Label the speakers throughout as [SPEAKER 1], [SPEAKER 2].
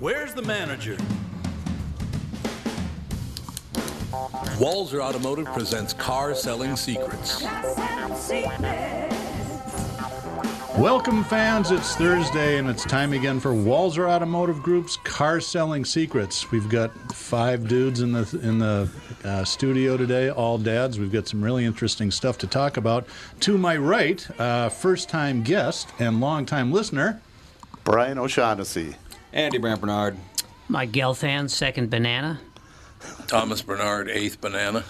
[SPEAKER 1] Where's the manager? Walzer Automotive presents Car Selling Secrets.
[SPEAKER 2] Welcome, fans. It's Thursday, and it's time again for Walzer Automotive Group's Car Selling Secrets. We've got five dudes in the in the uh, studio today, all dads. We've got some really interesting stuff to talk about. To my right, uh, first-time guest and longtime listener,
[SPEAKER 3] Brian O'Shaughnessy.
[SPEAKER 4] Andy Brant Bernard.
[SPEAKER 5] My Gelfand second banana.
[SPEAKER 1] Thomas Bernard, eighth banana.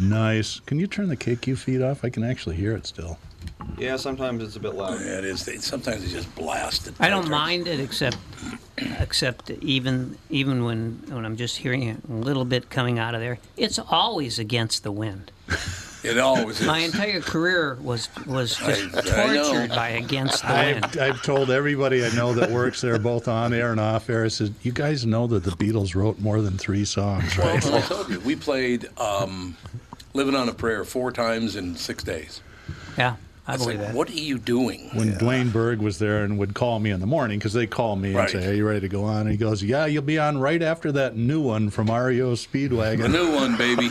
[SPEAKER 2] Nice. Can you turn the KQ feed off? I can actually hear it still.
[SPEAKER 4] Yeah, sometimes it's a bit loud.
[SPEAKER 1] Yeah, it is. They, sometimes they just blast it.
[SPEAKER 5] I don't mind it except except even even when when I'm just hearing it a little bit coming out of there. It's always against the wind.
[SPEAKER 1] It always is.
[SPEAKER 5] My entire career was was just
[SPEAKER 1] I- I know.
[SPEAKER 5] tortured by against the wind.
[SPEAKER 2] I've, I've told everybody I know that works there, both on air and off air. I said, "You guys know that the Beatles wrote more than three songs,
[SPEAKER 1] Well,
[SPEAKER 2] right?"
[SPEAKER 1] and I told you, we played um, Living on a Prayer four times in six days.
[SPEAKER 5] yeah, I
[SPEAKER 1] It's
[SPEAKER 5] believe
[SPEAKER 1] like,
[SPEAKER 5] that.
[SPEAKER 1] what are you doing?
[SPEAKER 2] when Dwayne Berg was there and would call me in the morning because they call me
[SPEAKER 1] Right.
[SPEAKER 2] and say, "Are you ready to go on?" And he goes, "Yeah, you'll be on right after that new one from REO
[SPEAKER 1] A
[SPEAKER 2] Speedwagon."
[SPEAKER 1] new one, baby.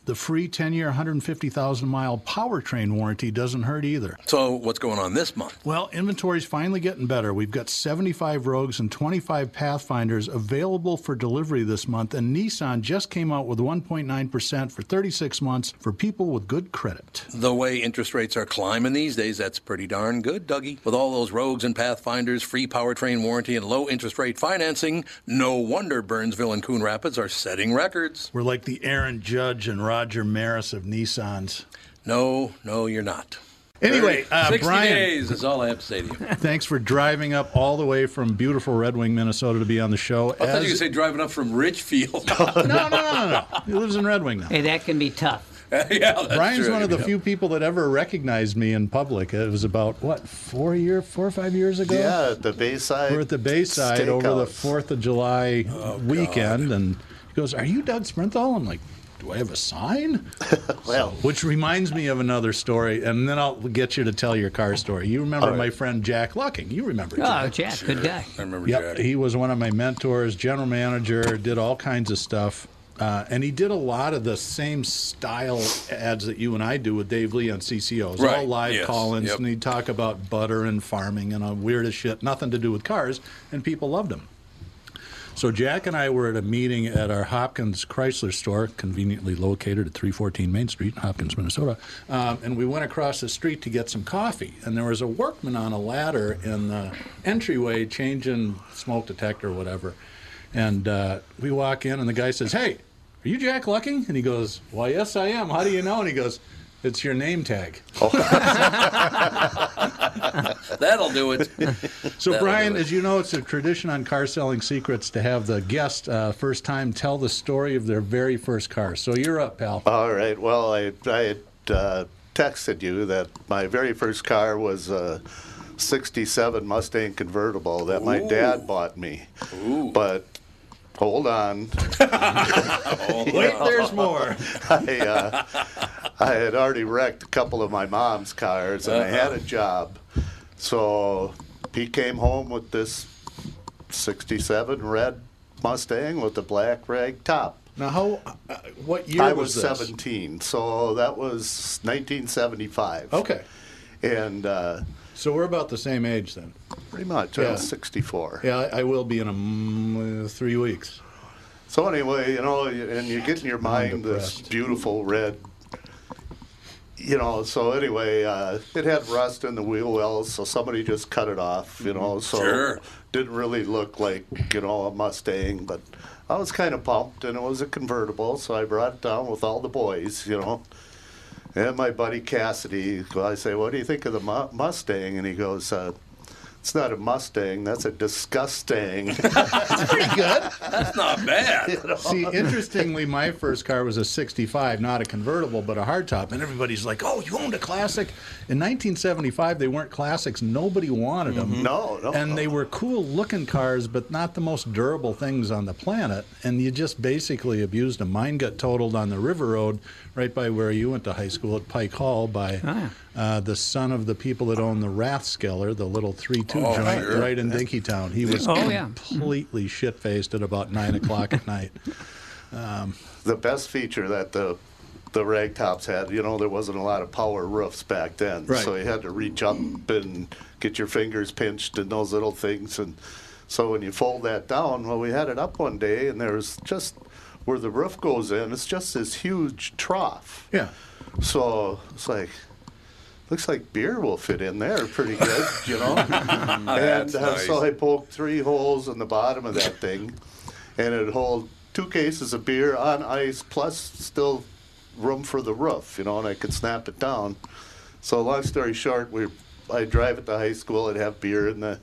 [SPEAKER 2] the free 10 year, 150,000 mile powertrain warranty doesn't hurt either.
[SPEAKER 1] So, what's going on this month?
[SPEAKER 2] Well, inventory's finally getting better. We've got 75 Rogues and 25 Pathfinders available for delivery this month, and Nissan just came out with 1.9% for 36 months for people with good credit.
[SPEAKER 1] The way interest rates are climbing these days, that's pretty darn good, Dougie. With all those rogues and pathfinders, free powertrain warranty, and low interest rate financing, no wonder Burnsville and Coon Rapids are setting records.
[SPEAKER 2] We're like the Aaron Judge and Roger Maris of Nissans.
[SPEAKER 1] No, no, you're not.
[SPEAKER 2] Anyway, uh,
[SPEAKER 1] 60
[SPEAKER 2] Brian,
[SPEAKER 1] days is all I have to say to you. I
[SPEAKER 2] thanks for driving up all the way from beautiful Red Wing, Minnesota to be on the show.
[SPEAKER 1] thought you were
[SPEAKER 2] as-
[SPEAKER 1] gonna say driving up from Ridgefield.
[SPEAKER 2] no, no, no, no, no. He lives in Red Wing now.
[SPEAKER 5] hey, that can be tough.
[SPEAKER 1] yeah, that's
[SPEAKER 2] Brian's
[SPEAKER 1] true.
[SPEAKER 2] one of the few people that ever recognized me in public. It was about what four year, four or five years ago.
[SPEAKER 3] Yeah, at the Bayside.
[SPEAKER 2] we were at the Bayside over the
[SPEAKER 3] Steakhouse.
[SPEAKER 1] Oh,
[SPEAKER 2] Fourth of July weekend, and he goes, "Are you Doug Sprinthal?" I'm like, do I have a sign?
[SPEAKER 3] Well,
[SPEAKER 2] Which reminds me of another story, and then I'll get you to tell your car story. You remember
[SPEAKER 3] right.
[SPEAKER 2] my friend Jack Lucking. You remember
[SPEAKER 5] Oh,
[SPEAKER 2] Jack.
[SPEAKER 5] Jack, good guy.
[SPEAKER 1] I remember
[SPEAKER 2] Yep,
[SPEAKER 1] Jack.
[SPEAKER 2] he was one of my mentors, general manager, did all kinds of stuff. Uh, and he did a lot of the same style ads that you and I do with Dave Lee on CCOs, all
[SPEAKER 1] Right,
[SPEAKER 2] live
[SPEAKER 1] yes,
[SPEAKER 2] call-ins,
[SPEAKER 1] yep.
[SPEAKER 2] and he'd talk about butter and farming and all weird as shit, nothing to do with cars, and people loved him. So Jack and I were at a meeting at our Hopkins Chrysler store, conveniently located at 314 Main Street, Hopkins, Minnesota. Um, and we went across the street to get some coffee, and there was a workman on a ladder in the entryway changing smoke detector or whatever. And uh, we walk in, and the guy says, "Hey, are you Jack Lucking?" And he goes, "Why, yes, I am. How do you know?" And he goes, "It's your name tag."
[SPEAKER 1] That'll do it.
[SPEAKER 2] So,
[SPEAKER 1] That'll
[SPEAKER 2] Brian,
[SPEAKER 1] do it.
[SPEAKER 2] as you know, it's a tradition on Car Selling Secrets to have the guest uh, first time tell the story of their very first car. So you're up, pal.
[SPEAKER 3] all right. Well, I, I had uh, texted you that my very first car was a 67 Mustang convertible that my dad bought me. But hold on.
[SPEAKER 2] Wait, there's more.
[SPEAKER 3] I, uh, I had already wrecked a couple of my mom's cars and I
[SPEAKER 2] Uh-huh.
[SPEAKER 3] had a job. So he came home with this 67 red Mustang with a black rag top.
[SPEAKER 2] Now, how? Uh, what year
[SPEAKER 3] I was,
[SPEAKER 2] this?
[SPEAKER 3] 17, so that was 1975.
[SPEAKER 2] Okay,
[SPEAKER 3] And uh,
[SPEAKER 2] so we're about the same age then.
[SPEAKER 3] pretty much, I was
[SPEAKER 2] Yeah.
[SPEAKER 3] 64.
[SPEAKER 2] Yeah, I, I will be in a m- uh, three weeks.
[SPEAKER 3] So anyway, you know, and you get in your mind this
[SPEAKER 2] depressed.
[SPEAKER 3] beautiful red, you know. So anyway, uh, it had rust in the wheel wells, so somebody just cut it off, you know. So
[SPEAKER 1] Sure.
[SPEAKER 3] didn't really look like you know a Mustang, but I was kind of pumped, and it was a convertible, so I brought it down with all the boys, you know. And my buddy Cassidy, I say, "What do you think of the mu- Mustang?" And he goes, uh, "It's not a Mustang. That's a disgusting."
[SPEAKER 1] That's not bad.
[SPEAKER 2] See, interestingly, my first car was a 65, not a convertible, but a hardtop. And everybody's like, oh, you owned a classic. In 1975, they weren't classics. Nobody wanted them.
[SPEAKER 3] Mm-hmm. No, no,
[SPEAKER 2] And
[SPEAKER 3] no.
[SPEAKER 2] they were cool looking cars, but not the most durable things on the planet. And you just basically abused them. Mine got totaled on the River Road, right by where you went to high school at Pike Hall, by uh, the son of the people that owned the Rathskeller, the little 3 2
[SPEAKER 1] Oh,
[SPEAKER 2] joint
[SPEAKER 1] sure.
[SPEAKER 2] right in Dinkytown. He was
[SPEAKER 5] Oh, yeah.
[SPEAKER 2] completely shit faced at about 9 o'clock at night. Um,
[SPEAKER 3] the best feature that the the ragtops had, you know, there wasn't a lot of power roofs back then,
[SPEAKER 2] Right.
[SPEAKER 3] so you had to reach up and get your fingers pinched and those little things. And so when you fold that down, well, we had it up one day, and there's just where the roof goes in, it's just this huge trough.
[SPEAKER 2] Yeah.
[SPEAKER 3] So it's like, looks like beer will fit in there pretty good, you know? and
[SPEAKER 1] That's
[SPEAKER 3] uh, so
[SPEAKER 1] nice.
[SPEAKER 3] I poked three holes in the bottom of that thing, and it'd hold two cases of beer on ice, plus still room for the roof, you know, and I could snap it down. So long story short, we I drive it to high school and have beer in the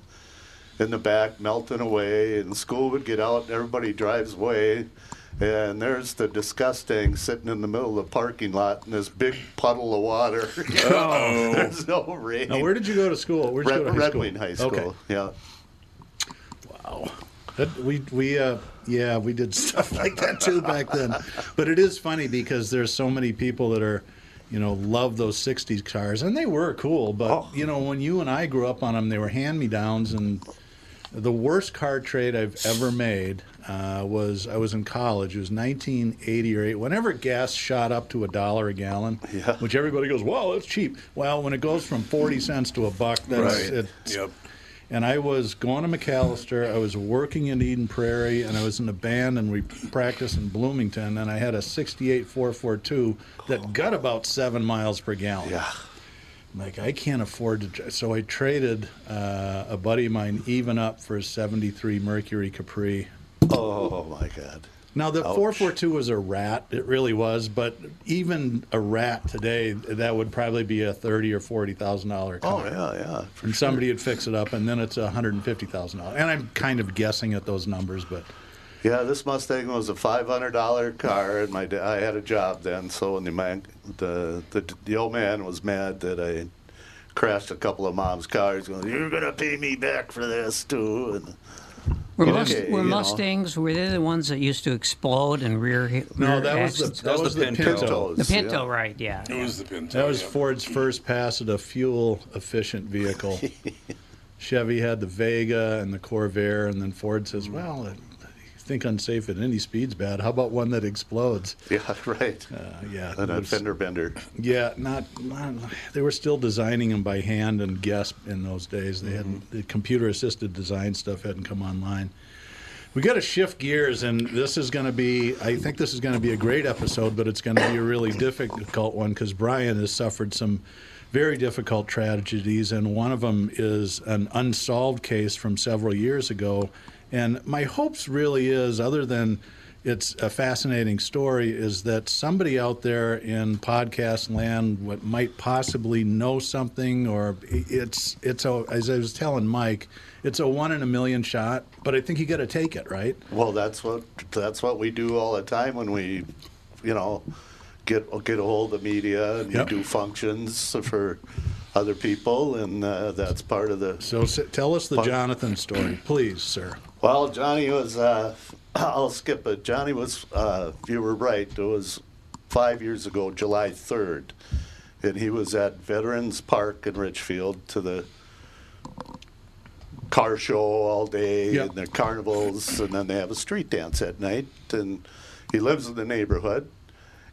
[SPEAKER 3] in the back melting away, and school would get out, and everybody drives away. And there's the disgusting sitting in the middle of the parking lot in this big puddle of water.
[SPEAKER 1] Uh-oh.
[SPEAKER 2] Oh.
[SPEAKER 3] there's no rain.
[SPEAKER 2] Now, where did you go to school? Where did you
[SPEAKER 3] Red,
[SPEAKER 2] go to high
[SPEAKER 3] Red
[SPEAKER 2] school?
[SPEAKER 3] Wing High School?
[SPEAKER 2] Okay.
[SPEAKER 3] Yeah.
[SPEAKER 2] That- we we uh, yeah we did stuff like that too back then. But it is funny because there's so many people that are, you know, love those '60s cars, and they were cool. But
[SPEAKER 3] Oh.
[SPEAKER 2] you know, when you and I grew up on them, they were hand me downs and. The worst car trade I've ever made uh, was I was in college. It was 1980 or 8. Whenever gas shot up to a dollar a gallon,
[SPEAKER 3] Yeah.
[SPEAKER 2] which everybody goes, "Wow, that's cheap." Well, when it goes from 40 cents to a buck, that's
[SPEAKER 1] Right.
[SPEAKER 2] it's,
[SPEAKER 1] Yep.
[SPEAKER 2] and I was going to McAllister. I was working in Eden Prairie, and I was in a band, and we practiced in Bloomington. And I had a '68 442 that got about seven miles per gallon.
[SPEAKER 3] Yeah.
[SPEAKER 2] I'm like I can't afford to. dr- So I traded uh, a buddy of mine even up for a '73 Mercury Capri.
[SPEAKER 3] Oh my God.
[SPEAKER 2] Now the
[SPEAKER 3] Ouch.
[SPEAKER 2] 442 was a rat. It really was, but even a rat today, that would probably be a thirty or forty thousand dollar
[SPEAKER 3] Oh
[SPEAKER 2] car
[SPEAKER 3] yeah, yeah.
[SPEAKER 2] and somebody would fix it up, and then it's one hundred and fifty thousand dollars. And I'm kind of guessing at those numbers, but
[SPEAKER 3] Yeah, this Mustang was a five hundred dollar car, and my da- I had a job then. So when the man, the, the the old man was mad that I crashed a couple of mom's cars, going, "You're gonna pay me back for this too," and
[SPEAKER 5] Were,
[SPEAKER 3] Okay,
[SPEAKER 5] Must-
[SPEAKER 3] you
[SPEAKER 5] were
[SPEAKER 3] know.
[SPEAKER 5] Mustangs were they the ones that used to explode and rear? rear
[SPEAKER 2] No, that was the
[SPEAKER 5] axis?
[SPEAKER 2] that,
[SPEAKER 4] That was
[SPEAKER 2] was
[SPEAKER 4] the
[SPEAKER 2] the
[SPEAKER 4] Pinto.
[SPEAKER 2] Pinto.
[SPEAKER 5] The Pinto,
[SPEAKER 3] yeah.
[SPEAKER 5] right? Yeah.
[SPEAKER 1] It was the Pinto.
[SPEAKER 2] That was
[SPEAKER 1] yeah.
[SPEAKER 2] Ford's first pass at a fuel efficient vehicle. Chevy had the Vega and the Corvair, and then Ford says, "Well, I think unsafe at any speed's bad. How about one that explodes?"
[SPEAKER 3] Yeah, right.
[SPEAKER 2] Uh, yeah,
[SPEAKER 3] and
[SPEAKER 2] it
[SPEAKER 3] a
[SPEAKER 2] was-
[SPEAKER 3] fender bender.
[SPEAKER 2] Yeah, not, not. They were still designing them by hand and guess in those days. They hadn't the computer assisted design stuff hadn't come online. We got to shift gears, and this is going to be. I think this is going to be a great episode, but it's going to be a really difficult one because Brian has suffered some very difficult tragedies, and one of them is an unsolved case from several years ago. And my hopes really is, other than it's a fascinating story is that somebody out there in podcast land what might possibly know something or it's it's a, as I was telling Mike it's a one in a million shot but I think you got to take it right
[SPEAKER 3] Well, that's what that's what we do all the time when we, you know, get get a hold of media and
[SPEAKER 2] Yep.
[SPEAKER 3] we do functions for other people, and uh, that's part of the
[SPEAKER 2] so s- tell us the
[SPEAKER 3] But-
[SPEAKER 2] Jonathan story please sir
[SPEAKER 3] Well, Johnny was. Uh, I'll skip it. Johnny was. Uh, you were right. It was five years ago, July third, and he was at Veterans Park in Richfield to the car show all day
[SPEAKER 2] Yeah.
[SPEAKER 3] and their carnivals, and then they have a street dance at night. And he lives in the neighborhood,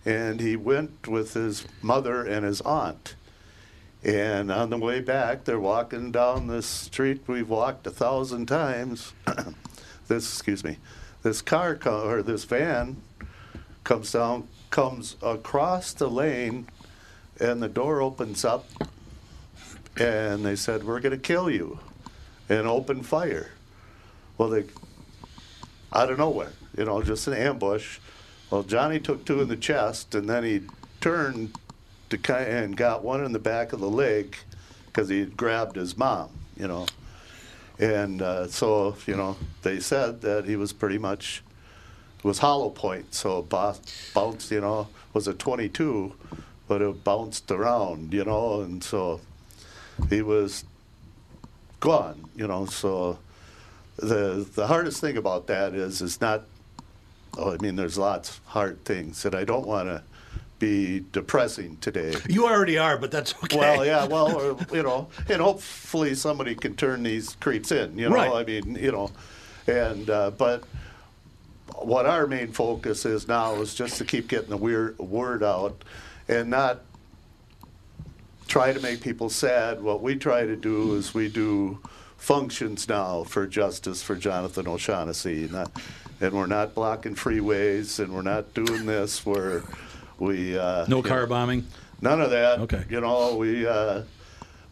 [SPEAKER 3] and he went with his mother and his aunt. And on the way back, they're walking down this street we've walked a thousand times. this, excuse me, this car co- or this van comes down, comes across the lane, and the door opens up. And they said, "We're going to kill you," and open fire. Well, they out of nowhere, you know, just an ambush. Well, Johnny took two in the chest, and then he turned to ki and got one in the back of the leg because he had grabbed his mom, you know. And uh, so, you know, they said that he was pretty much was hollow point, so it bo- bounced, you know, was a 22, but it bounced around, you know, and so he was gone, you know. So the the hardest thing about that is is not. Oh, I mean, there's lots hard things that I don't want to be depressing today.
[SPEAKER 2] you already are but that's okay
[SPEAKER 3] Well, yeah, well, or, you know, and hopefully somebody can turn these creeps in. You know,
[SPEAKER 2] Right.
[SPEAKER 3] I mean, you know, and uh, but what our main focus is now is just to keep getting the weird word out and not try to make people sad. What we try to do is we do functions now for justice for Jonathan O'Shaughnessy, and, that- and we're not blocking freeways, and we're not doing this. We're we uh,
[SPEAKER 2] no
[SPEAKER 3] you know,
[SPEAKER 2] car bombing
[SPEAKER 3] None of that.
[SPEAKER 2] Okay.
[SPEAKER 3] You know, we uh,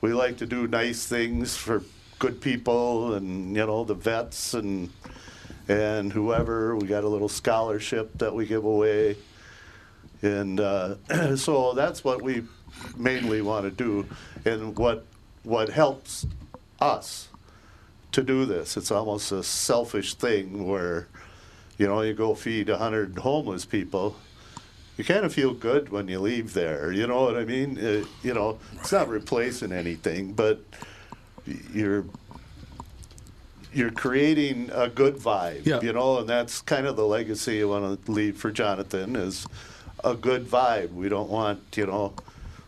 [SPEAKER 3] we like to do nice things for good people, and you know the vets and and whoever. We got a little scholarship that we give away, and uh, so that's what we mainly want to do, and what what helps us to do this. It's almost a selfish thing where, you know, you go feed hundred homeless people you kind of feel good when you leave there. You know what I mean? Uh, you know, it's not replacing anything, but y- you're you're creating a good vibe.
[SPEAKER 2] Yeah.
[SPEAKER 3] You know, and that's kind of the legacy you want to leave for Jonathan is a good vibe. We don't want you know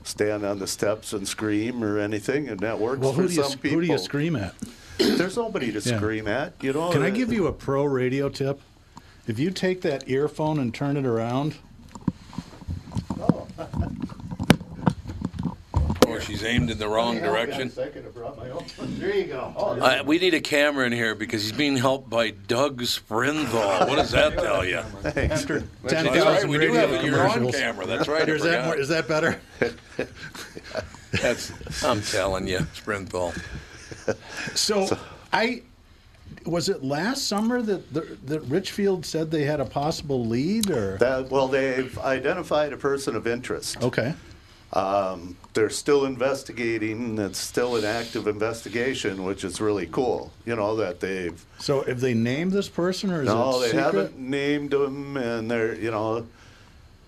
[SPEAKER 3] stand on the steps and scream or anything, and that works
[SPEAKER 2] well
[SPEAKER 3] for
[SPEAKER 2] who do you
[SPEAKER 3] some
[SPEAKER 2] sc-
[SPEAKER 3] people.
[SPEAKER 2] who do you scream at
[SPEAKER 3] There's nobody to
[SPEAKER 2] Yeah.
[SPEAKER 3] scream at. You know.
[SPEAKER 2] Can I
[SPEAKER 3] uh,
[SPEAKER 2] give you a pro radio tip? If you take that earphone and turn it around,
[SPEAKER 3] Oh.
[SPEAKER 1] Or Oh, she's aimed in the wrong direction.
[SPEAKER 3] There you go. Oh,
[SPEAKER 1] Uh, we need a camera in here because he's being helped by Doug Sprinthal. What does that tell you?
[SPEAKER 2] after ten
[SPEAKER 1] That's right,
[SPEAKER 2] thousand
[SPEAKER 1] we do have it.
[SPEAKER 2] radio
[SPEAKER 1] You're on
[SPEAKER 2] commercials,
[SPEAKER 1] camera. That's right. I
[SPEAKER 2] is that more,
[SPEAKER 1] forgot.
[SPEAKER 2] is that better?
[SPEAKER 1] That's, I'm telling you, Sprinthal.
[SPEAKER 2] So, I was it last summer that the, that Richfield said they had a possible lead, or
[SPEAKER 3] That, well, they've identified a person of interest.
[SPEAKER 2] okay,
[SPEAKER 3] Um, they're still investigating. It's still an active investigation, which is really cool. You know that they've
[SPEAKER 2] so if they named this person, or is
[SPEAKER 3] no,
[SPEAKER 2] it
[SPEAKER 3] they
[SPEAKER 2] secret?
[SPEAKER 3] haven't named them, and they're you know, and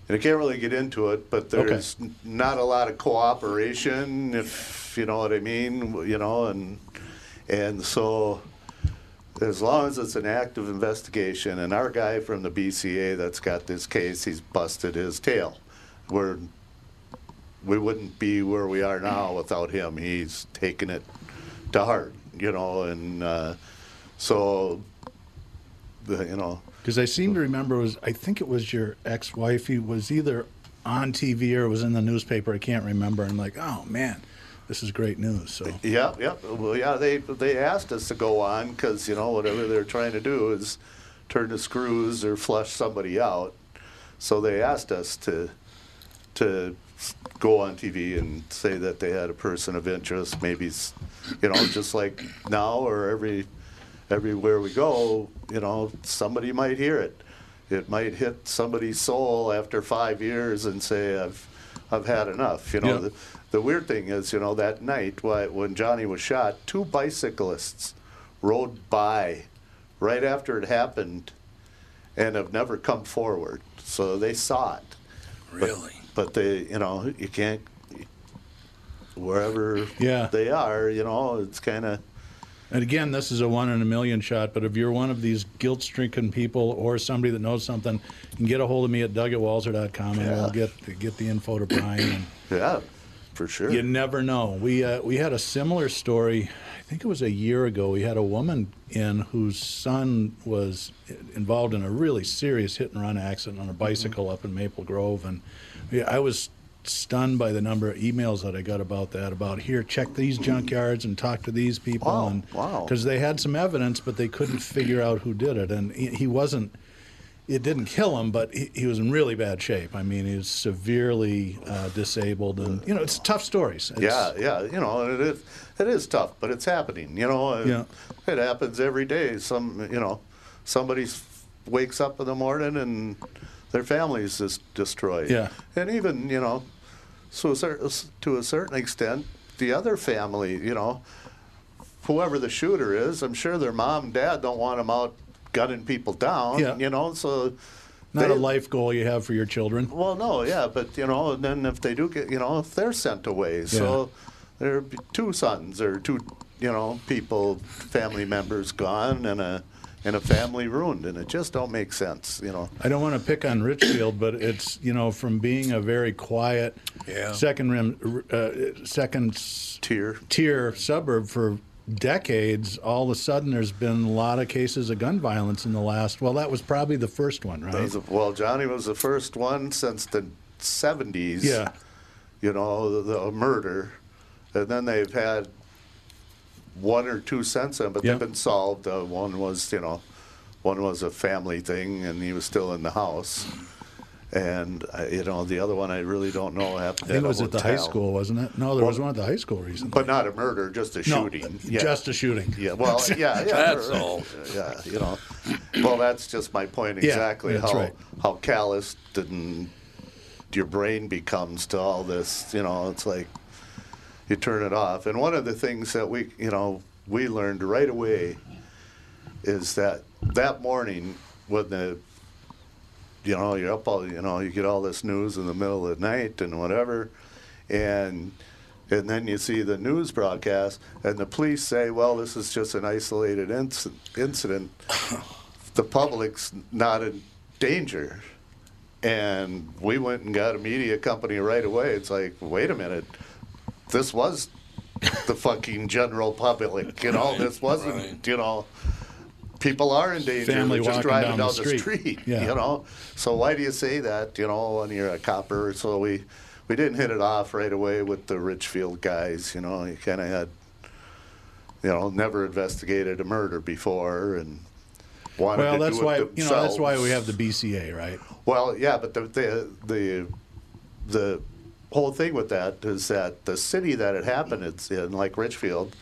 [SPEAKER 3] I can't really get into it. But
[SPEAKER 2] Okay.
[SPEAKER 3] there's n- not a lot of cooperation, if you know what I mean. You know, and and so as long as it's an active investigation, and our guy from the BCA that's got this case, he's busted his tail. We're, we wouldn't be where we are now without him. He's taken it to heart, you know, and uh, so, the, you know,
[SPEAKER 2] Because I seem to remember it was I think it was your ex-wife. He was either on TV or it was in the newspaper. I can't remember. And like, oh man, this is great news. So
[SPEAKER 3] Yeah, yeah, well, yeah. They they asked us to go on because you know whatever they're trying to do is turn the screws or flush somebody out. So they asked us to to go on TV and say that they had a person of interest. Maybe s- you know just like now or every everywhere we go, you know somebody might hear it. It might hit somebody's soul after five years and say, "I've I've had enough." You know.
[SPEAKER 2] Yeah.
[SPEAKER 3] The, the weird thing is, you know, that night why, when Johnny was shot, two bicyclists rode by right after it happened and have never come forward. So they saw it.
[SPEAKER 1] Really?
[SPEAKER 3] But they, you know, you can't, wherever
[SPEAKER 2] Yeah.
[SPEAKER 3] they are, you know, it's kind of,
[SPEAKER 2] And again, this is a one in a million shot, but if you're one of these guilt stricken people or somebody that knows something, you can get a hold of me at doug@walzer.com and we'll
[SPEAKER 3] Yeah.
[SPEAKER 2] get get the info to Brian.
[SPEAKER 3] yeah, for sure.
[SPEAKER 2] And you never know. We uh, we had a similar story, I think it was a year ago. We had a woman in whose son was involved in a really serious hit and run accident on a bicycle up in Maple Grove and yeah, I was stunned by the number of emails that I got about that about here check these junkyards and talk to these people
[SPEAKER 3] Wow,
[SPEAKER 2] and
[SPEAKER 3] wow.
[SPEAKER 2] cuz they had some evidence, but they couldn't figure out who did it. And he, he wasn't. It didn't kill him, but he, he was in really bad shape. I mean, he was severely uh, disabled, and you know, it's tough stories. It's-
[SPEAKER 3] yeah, yeah, you know, and it is, it is tough, but it's happening. You know, and
[SPEAKER 2] Yeah.
[SPEAKER 3] it happens every day. Some, you know, somebody s- wakes up in the morning and their family's just destroyed.
[SPEAKER 2] Yeah.
[SPEAKER 3] and even you know, so a cer- to a certain extent, the other family, you know, whoever the shooter is, I'm sure their mom and dad don't want him out gunning people down.
[SPEAKER 2] Yeah.
[SPEAKER 3] you know, so
[SPEAKER 2] not
[SPEAKER 3] they-
[SPEAKER 2] a life goal you have for your children.
[SPEAKER 3] well, no, yeah, but you know, and then if they do get, you know, if they're sent away, so there be two sons or two, you know, people, family members gone, and a and a family ruined, and it just don't make sense, you know.
[SPEAKER 2] I don't want to pick on Richfield, but it's you know, from being a very quiet
[SPEAKER 1] Yeah.
[SPEAKER 2] second rim, uh, second s-
[SPEAKER 3] Tier.
[SPEAKER 2] tier suburb for decades, all of a sudden there's been a lot of cases of gun violence in the last. Well, that was probably the first one, right?
[SPEAKER 3] Those- Well, Johnny was the first one since the '70s.
[SPEAKER 2] yeah.
[SPEAKER 3] you know, the, the murder, and then they've had one or two since then, but
[SPEAKER 2] Yeah.
[SPEAKER 3] they've been solved. Uh, one was, you know, one was a family thing, and he was still in the house, and uh, you know, the other one I really don't know happened.
[SPEAKER 2] I think
[SPEAKER 3] at
[SPEAKER 2] it
[SPEAKER 3] a
[SPEAKER 2] was at the high
[SPEAKER 3] hotel.
[SPEAKER 2] school, wasn't it? No, there was one at the high school recently.
[SPEAKER 3] but not a murder, just a shooting.
[SPEAKER 2] No, just a shooting.
[SPEAKER 3] Yeah, well, yeah, yeah.
[SPEAKER 1] That's
[SPEAKER 3] or-
[SPEAKER 1] all.
[SPEAKER 3] Yeah, you know. Well, that's just my point
[SPEAKER 2] Yeah,
[SPEAKER 3] exactly
[SPEAKER 2] that's
[SPEAKER 3] how
[SPEAKER 2] right.
[SPEAKER 3] how calloused and your brain becomes to all this. You know, it's like you turn it off. And one of the things that we, you know, we learned right away is that that morning when the you know, you're up all, you know, you get all this news in the middle of the night and whatever, and and then you see the news broadcast, and the police say, well, this is just an isolated inc- incident. The public's not in danger. And we went and got a media company right away. It's like, wait a minute, this was the fucking general public, you know, this wasn't,
[SPEAKER 1] right.
[SPEAKER 3] you know, people are in danger.
[SPEAKER 2] Family
[SPEAKER 3] They're just
[SPEAKER 2] walking
[SPEAKER 3] driving
[SPEAKER 2] down
[SPEAKER 3] down,
[SPEAKER 2] the
[SPEAKER 3] the
[SPEAKER 2] street.
[SPEAKER 3] street,
[SPEAKER 2] Yeah.
[SPEAKER 3] you know. So why do you say that, you know, when you're a copper? So we we didn't hit it off right away with the Richfield guys, you know. You kind of had, you know, never investigated a murder before and wanted
[SPEAKER 2] Well,
[SPEAKER 3] to
[SPEAKER 2] that's
[SPEAKER 3] do it
[SPEAKER 2] why you know that's why we
[SPEAKER 3] themselves.
[SPEAKER 2] have the BCA, right?
[SPEAKER 3] Well, yeah, but the the the, the whole thing with that is that the city that it happened it's in, like Richfield,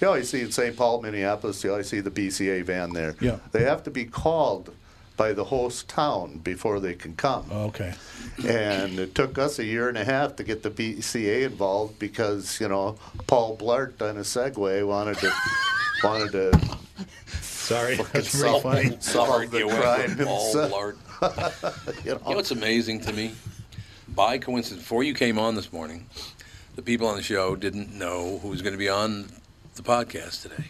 [SPEAKER 3] you always see in St. Paul, Minneapolis, you always see the BCA van there.
[SPEAKER 2] Yeah.
[SPEAKER 3] They have to be called by the host town before they can come.
[SPEAKER 2] Oh, Okay.
[SPEAKER 3] And it took us a year and a half to get the BCA involved because, you know, Paul Blart on a Segway wanted to wanted to
[SPEAKER 2] Sorry, that's very
[SPEAKER 3] solve,
[SPEAKER 2] funny.
[SPEAKER 3] solve the
[SPEAKER 1] You went
[SPEAKER 3] crime
[SPEAKER 1] with Paul
[SPEAKER 3] himself.
[SPEAKER 1] Blart. You know what's amazing to me? By coincidence, before you came on this morning, the people on the show didn't know who was going to be on the podcast today.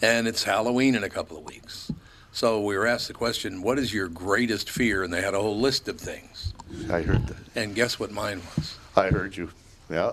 [SPEAKER 1] and it's Halloween in a couple of weeks. So we were asked the question, "What is your greatest fear?" And they had a whole list of things.
[SPEAKER 3] I heard that.
[SPEAKER 1] And guess what mine was?
[SPEAKER 3] I heard you. Yeah.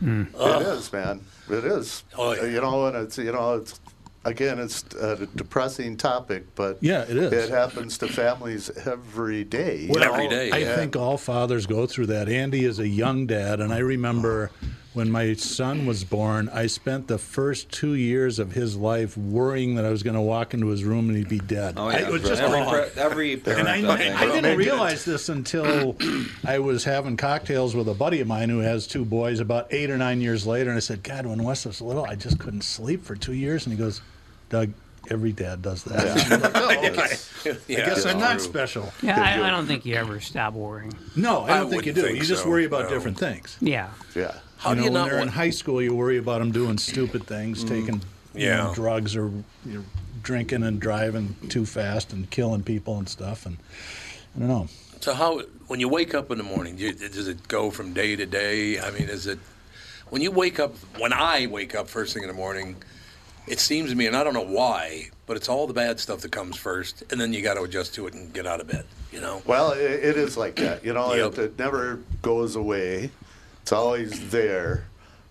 [SPEAKER 3] It is, man. It is.
[SPEAKER 1] Hmm. Uh. Oh, yeah.
[SPEAKER 3] You know, and it's you know, it's again, it's a depressing topic, but
[SPEAKER 2] Yeah, it is.
[SPEAKER 3] It happens to families every day.
[SPEAKER 1] Every day.
[SPEAKER 2] I
[SPEAKER 1] yeah.
[SPEAKER 2] think all fathers go through that. Andy is a young dad, and I remember when my son was born, I spent the first two years of his life worrying that I was going to walk into his room and he'd be dead.
[SPEAKER 4] Oh,
[SPEAKER 2] I-
[SPEAKER 4] yeah.
[SPEAKER 2] it was
[SPEAKER 4] bro.
[SPEAKER 2] just
[SPEAKER 4] every,
[SPEAKER 2] wrong.
[SPEAKER 4] pre- every parent,
[SPEAKER 2] And I,
[SPEAKER 4] I think.
[SPEAKER 2] I didn't realize this until I was having cocktails with a buddy of mine who has two boys about eight or nine years later. And I said, God, when Wes was little, I just couldn't sleep for two years. And he goes, Doug, every dad does that. I
[SPEAKER 1] Yeah,
[SPEAKER 2] Oh, guess I'm not
[SPEAKER 1] true.
[SPEAKER 2] special.
[SPEAKER 5] Yeah, I, I don't think you ever stop worrying.
[SPEAKER 2] No, I
[SPEAKER 1] I
[SPEAKER 2] don't think you
[SPEAKER 1] wouldn't
[SPEAKER 2] do.
[SPEAKER 1] think
[SPEAKER 2] you just
[SPEAKER 1] so,
[SPEAKER 2] worry about
[SPEAKER 1] no.
[SPEAKER 2] different things.
[SPEAKER 5] Yeah.
[SPEAKER 3] Yeah.
[SPEAKER 1] How
[SPEAKER 2] you know,
[SPEAKER 1] do you
[SPEAKER 2] when
[SPEAKER 1] not
[SPEAKER 2] they're in
[SPEAKER 1] want- Mm.
[SPEAKER 2] high school, you worry about them doing stupid things, taking you know,
[SPEAKER 1] Yeah.
[SPEAKER 2] drugs or you know, drinking and driving too fast and killing people and stuff. And I don't know.
[SPEAKER 1] So how when you wake up in the morning, do you, does it go from day to day? I mean, is it when you wake up? When I wake up first thing in the morning, it seems to me, and I don't know why, but it's all the bad stuff that comes first, and then you got to adjust to it and get out of bed. You know?
[SPEAKER 3] Well, i it is like that. You know,
[SPEAKER 1] Yep.
[SPEAKER 3] it, it never goes away. It's always there,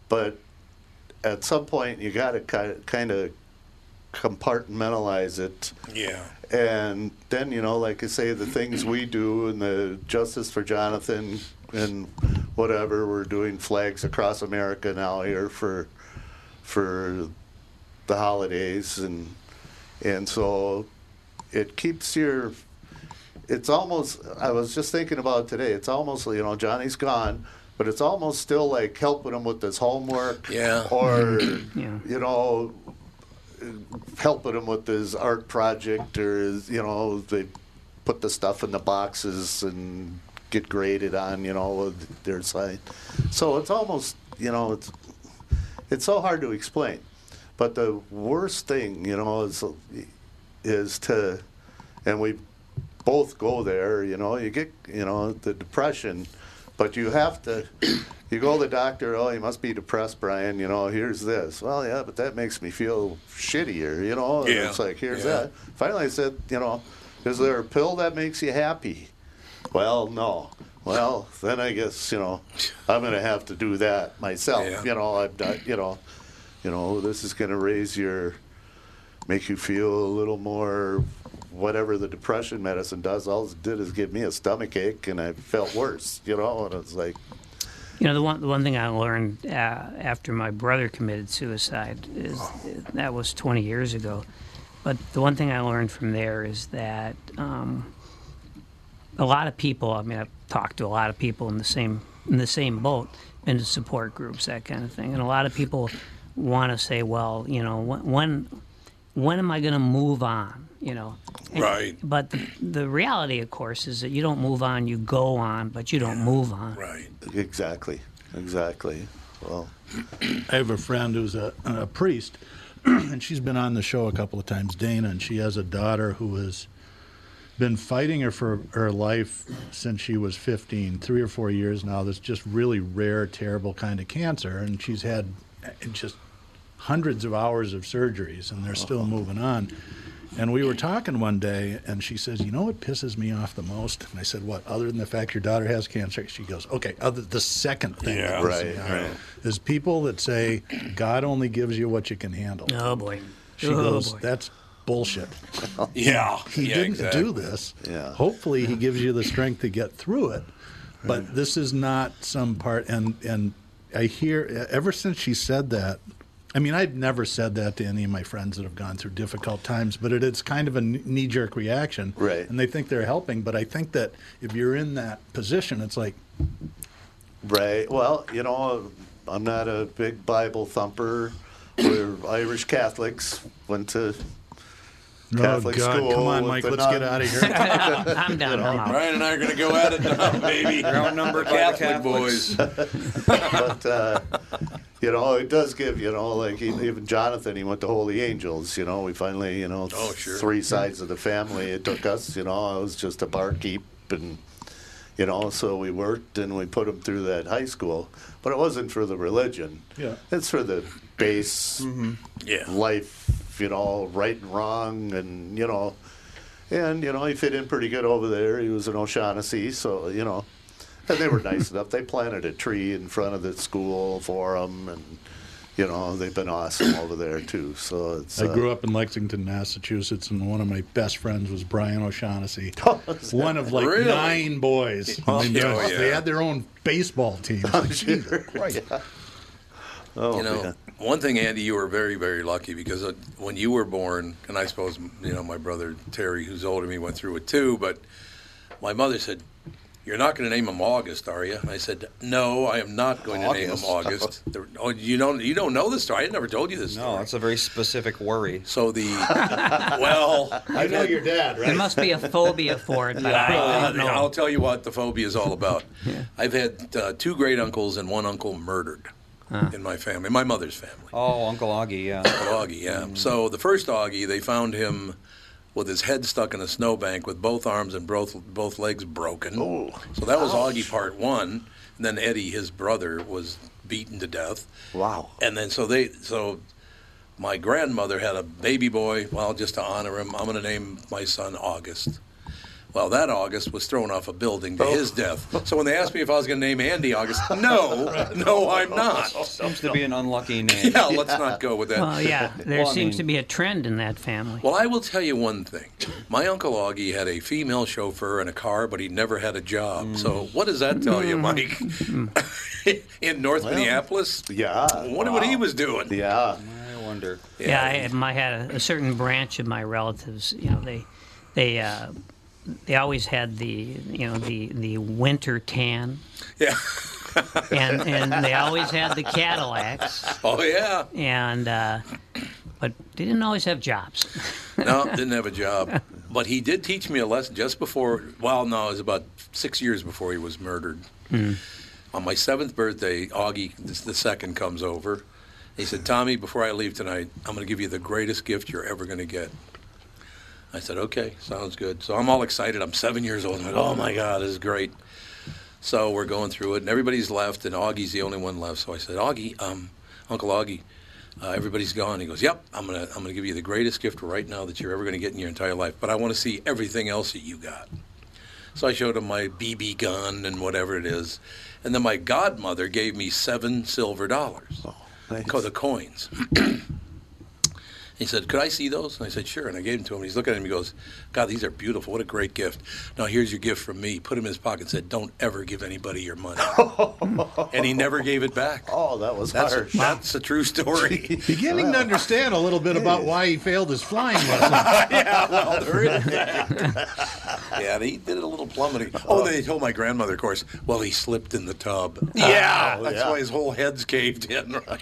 [SPEAKER 3] but at some point you got to kind of compartmentalize it.
[SPEAKER 1] Yeah.
[SPEAKER 3] And then, you know, like I say, the things we do and the Justice for Jonathan and whatever, we're doing flags across America now here for for the holidays and and so it keeps your it's almost I was just thinking about it today, it's almost you know, Johnny's gone, but it's almost still like helping him with his homework.
[SPEAKER 1] Yeah.
[SPEAKER 3] Or
[SPEAKER 5] Yeah.
[SPEAKER 3] you know, helping him with his art project or his, you know, they put the stuff in the boxes and get graded on, you know, with their side. So it's almost, you know, it's it's so hard to explain. But the worst thing, you know, is is to, and we both go there. You know, you get, you know, the depression, but you have to. You go to the doctor. Oh, you must be depressed, Brian. You know, here's this. Well, yeah, but that makes me feel shittier. You know, and
[SPEAKER 1] Yeah,
[SPEAKER 3] it's like here's
[SPEAKER 1] yeah.
[SPEAKER 3] that. Finally, I said, you know, is there a pill that makes you happy? Well, no. Well, then I guess you know I'm going to have to do that myself.
[SPEAKER 1] Yeah.
[SPEAKER 3] You know, I've done. You know, you know this is going to raise your, make you feel a little more, whatever the depression medicine does. All it did is give me a stomach ache, and I felt worse. You know, and it's like,
[SPEAKER 5] You know, the one the one thing I learned uh, after my brother committed suicide is that was 20 years ago. But the one thing I learned from there is that um, a lot of people. I mean, I've talked to a lot of people in the same in the same boat, been to support groups, that kind of thing, and a lot of people want to say, well, you know, when when, when am I going to move on? You know, And-
[SPEAKER 1] Right.
[SPEAKER 5] But the, the reality, of course, is that you don't move on. You go on, but you don't move on.
[SPEAKER 1] Right.
[SPEAKER 3] exactly, exactly. Well,
[SPEAKER 2] I have a friend who's a, a priest, and she's been on the show a couple of times, Dana, and she has a daughter who has been fighting her for her life since she was 15, three or four years now. This just really rare, terrible kind of cancer, and she's had uh, just hundreds of hours of surgeries, and they're still moving on. And we were talking one day, and she says, "You know what pisses me off the most?" And I said, "What? Other than the fact your daughter has cancer?" She goes, "Okay, other the second thing." that
[SPEAKER 1] Yeah.
[SPEAKER 2] pisses
[SPEAKER 3] Right,
[SPEAKER 2] me off
[SPEAKER 3] right.
[SPEAKER 2] is people that say God only gives you what you can handle.
[SPEAKER 5] Oh boy.
[SPEAKER 2] She
[SPEAKER 5] oh
[SPEAKER 2] goes,
[SPEAKER 5] boy.
[SPEAKER 2] that's bullshit.
[SPEAKER 1] Yeah.
[SPEAKER 2] He
[SPEAKER 1] yeah,
[SPEAKER 2] didn't
[SPEAKER 1] exactly.
[SPEAKER 2] do this.
[SPEAKER 3] Yeah.
[SPEAKER 2] Hopefully, he gives you the strength to get through it. But this is not some part. And and I hear ever since she said that. I mean, I'd never said that to any of my friends that have gone through difficult times, but it, it's kind of a knee jerk reaction.
[SPEAKER 3] Right.
[SPEAKER 2] And they think they're helping. But I think that if you're in that position, it's like,
[SPEAKER 3] Right. Well, you know, I'm not a big Bible thumper. We're Irish Catholics. Went to Catholic
[SPEAKER 2] oh, God,
[SPEAKER 3] school.
[SPEAKER 2] come on,
[SPEAKER 3] with
[SPEAKER 2] Mike,
[SPEAKER 3] the
[SPEAKER 2] let's get
[SPEAKER 3] nuns.
[SPEAKER 2] out of here.
[SPEAKER 5] I'm down. I'm out.
[SPEAKER 1] Brian and I are going to go at it now, baby. We're
[SPEAKER 4] outnumbered by the
[SPEAKER 1] Catholic
[SPEAKER 4] Catholics.
[SPEAKER 1] boys.
[SPEAKER 3] but uh, you know, it does give you know, like e- even Jonathan, he went to Holy Angels. You know, we finally, you know,
[SPEAKER 1] Oh, sure.
[SPEAKER 3] three sides of the family. It took us, you know, I was just a barkeep, and you know, so we worked and we put him through that high school. But it wasn't for the religion.
[SPEAKER 2] Yeah.
[SPEAKER 1] Mm-hmm.
[SPEAKER 3] it's for the base
[SPEAKER 1] Yeah.
[SPEAKER 3] life. you know, right and wrong, and you know, and you know, he fit in pretty good over there. He was an O'Shaughnessy, so you know, and they were nice enough. They planted a tree in front of the school for him, and you know, they've been awesome over there too. So it's.
[SPEAKER 2] I
[SPEAKER 3] uh,
[SPEAKER 2] grew up in Lexington, Massachusetts, and one of my best friends was Brian O'Shaughnessy. one of like
[SPEAKER 1] Really?
[SPEAKER 2] nine boys. And they,
[SPEAKER 1] Oh,
[SPEAKER 2] they
[SPEAKER 1] yeah.
[SPEAKER 2] had their own baseball team. Jesus Christ.
[SPEAKER 3] oh,
[SPEAKER 1] you know,
[SPEAKER 3] man.
[SPEAKER 1] one thing, Andy, you were very, very lucky because uh, when you were born, and I suppose you know my brother Terry, who's older than me, went through it too. But my mother said, "You're not going to name him August, are you?" And I said, "No, I am not going to name him August."
[SPEAKER 3] August.
[SPEAKER 1] There- oh, you don't, you don't know this story. I never told you this
[SPEAKER 4] No,
[SPEAKER 1] story.
[SPEAKER 4] that's a very specific worry.
[SPEAKER 1] so the well,
[SPEAKER 3] I know your dad,
[SPEAKER 6] There
[SPEAKER 3] right?
[SPEAKER 6] must be a phobia for it, but I
[SPEAKER 1] Uh,
[SPEAKER 6] don't know.
[SPEAKER 1] I'll tell you what the phobia is all about. I've had uh, two great uncles and one uncle murdered in my family, my mother's family.
[SPEAKER 4] Oh, Uncle Augie, yeah.
[SPEAKER 1] Augie, yeah.
[SPEAKER 4] Mm.
[SPEAKER 1] So the first Augie, they found him with his head stuck in a snowbank with both arms and both both legs broken.
[SPEAKER 3] Oh.
[SPEAKER 1] So that was Augie part one. And then Eddie, his brother, was beaten to death.
[SPEAKER 3] Wow.
[SPEAKER 1] And then so they so my grandmother had a baby boy. Well, just to honor him, I'm going to name my son August. Well, that August was thrown off a building to
[SPEAKER 4] Oh.
[SPEAKER 1] his death. So when they asked me if I was going to name Andy August, no, no, I'm not.
[SPEAKER 4] Seems to be an unlucky name.
[SPEAKER 1] Yeah, let's not go with that.
[SPEAKER 5] Well, yeah, there
[SPEAKER 4] Well, I
[SPEAKER 5] seems
[SPEAKER 4] mean-
[SPEAKER 5] to be a trend in that family.
[SPEAKER 1] Well, I will tell you one thing. My uncle Augie had a female chauffeur and a car, but he never had a job.
[SPEAKER 4] Mm.
[SPEAKER 1] So what does that tell you, Mike?
[SPEAKER 5] Mm. Hmm.
[SPEAKER 1] In North Minneapolis,
[SPEAKER 3] Yeah.
[SPEAKER 1] wonder what he
[SPEAKER 3] wow.
[SPEAKER 1] was doing.
[SPEAKER 3] Yeah.
[SPEAKER 4] I wonder.
[SPEAKER 5] Yeah, I, my had a, a certain branch of my relatives. You know, they they uh, they always had the you know the the winter tan,
[SPEAKER 1] Yeah.
[SPEAKER 5] and and they always had the Cadillacs,
[SPEAKER 1] Oh yeah.
[SPEAKER 5] and uh, but they didn't always have jobs.
[SPEAKER 1] No, didn't have a job, but he did teach me a lesson just before. Well, no, it was about six years before he was murdered. On my seventh birthday, Augie this- the second comes over. He said, "Tommy, before I leave tonight, I'm going to give you the greatest gift you're ever going to get." I said, "Okay, sounds good." So I'm all excited. I'm seven years old. I'm like, "Oh my God, this is great!" So we're going through it, and everybody's left, and Augie's the only one left. So I said, "Augie, um, Uncle Augie." Uh, everybody's gone. He goes, "Yep, I'm gonna I'm gonna give you the greatest gift right now that you're ever gonna get in your entire life. But I want to see everything else that you got." So I showed him my BB gun and whatever it is, and then my godmother gave me seven silver dollars,
[SPEAKER 3] Oh, nice.
[SPEAKER 1] co- the coins. he said, "Could I see those?" And I said, "Sure." And I gave them to him. He's looking at him. He goes, "God, these are beautiful. What a great gift." Now here's your gift from me. Put him in his pocket. Said, "Don't ever give anybody your money." and he never gave it back.
[SPEAKER 3] Oh, that was
[SPEAKER 1] That's a,
[SPEAKER 3] harsh.
[SPEAKER 1] that's a true story.
[SPEAKER 2] Beginning to understand a little bit about why he failed his flying lesson.
[SPEAKER 1] Yeah, he did it a little plummeting. Oh, they told my grandmother, of course. Well, he slipped in the tub. Yeah, that's
[SPEAKER 3] yeah.
[SPEAKER 1] why his whole head's caved in, right?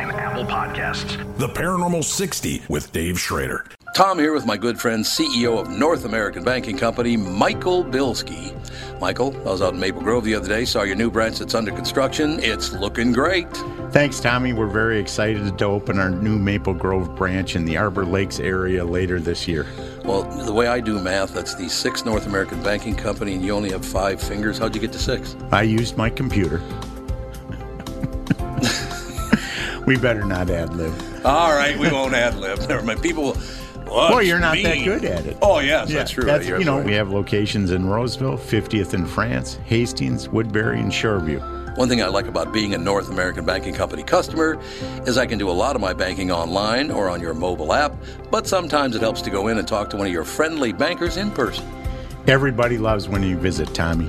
[SPEAKER 7] and Apple Podcasts. The Paranormal 60 with Dave Schrader.
[SPEAKER 1] Tom here with my good friend, CEO of North American Banking Company, Michael Bilski. Michael, I was out in Maple Grove the other day, saw your new branch that's under construction. It's looking great.
[SPEAKER 8] Thanks, Tommy. We're very excited to open our new Maple Grove branch in the Arbor Lakes area later this year.
[SPEAKER 1] Well, the way I do math, that's the sixth North American Banking Company, and you only have five fingers. How'd you get to six?
[SPEAKER 8] I used my computer. we better not ad lib.
[SPEAKER 1] All right, we won't ad lib. Never mind. People. will-
[SPEAKER 8] Well, you're not that
[SPEAKER 1] mean.
[SPEAKER 8] good at it.
[SPEAKER 1] Oh yes, that's true. You're
[SPEAKER 8] you know,
[SPEAKER 1] right.
[SPEAKER 8] we have locations in Roseville, 50th in France, Hastings, Woodbury, and Shoreview.
[SPEAKER 1] One thing I like about being a North American Banking Company customer is I can do a lot of my banking online or on your mobile app, but sometimes it helps to go in and talk to one of your friendly bankers in person.
[SPEAKER 8] Everybody loves when you visit, Tommy.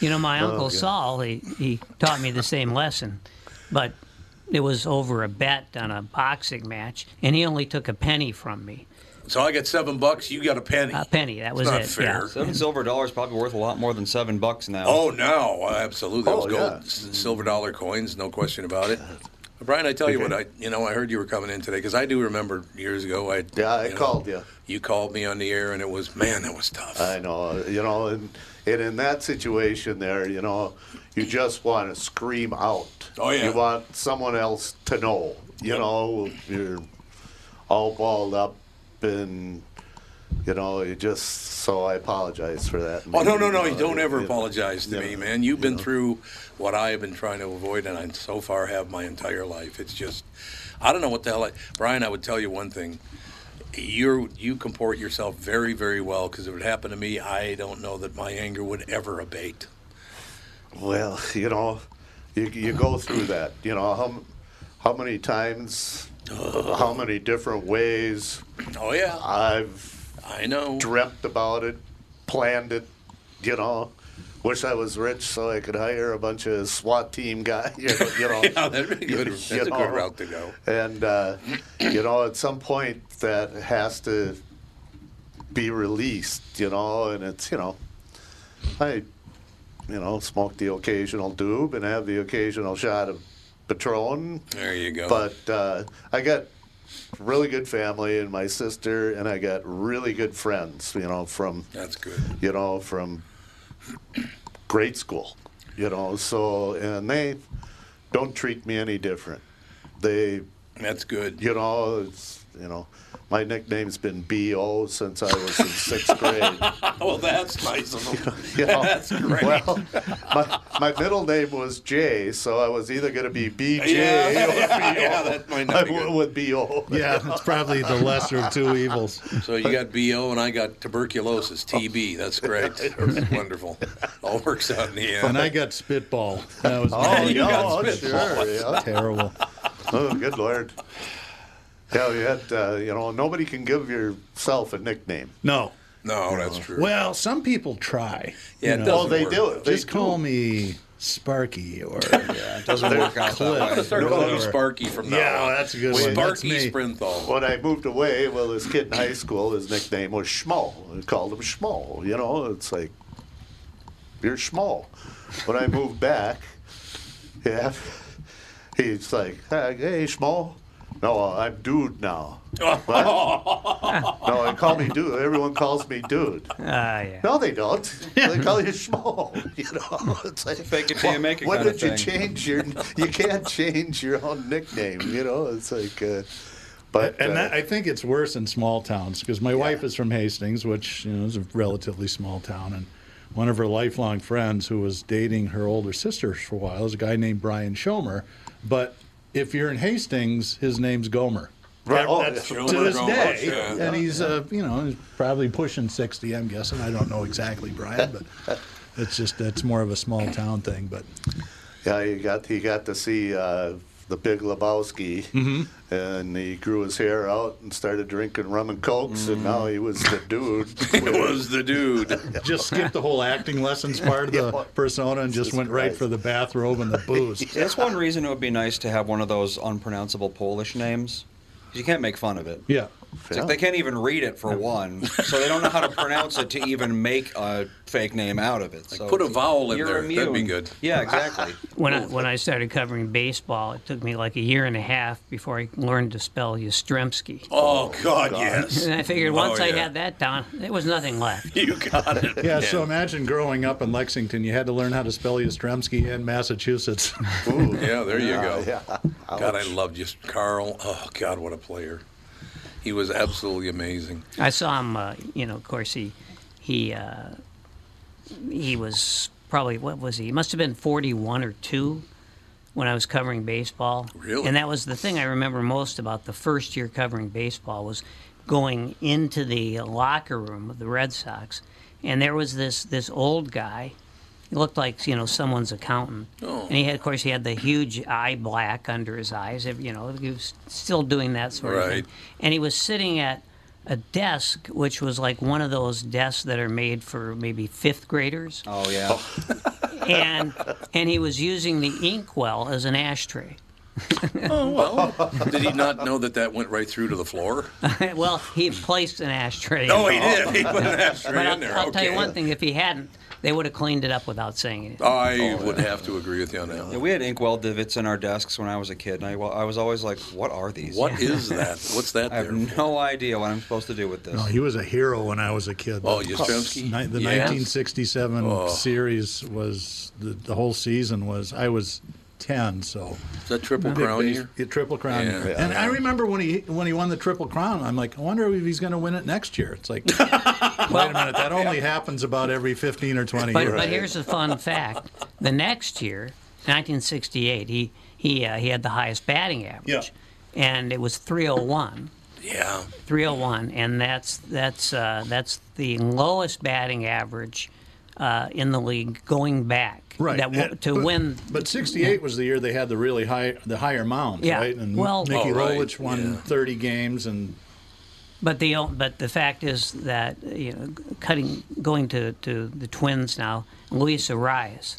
[SPEAKER 5] You know, my
[SPEAKER 1] Oh,
[SPEAKER 5] uncle
[SPEAKER 1] God.
[SPEAKER 5] Saul, he, he taught me the same lesson, but it was over a bet on a boxing match, and he only took a penny from me.
[SPEAKER 1] So I got seven bucks. You got a penny.
[SPEAKER 5] A penny. That was
[SPEAKER 4] It's not
[SPEAKER 5] it.
[SPEAKER 4] fair.
[SPEAKER 5] Yeah.
[SPEAKER 4] Seven silver dollars probably worth a lot more than seven bucks now.
[SPEAKER 1] Oh, no, absolutely. Those
[SPEAKER 4] Oh,
[SPEAKER 1] gold,
[SPEAKER 4] yeah.
[SPEAKER 1] s- silver dollar coins, no question about it. Brian, I tell you what, I you know I heard you were coming in today because I do remember years ago. I yeah, I
[SPEAKER 3] called you.
[SPEAKER 1] You called me on the air, and it was man, that was tough.
[SPEAKER 3] I know, you know, and, and in that situation there, you know, you just want to scream out.
[SPEAKER 1] Oh, yeah.
[SPEAKER 3] You want someone else to know. You know, you're all balled up and, you know, you just, so I apologize for that. uh,
[SPEAKER 1] Oh no no no!
[SPEAKER 3] You know,
[SPEAKER 1] You don't
[SPEAKER 3] it-
[SPEAKER 1] ever
[SPEAKER 3] it-
[SPEAKER 1] apologize to me, man. You've been through what I have been trying to avoid, and I so far have my entire life. It's just, I don't know what the hell. I, Brian, I would tell you one thing: you you comport yourself very very well. Because if it happened to me, I don't know that my anger would ever abate.
[SPEAKER 3] Well, you know, you, you go through that. You know how m- how many times, how many different ways.
[SPEAKER 1] Oh yeah.
[SPEAKER 3] I've
[SPEAKER 1] I know
[SPEAKER 3] dreamt about it, planned it. You know, wish I was rich so I could hire a bunch of SWAT team guys. You know, you know
[SPEAKER 1] yeah, that'd be a good. That's
[SPEAKER 3] you
[SPEAKER 1] a good
[SPEAKER 3] know.
[SPEAKER 1] route to go.
[SPEAKER 3] and uh, you know at some point that has to be released you know and it's you know i you know smoke the occasional doob and have the occasional shot of patron
[SPEAKER 1] There you go.
[SPEAKER 3] but uh, i got really good family and my sister and i got really good friends you know from
[SPEAKER 1] that's good
[SPEAKER 3] you know from grade school you know so and they don't treat me any different they
[SPEAKER 1] that's good
[SPEAKER 3] you know it's you know my nickname's been bo since i was in sixth grade
[SPEAKER 1] well, that's nice of them.
[SPEAKER 3] you know,
[SPEAKER 1] That's great.
[SPEAKER 3] well my, my middle name was jay so i was either going to be bj
[SPEAKER 1] Yeah,
[SPEAKER 3] or
[SPEAKER 1] yeah,
[SPEAKER 3] bo
[SPEAKER 1] yeah, that might not
[SPEAKER 3] I
[SPEAKER 1] be good.
[SPEAKER 3] went with bo
[SPEAKER 2] Yeah, it's probably the lesser of two evils.
[SPEAKER 1] So you got BO and I got tuberculosis, TB. That's great. That's wonderful. All works out in the end.
[SPEAKER 2] And I got spitball. That was
[SPEAKER 1] Oh,
[SPEAKER 2] my-
[SPEAKER 1] you got
[SPEAKER 3] Oh,
[SPEAKER 1] spitball.
[SPEAKER 3] sure, yeah.
[SPEAKER 2] terrible.
[SPEAKER 3] oh good lord yeah we had uh, you know nobody can give yourself a nickname
[SPEAKER 2] No.
[SPEAKER 1] No, that's true.
[SPEAKER 2] Well, some people try.
[SPEAKER 3] Yeah, it doesn't Oh, they work. do it. They
[SPEAKER 2] Just call me Sparky or yeah,
[SPEAKER 3] it doesn't work out that way.
[SPEAKER 1] I'm gonna start calling you Sparky from now
[SPEAKER 2] Yeah,
[SPEAKER 1] on.
[SPEAKER 2] that's a good
[SPEAKER 1] Sparky
[SPEAKER 2] one. That's me.
[SPEAKER 1] Sprinthal.
[SPEAKER 3] When I moved away, well, this kid in high school, his nickname was Schmo. We called him Schmo. You know, it's like, you're Schmo. When I moved back, yeah, he's like, hey, Schmo. No, I'm dude now. What? no, they call me dude. Everyone calls me dude.
[SPEAKER 5] Ah, yeah.
[SPEAKER 3] No, they don't. They call you Schmo. You know, it's like
[SPEAKER 4] Fake it till you make it
[SPEAKER 3] When
[SPEAKER 4] kinda
[SPEAKER 3] did you
[SPEAKER 4] thing.
[SPEAKER 3] change your? You can't change your own nickname. You know, it's like. Uh, but
[SPEAKER 2] and
[SPEAKER 3] uh,
[SPEAKER 2] that, I think it's worse in small towns because my wife is from Hastings, which you know is a relatively small town, and one of her lifelong friends who was dating her older sister for a while is a guy named Brian Schomer. But if you're in Hastings, his name's Gomer.
[SPEAKER 3] Right, oh,
[SPEAKER 2] That's
[SPEAKER 3] yeah.
[SPEAKER 2] to this
[SPEAKER 3] Schomer,
[SPEAKER 2] day,
[SPEAKER 3] Gomer, yeah.
[SPEAKER 2] and he's uh, you know he's probably pushing sixty. I'm guessing. I don't know exactly, Brian, but it's just that's more of a small town thing. But
[SPEAKER 3] Yeah, he got he got to see uh, the Big Lebowski,
[SPEAKER 4] Mm-hmm.
[SPEAKER 3] and he grew his hair out and started drinking rum and cokes, and now he was the dude. he
[SPEAKER 1] was the dude.
[SPEAKER 2] just skip the whole acting lessons part of the persona and just went right for the bathrobe and the booze.
[SPEAKER 4] That's one reason it would be nice to have one of those unpronounceable Polish names. 'cause You can't make fun of it.
[SPEAKER 2] Yeah.
[SPEAKER 4] It's like they can't even read it for one, so they don't know how to pronounce it to even make a fake name out of it. So
[SPEAKER 1] put a vowel in
[SPEAKER 4] you're
[SPEAKER 1] there. That'd be
[SPEAKER 4] immune.
[SPEAKER 1] good.
[SPEAKER 4] Yeah, exactly.
[SPEAKER 5] When I, when I started covering baseball, it took me like a year and a half before I learned to spell Yastrzemski.
[SPEAKER 1] Oh, God, yes.
[SPEAKER 5] And I figured
[SPEAKER 2] Oh,
[SPEAKER 5] once I
[SPEAKER 2] yeah.
[SPEAKER 5] had that down, there was nothing left.
[SPEAKER 1] You got it.
[SPEAKER 2] Yeah, so imagine growing up in Lexington, you had to learn how to spell Yastrzemski in Massachusetts.
[SPEAKER 1] Yeah, there you
[SPEAKER 2] Yeah,
[SPEAKER 1] go.
[SPEAKER 2] yeah.
[SPEAKER 1] God, I loved you, Carl. Oh, God, what a player. He was absolutely amazing.
[SPEAKER 5] I saw him. Uh, you know, of course he he uh, he was probably what was he? He must have been 41 or 2 when I was covering baseball.
[SPEAKER 1] Really?
[SPEAKER 5] And that was the thing I remember most about the first year covering baseball was going into the locker room of the Red Sox and there was this this old guy he looked like you know someone's accountant,
[SPEAKER 1] Oh.
[SPEAKER 5] and he had, of course, he had the huge eye black under his eyes. if- You know, he was still doing that sort of
[SPEAKER 1] Right.
[SPEAKER 5] thing, and he was sitting at a desk which was like one of those desks that are made for maybe fifth graders.
[SPEAKER 4] Oh yeah.
[SPEAKER 1] Oh.
[SPEAKER 5] and and he was using the inkwell as an ashtray.
[SPEAKER 1] Oh well. Did he not know that that went right through to the floor?
[SPEAKER 5] well, he placed an ashtray.
[SPEAKER 1] No,
[SPEAKER 5] in
[SPEAKER 1] he
[SPEAKER 5] there.
[SPEAKER 1] did. He put an ashtray
[SPEAKER 5] but
[SPEAKER 1] in
[SPEAKER 5] I'll,
[SPEAKER 1] there.
[SPEAKER 5] I'll tell you
[SPEAKER 1] Okay. Oh,
[SPEAKER 5] one thing: if he hadn't, they would have cleaned it up without saying anything.
[SPEAKER 1] I
[SPEAKER 2] Oh,
[SPEAKER 1] would have to agree with you on that. one.
[SPEAKER 4] Yeah, we had inkwell divots in our desks when I was a kid, and I, wa- I was always like, "What are these?
[SPEAKER 1] What is that? What's that?
[SPEAKER 4] I have
[SPEAKER 1] there?
[SPEAKER 4] no idea what I'm supposed to do with this."
[SPEAKER 2] No, he was a hero when I was a kid.
[SPEAKER 1] Oh,
[SPEAKER 2] The-
[SPEAKER 1] Yastrzemski?
[SPEAKER 2] ni- The
[SPEAKER 1] Yes.
[SPEAKER 2] 1967
[SPEAKER 1] Oh.
[SPEAKER 2] series was the, the whole season was. I was 10, so
[SPEAKER 1] Is that triple
[SPEAKER 2] Big
[SPEAKER 1] crown
[SPEAKER 2] base-
[SPEAKER 1] year?
[SPEAKER 2] yeah, triple crown.
[SPEAKER 1] Yeah.
[SPEAKER 2] year. And I remember when he when he won the triple crown, I'm like, I wonder if he's going to win it next year. It's like, wait a minute, that only happens about every 15 or 20
[SPEAKER 5] But,
[SPEAKER 2] years.
[SPEAKER 5] but here's a fun fact: the next year, 1968, he he uh, he had the highest batting average, and it was 301,
[SPEAKER 1] Yeah.
[SPEAKER 5] 301, and that's that's uh, that's the lowest batting average uh, in the league going back.
[SPEAKER 2] Right.
[SPEAKER 5] That, w-
[SPEAKER 2] And-
[SPEAKER 5] to
[SPEAKER 2] but-
[SPEAKER 5] win
[SPEAKER 2] But 68 was the year they had the really high, the higher mounds,
[SPEAKER 5] Yeah.
[SPEAKER 2] right? And
[SPEAKER 5] Well-
[SPEAKER 2] Nicky
[SPEAKER 1] Oh, right.
[SPEAKER 2] Rolich won
[SPEAKER 1] Yeah.
[SPEAKER 2] 30 games and
[SPEAKER 5] But the o- but the fact is that you know cutting going to, to the Twins now, Luis Arias,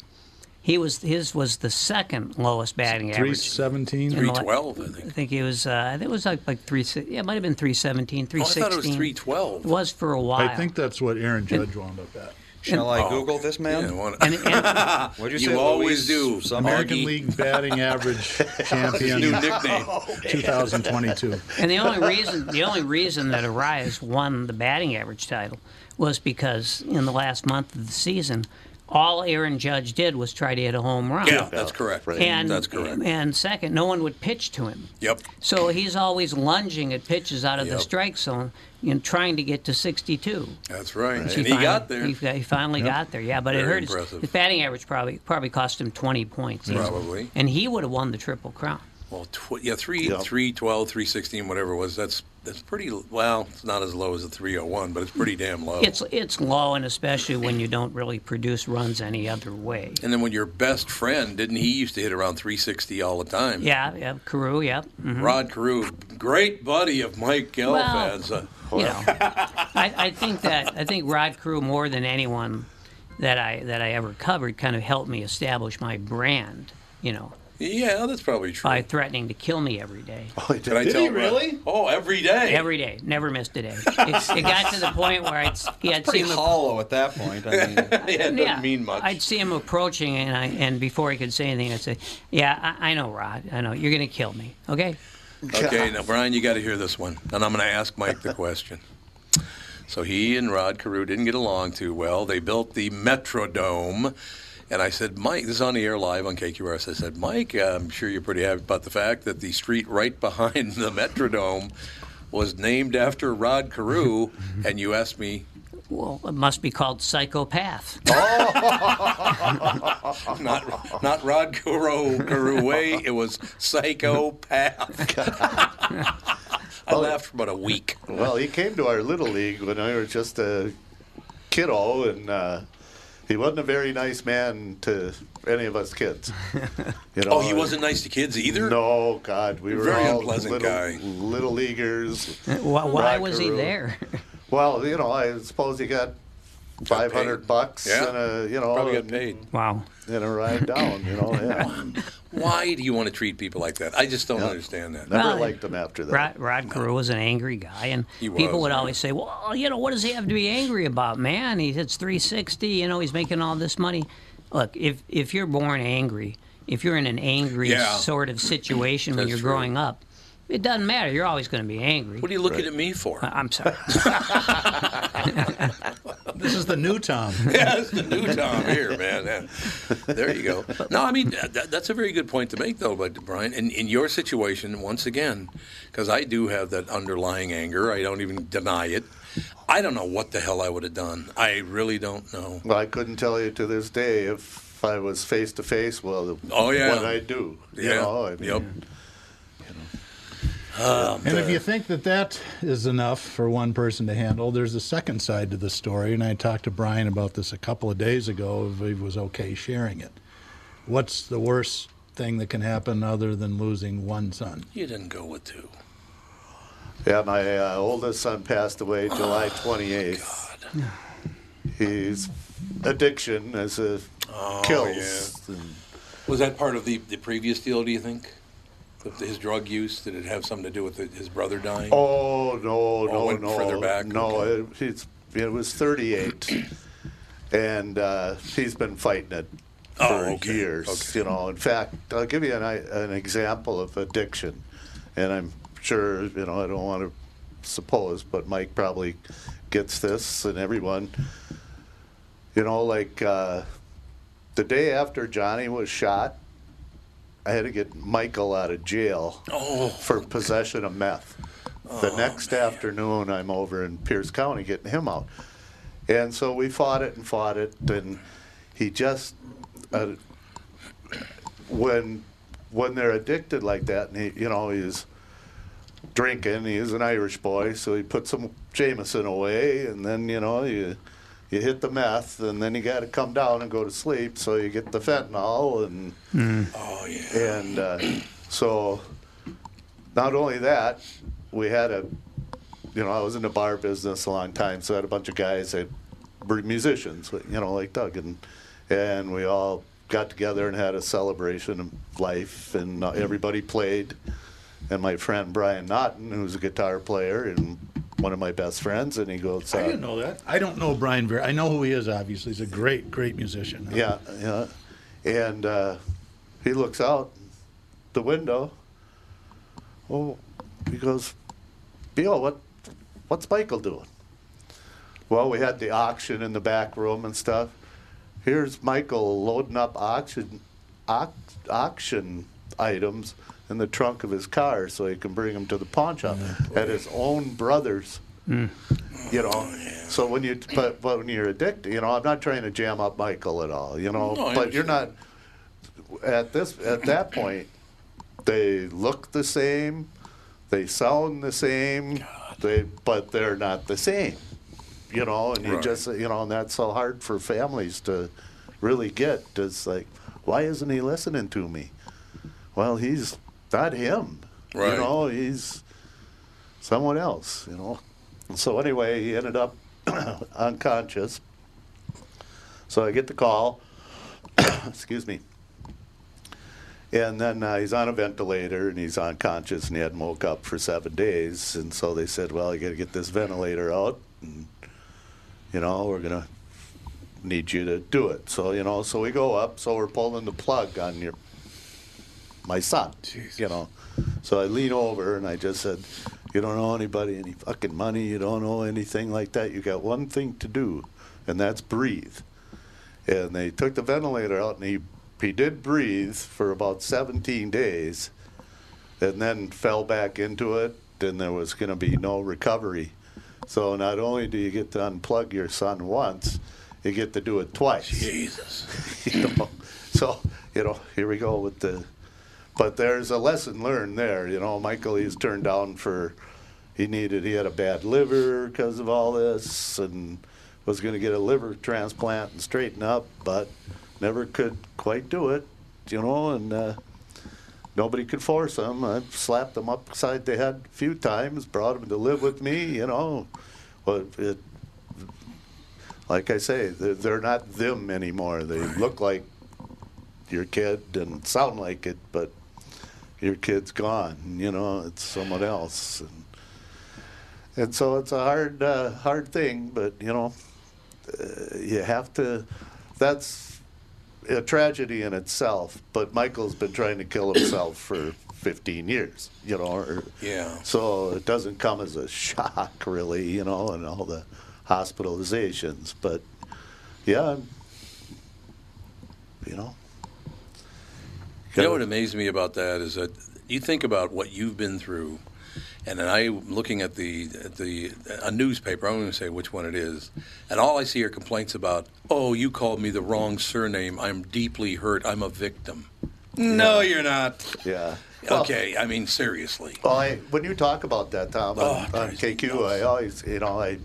[SPEAKER 5] he was his was the second lowest batting average.
[SPEAKER 2] 317.
[SPEAKER 5] in the la-
[SPEAKER 1] 312, I think.
[SPEAKER 5] I think it was uh, I think it was like like three si- yeah it might have been 317,
[SPEAKER 1] Oh, I thought it was
[SPEAKER 5] 316.
[SPEAKER 1] 312.
[SPEAKER 5] It was for a while.
[SPEAKER 2] I think that's what Aaron Judge wound up at.
[SPEAKER 4] Shall I
[SPEAKER 1] Oh.
[SPEAKER 4] Google this man?
[SPEAKER 1] Yeah, what-
[SPEAKER 5] And, and,
[SPEAKER 4] What'd you
[SPEAKER 1] You
[SPEAKER 4] say?
[SPEAKER 1] always
[SPEAKER 4] Luis?
[SPEAKER 1] do.
[SPEAKER 4] Some
[SPEAKER 2] American
[SPEAKER 1] Argy.
[SPEAKER 2] League batting average champion
[SPEAKER 1] New nickname.
[SPEAKER 2] 2022.
[SPEAKER 5] and the only reason the only reason that Arias won the batting average title was because in the last month of the season, all Aaron Judge did was try to hit a home run.
[SPEAKER 1] Yeah, that's correct.
[SPEAKER 3] right.
[SPEAKER 5] And
[SPEAKER 1] that's correct.
[SPEAKER 5] And second, no one would pitch to him.
[SPEAKER 1] Yep.
[SPEAKER 5] So he's always lunging at pitches out of the
[SPEAKER 1] Yep.
[SPEAKER 5] strike zone, you know, trying to get to 62.
[SPEAKER 1] That's right.
[SPEAKER 5] Which
[SPEAKER 1] And he
[SPEAKER 5] finally-
[SPEAKER 1] got there.
[SPEAKER 5] He, fi- he finally got there. Yeah, but it
[SPEAKER 1] Very
[SPEAKER 5] hurt. His,
[SPEAKER 1] impressive.
[SPEAKER 5] his batting average probably probably cost him 20 points. easily.
[SPEAKER 1] Probably.
[SPEAKER 5] And he would have won the triple crown.
[SPEAKER 1] Well, tw- yeah, three,
[SPEAKER 3] Yeah.
[SPEAKER 1] three, twelve, three, sixteen, whatever it was. That's that's pretty. Well, it's not as low as the three hundred one, but it's pretty damn low.
[SPEAKER 5] It's it's low, and especially when you don't really produce runs any other way.
[SPEAKER 1] and then when your best friend didn't he used to hit around three sixty all the time?
[SPEAKER 5] Yeah, yeah, Carew, yeah. mhm.
[SPEAKER 1] Rod Carew, great buddy of Mike Gelfand's. uh,
[SPEAKER 5] You know, I, I think that I think Rod Crew more than anyone that I that I ever covered kind of helped me establish my brand. You know,
[SPEAKER 1] yeah, oh, that's probably true.
[SPEAKER 5] by threatening to kill me every day,
[SPEAKER 1] Did I tell Rod- Oh, every day.
[SPEAKER 5] every day, never missed a day. It, it got to the point where I'd he had
[SPEAKER 4] Pretty
[SPEAKER 5] seen him.
[SPEAKER 4] hollow at that point. I mean,
[SPEAKER 1] yeah, it doesn't
[SPEAKER 5] Yeah,
[SPEAKER 1] mean much.
[SPEAKER 5] I'd see him approaching, and I and before he could say anything, I'd say, "Yeah, I, I know, Rod. I know you're going to kill me. Okay,
[SPEAKER 1] Okay, now Brian, you got to hear this one, and I'm going to ask Mike the question. So he and Rod Carew didn't get along too well. They built the Metrodome, and I said, Mike, this is on the air live on KQRS. I said, Mike, I'm sure you're pretty happy about the fact that the street right behind the Metrodome was named after Rod Carew, and you asked me,
[SPEAKER 5] well, it must be called psychopath."
[SPEAKER 1] not not Rod Carew, Carew way, it was psychopath. I laughed for about a week.
[SPEAKER 3] Well, he came to our little league when I was just a kiddo, and uh, he wasn't a very nice man to any of us kids. You know,
[SPEAKER 1] Oh, he wasn't nice to kids either?
[SPEAKER 3] No, God, we were
[SPEAKER 1] Very
[SPEAKER 3] all
[SPEAKER 1] unpleasant
[SPEAKER 3] little,
[SPEAKER 1] guy.
[SPEAKER 3] little leaguers.
[SPEAKER 5] Why, why
[SPEAKER 3] Rod
[SPEAKER 5] was he
[SPEAKER 3] Carew.
[SPEAKER 5] there?
[SPEAKER 3] Well, you know, I suppose he got five
[SPEAKER 1] paid.
[SPEAKER 3] hundred bucks
[SPEAKER 1] Yeah.
[SPEAKER 3] and a you know
[SPEAKER 1] Probably got paid.
[SPEAKER 5] wow.
[SPEAKER 3] and a ride down. You know, yeah.
[SPEAKER 1] Why do you want to treat people like that? I just don't understand that.
[SPEAKER 3] Never
[SPEAKER 5] Well,
[SPEAKER 3] liked him after
[SPEAKER 5] Rod,
[SPEAKER 3] that.
[SPEAKER 5] Rod Carew was an angry guy, and
[SPEAKER 1] He was,
[SPEAKER 5] people would
[SPEAKER 1] yeah.
[SPEAKER 5] always say, "Well, you know, what does he have to be angry about, man? He hits 360. You know, he's making all this money." Look, if if you're born angry, if you're in an angry
[SPEAKER 1] Yeah.
[SPEAKER 5] sort of situation when
[SPEAKER 1] That's
[SPEAKER 5] you're
[SPEAKER 1] true.
[SPEAKER 5] growing up, it doesn't matter. You're always going to be angry.
[SPEAKER 1] What are you looking at me for?
[SPEAKER 5] I'm sorry.
[SPEAKER 2] This is the new Tom.
[SPEAKER 1] That's the new Tom here, man. Yeah. There you go. No, I mean that, that's a very good point to make, though, but Brian, in, in your situation, once again, because I do have that underlying anger, I don't even deny it. I don't know what the hell I would have done. I really don't know.
[SPEAKER 3] Well, I couldn't tell you to this day if I was face to face. Well,
[SPEAKER 1] Oh, yeah.
[SPEAKER 3] what I do. You
[SPEAKER 1] Yeah.
[SPEAKER 3] know, I mean,
[SPEAKER 1] Yep. Um,
[SPEAKER 2] and if
[SPEAKER 3] the-
[SPEAKER 2] you think that that is enough for one person to handle, there's a second side to the story. And I talked to Brian about this a couple of days ago if he was okay sharing it. What's the worst thing that can happen other than losing one son?
[SPEAKER 1] You didn't go with two.
[SPEAKER 3] Yeah, my uh, oldest son passed
[SPEAKER 1] Oh,
[SPEAKER 3] away July 28th. He's addiction as a
[SPEAKER 1] Oh,
[SPEAKER 3] kills. And-
[SPEAKER 1] Was that part of the, the previous deal, do you think? Of His drug use? Did it have something to do with his brother dying?
[SPEAKER 3] Oh no, no,
[SPEAKER 1] went
[SPEAKER 3] no,
[SPEAKER 1] further back,
[SPEAKER 3] no. It, it's, it was 38, and uh, he's been fighting it
[SPEAKER 1] Oh,
[SPEAKER 3] for years. You know, in fact, I'll give you an, i- an example of addiction, and I'm sure you know I don't want to suppose, but Mike probably gets this, and everyone. You know, like uh, the day after Johnny was shot, I had to get Michael out of jail for possession of meth. The next afternoon, I'm over in Pierce County getting him out. And so we fought it and fought it, and he just, uh, when when they're addicted like that, and he, you know, he's drinking. He's an Irish boy, so he put some Jameson away, and then you know you you hit the meth, and then you got to come down and go to sleep, so you get the fentanyl, and
[SPEAKER 1] Oh, yeah.
[SPEAKER 3] and uh, so not only that, we had a, you know, I was in the bar business a long time, so I had a bunch of guys that were musicians, you know, like Doug, and and we all got together and had a celebration of life, and uh, everybody played, and my friend Brian Naughton, who's a guitar player and one of my best friends, and he goes,
[SPEAKER 2] I
[SPEAKER 3] uh,
[SPEAKER 2] didn't know that. I don't know Brian very. I know who he is. Obviously, he's a great, great musician.
[SPEAKER 3] Yeah, yeah. And uh, he looks out the window. Oh, he goes, Bill, what, what's Michael doing? Well, we had the auction in the back room and stuff. Here's Michael loading up auction, au- auction items in the trunk of his car so he can bring them to the pawn shop at his own brother's
[SPEAKER 5] Mm.
[SPEAKER 3] you know. So when you but, but when you're addicted, you know, I'm not trying to jam up Michael at all, you know.
[SPEAKER 1] No, I
[SPEAKER 3] but you're not at this at that point. They look the same, they sound the same, they but they're not the same, you know. And you
[SPEAKER 1] Right.
[SPEAKER 3] just you know, and that's so hard for families to really get. It's like, why isn't he listening to me? Well, he's not him,
[SPEAKER 1] Right.
[SPEAKER 3] you know. He's someone else, you know. So anyway, he ended up unconscious. So I get the call, excuse me, and then uh, he's on a ventilator and he's unconscious and he hadn't woke up for seven days. And so they said, well, you got to get this ventilator out, and you know, we're gonna need you to do it. So you know, so we go up. So we're pulling the plug on your my son. You know. So I lean over and I just said, You don't owe anybody any fucking money. You don't owe anything like that. You got one thing to do, and that's breathe. And they took the ventilator out, and he, he did breathe for about 17 days and then fell back into it. Then there was going to be no recovery. So not only do you get to unplug your son once, you get to do it twice. Jesus. you know? So, you know, here we go with the but there's a lesson learned there. You know, Michael, he's turned down for, he needed, he had a bad liver because of all this and was going to get a liver transplant and straighten up, but never could quite do it, you know, and uh, nobody could force him. I slapped him upside the head a few times, brought him to live with me, you know. But it, like I say, they're, they're not them anymore. They look like your kid and sound like it, but your kid's gone. You know, it's someone else, and and so it's a hard, uh, hard thing. But you know, uh, you have to. That's a tragedy in itself. But Michael's been trying to kill himself for 15 years. You know, or
[SPEAKER 1] Yeah.
[SPEAKER 3] so it doesn't come as a shock, really, you know, and all the hospitalizations. But yeah, I'm- you know,
[SPEAKER 1] You know what amazed me about that is that you think about what you've been through, and then I'm looking at the at the a newspaper. I'm going to say which one it is, and all I see are complaints about. Oh, you called me the wrong surname. I'm deeply hurt. I'm a victim. No, you're not.
[SPEAKER 3] Yeah.
[SPEAKER 1] Okay, I mean seriously.
[SPEAKER 3] Well, I, when you talk about that, Tom, on,
[SPEAKER 1] Oh,
[SPEAKER 3] on KQ, I always, you know, I,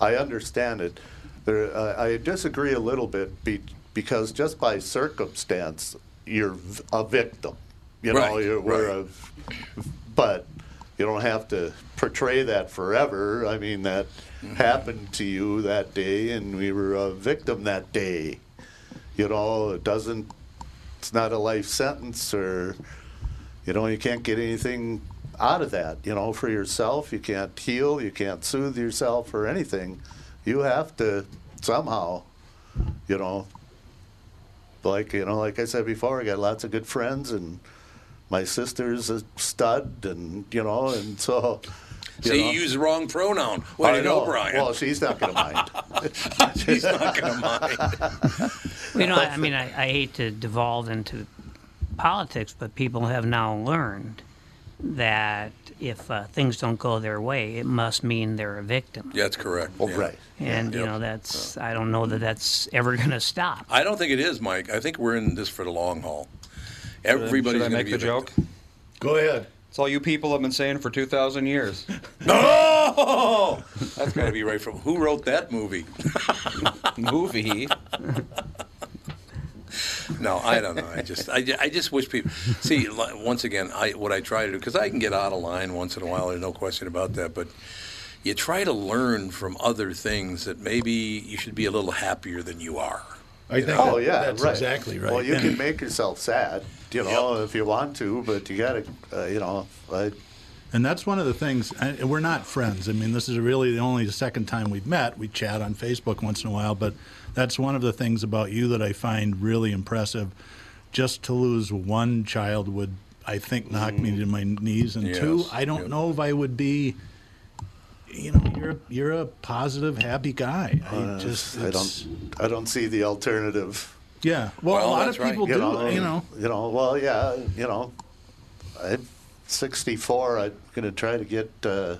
[SPEAKER 3] I understand it. There, uh, I disagree a little bit be, because just by circumstance, you're v- a victim. You know,
[SPEAKER 1] Right,
[SPEAKER 3] you're, we're
[SPEAKER 1] right.
[SPEAKER 3] a, but you don't have to portray that forever. I mean, that
[SPEAKER 1] Mm-hmm.
[SPEAKER 3] happened to you that day, and we were a victim that day. You know, it doesn't. It's not a life sentence, or you know, you can't get anything out of that. You know, for yourself, you can't heal, you can't soothe yourself, or anything. You have to somehow, you know, like you know, like I said before, I got lots of good friends, and my sister's a stud, and you know, and so.
[SPEAKER 1] See,
[SPEAKER 3] know.
[SPEAKER 1] you use the wrong pronoun. Way
[SPEAKER 3] I
[SPEAKER 1] to go,
[SPEAKER 3] know.
[SPEAKER 1] Brian.
[SPEAKER 3] Well, she's not going to mind.
[SPEAKER 1] she's not going to mind.
[SPEAKER 5] you know, I mean, I, I hate to devolve into politics, but people have now learned that if uh, things don't go their way, it must mean they're a victim.
[SPEAKER 1] Yeah, that's correct. yeah.
[SPEAKER 3] right.
[SPEAKER 5] And you
[SPEAKER 1] Yep.
[SPEAKER 5] know, that's I don't know that that's ever going to stop.
[SPEAKER 1] I don't think it is, Mike. I think we're in this for the long haul. Everybody's
[SPEAKER 4] Should
[SPEAKER 1] going
[SPEAKER 4] I
[SPEAKER 1] to
[SPEAKER 4] make
[SPEAKER 1] be
[SPEAKER 4] the
[SPEAKER 1] a victim.
[SPEAKER 4] joke?
[SPEAKER 3] Go ahead.
[SPEAKER 4] It's all you people have been saying for 2,000 years.
[SPEAKER 1] No, that's got to be right from who wrote that movie?
[SPEAKER 4] movie.
[SPEAKER 1] No, I don't know. I just, I, ju- I just wish people see. li- Once again, I what I try to do because I can get out of line once in a while. There's no question about that. But you try to learn from other things that maybe you should be a little happier than you are.
[SPEAKER 3] I
[SPEAKER 1] think
[SPEAKER 3] oh
[SPEAKER 1] that-
[SPEAKER 3] yeah,
[SPEAKER 1] that's
[SPEAKER 3] right.
[SPEAKER 1] exactly right.
[SPEAKER 3] Well, you can make yourself sad, you know, if you want to, but you got to, uh, you know, I,
[SPEAKER 2] And that's one of the things. I, we're not friends. I mean, this is really the only second time we've met. We chat on Facebook once in a while, but that's one of the things about you that I find really impressive. Just to lose one child would, I think, knock me to my knees. And two,
[SPEAKER 8] Yes,
[SPEAKER 2] I don't
[SPEAKER 8] yep.
[SPEAKER 2] know if I would be. You know, you're a- you're a positive, happy guy. I
[SPEAKER 3] uh,
[SPEAKER 2] just,
[SPEAKER 3] I
[SPEAKER 2] it's-
[SPEAKER 3] don't, I don't see the alternative.
[SPEAKER 2] Yeah. Well, a lot of people do. You know.
[SPEAKER 3] You know. Well, yeah. You know, I'm 64. I'm gonna try to get uh,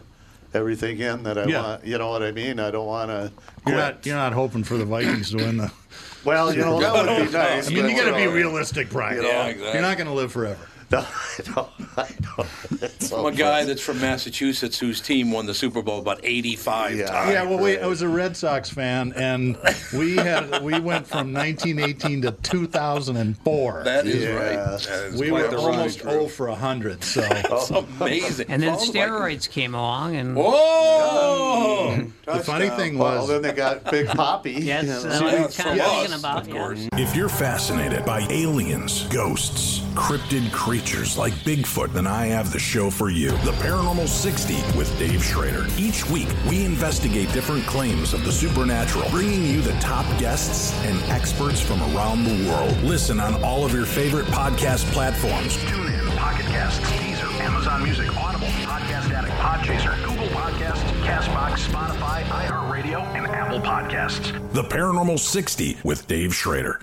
[SPEAKER 3] everything in that I
[SPEAKER 2] Yeah.
[SPEAKER 3] want. You know what I mean? I don't want to quit.
[SPEAKER 2] You're not, you're not hoping for the Vikings to win the.
[SPEAKER 3] Well, you know, that would be nice,
[SPEAKER 2] I mean, you
[SPEAKER 3] but,
[SPEAKER 2] got to be
[SPEAKER 3] you know,
[SPEAKER 2] realistic, Brian.
[SPEAKER 3] you know, Yeah, exactly.
[SPEAKER 2] You're not going to live forever.
[SPEAKER 3] No, I don't. I don't. It's
[SPEAKER 1] From a guy that's from Massachusetts whose team won the Super Bowl about 85 times.
[SPEAKER 2] Yeah, well, wait. I was a Red Sox fan, and we had we went from 1918 to 2004.
[SPEAKER 1] That is right. That is
[SPEAKER 2] we
[SPEAKER 1] quite
[SPEAKER 2] were
[SPEAKER 1] the run.
[SPEAKER 2] almost 0 for 100. So
[SPEAKER 1] It's amazing.
[SPEAKER 5] And then
[SPEAKER 1] Well,
[SPEAKER 5] steroids came along, and
[SPEAKER 3] Oh.
[SPEAKER 1] Whoa!
[SPEAKER 2] The funny thing
[SPEAKER 3] Well,
[SPEAKER 2] was-
[SPEAKER 3] then they got Big Poppy.
[SPEAKER 5] Yes,
[SPEAKER 3] you know.
[SPEAKER 5] that's what I was kind of thinking about. yeah.
[SPEAKER 7] If you're fascinated by aliens, ghosts, cryptid creatures like Bigfoot, then I have the show for you The Paranormal 60 with Dave Schrader. Each week, we investigate different claims of the supernatural, bringing you the top guests and experts from around the world. Listen on all of your favorite podcast platforms. Tune in, Pocket Casts, Deezer, Amazon Music, Audible, Podcast Addict, Podchaser, Google Podcasts, Castbox, Spotify, iHeartRadio, and Apple Podcasts. The Paranormal 60 with Dave Schrader.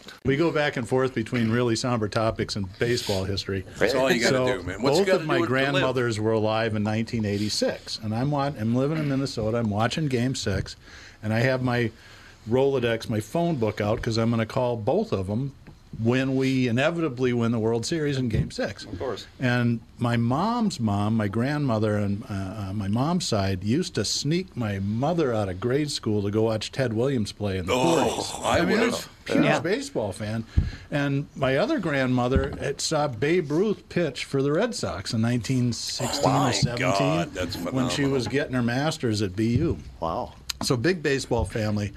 [SPEAKER 2] We go back and forth between really somber topics and baseball history.
[SPEAKER 1] That's all you gotta
[SPEAKER 2] So
[SPEAKER 1] do, man. What's you
[SPEAKER 2] both
[SPEAKER 1] gotta
[SPEAKER 2] of my
[SPEAKER 1] do to live?
[SPEAKER 2] grandmothers were alive in 1986, and I'm wa- I'm living in Minnesota. I'm watching Game Six, and I have my Rolodex, my phone book out because I'm going to call both of them when we inevitably win the World Series in Game Six. Of course. And my mom's mom, my grandmother, and uh, uh, my mom's side used to sneak my mother out of grade school to go watch Ted Williams play in the
[SPEAKER 1] Oh,
[SPEAKER 2] Coors.
[SPEAKER 1] I
[SPEAKER 2] mean,
[SPEAKER 1] would've.
[SPEAKER 2] was a huge
[SPEAKER 1] Yeah.
[SPEAKER 2] baseball fan, and my other grandmother had saw Babe Ruth pitch for the Red Sox in 1916
[SPEAKER 1] Oh, my
[SPEAKER 2] or 17
[SPEAKER 1] God, that's
[SPEAKER 2] when she
[SPEAKER 1] phenomenal.
[SPEAKER 2] was getting her master's at BU. Wow! So big baseball family,